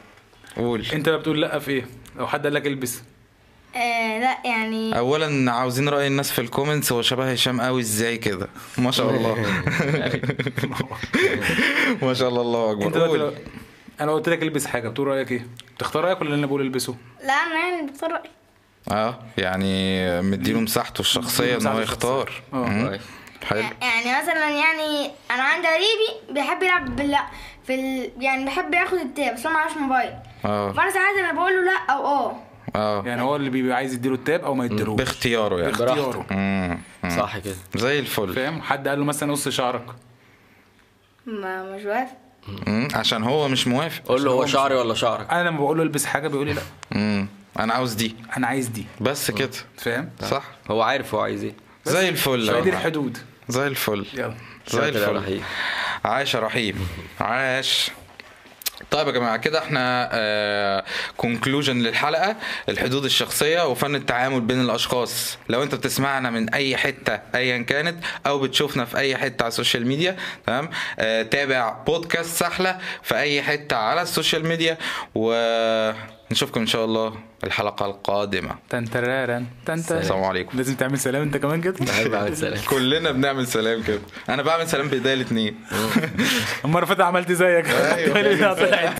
A: قول
C: انت بقى بتقول لا في ايه لو حد قال لك البس
D: آه لا يعني
A: اولا عاوزين راي الناس في الكومنتس هو شبه هشام قوي ازاي كده ما شاء
C: [LAUGHS]
A: الله ما شاء الله الله
C: انت
A: اكبر
C: دلوقتي
A: قول
C: لو- انا قلت لك البس حاجه بتقول رايك ايه تختار رايك ولا اللي انا بقول البسه
D: لا انا يعني بفرق
A: اه يعني مديله مساحته الشخصيه ان هو
C: مساحته
A: يختار
C: الشخصية. آه،
A: مم.
B: طيب.
A: حلو
D: يعني مثلا يعني انا عندي قريبي بيحب يلعب بال في ال... يعني بيحب ياخد التاب بس هو معهوش موبايل
A: اه
D: فانا ساعات انا بقول له لا او اه
A: اه
C: يعني هو اللي بيبقى عايز يديله التاب او ما يديلوش
A: باختياره يعني
C: باختياره
A: مم. مم.
B: صح كده
A: زي الفل
C: فاهم حد قال له مثلا قص شعرك
D: ما مش واقف
A: مم. عشان هو مش موافق
B: قول له هو شعري ولا شعرك
C: انا لما بقول له البس حاجه بيقول لي لا
A: مم. انا عاوز دي
C: انا عايز دي
A: بس كده
C: فاهم
A: صح
B: هو عارف هو عايز ايه
A: زي الفل يا
C: طيب. فدي
A: والله.
C: الحدود
A: زي الفل
C: يلا
A: زي
B: شاطر يا
A: الفل
B: رحيم.
A: عاش يا رحيم عاش طيب يا جماعه كده احنا كونكلوجن للحلقه الحدود الشخصيه وفن التعامل بين الاشخاص لو انت بتسمعنا من اي حته ايا كانت او بتشوفنا في اي حته على السوشيال ميديا تمام آه، تابع بودكاست سحله في اي حته على السوشيال ميديا ونشوفكم ان شاء الله الحلقه القادمه
C: تنترارن تنتر
A: السلام عليكم
C: لازم تعمل سلام انت كمان كده [LAUGHS]
B: عارف عامل سلام
A: كلنا بنعمل سلام كده انا بعمل سلام بايديا الاثنين
C: [LAUGHS] المره اللي فاتت عملت زيك
A: أيوة.
C: طلعت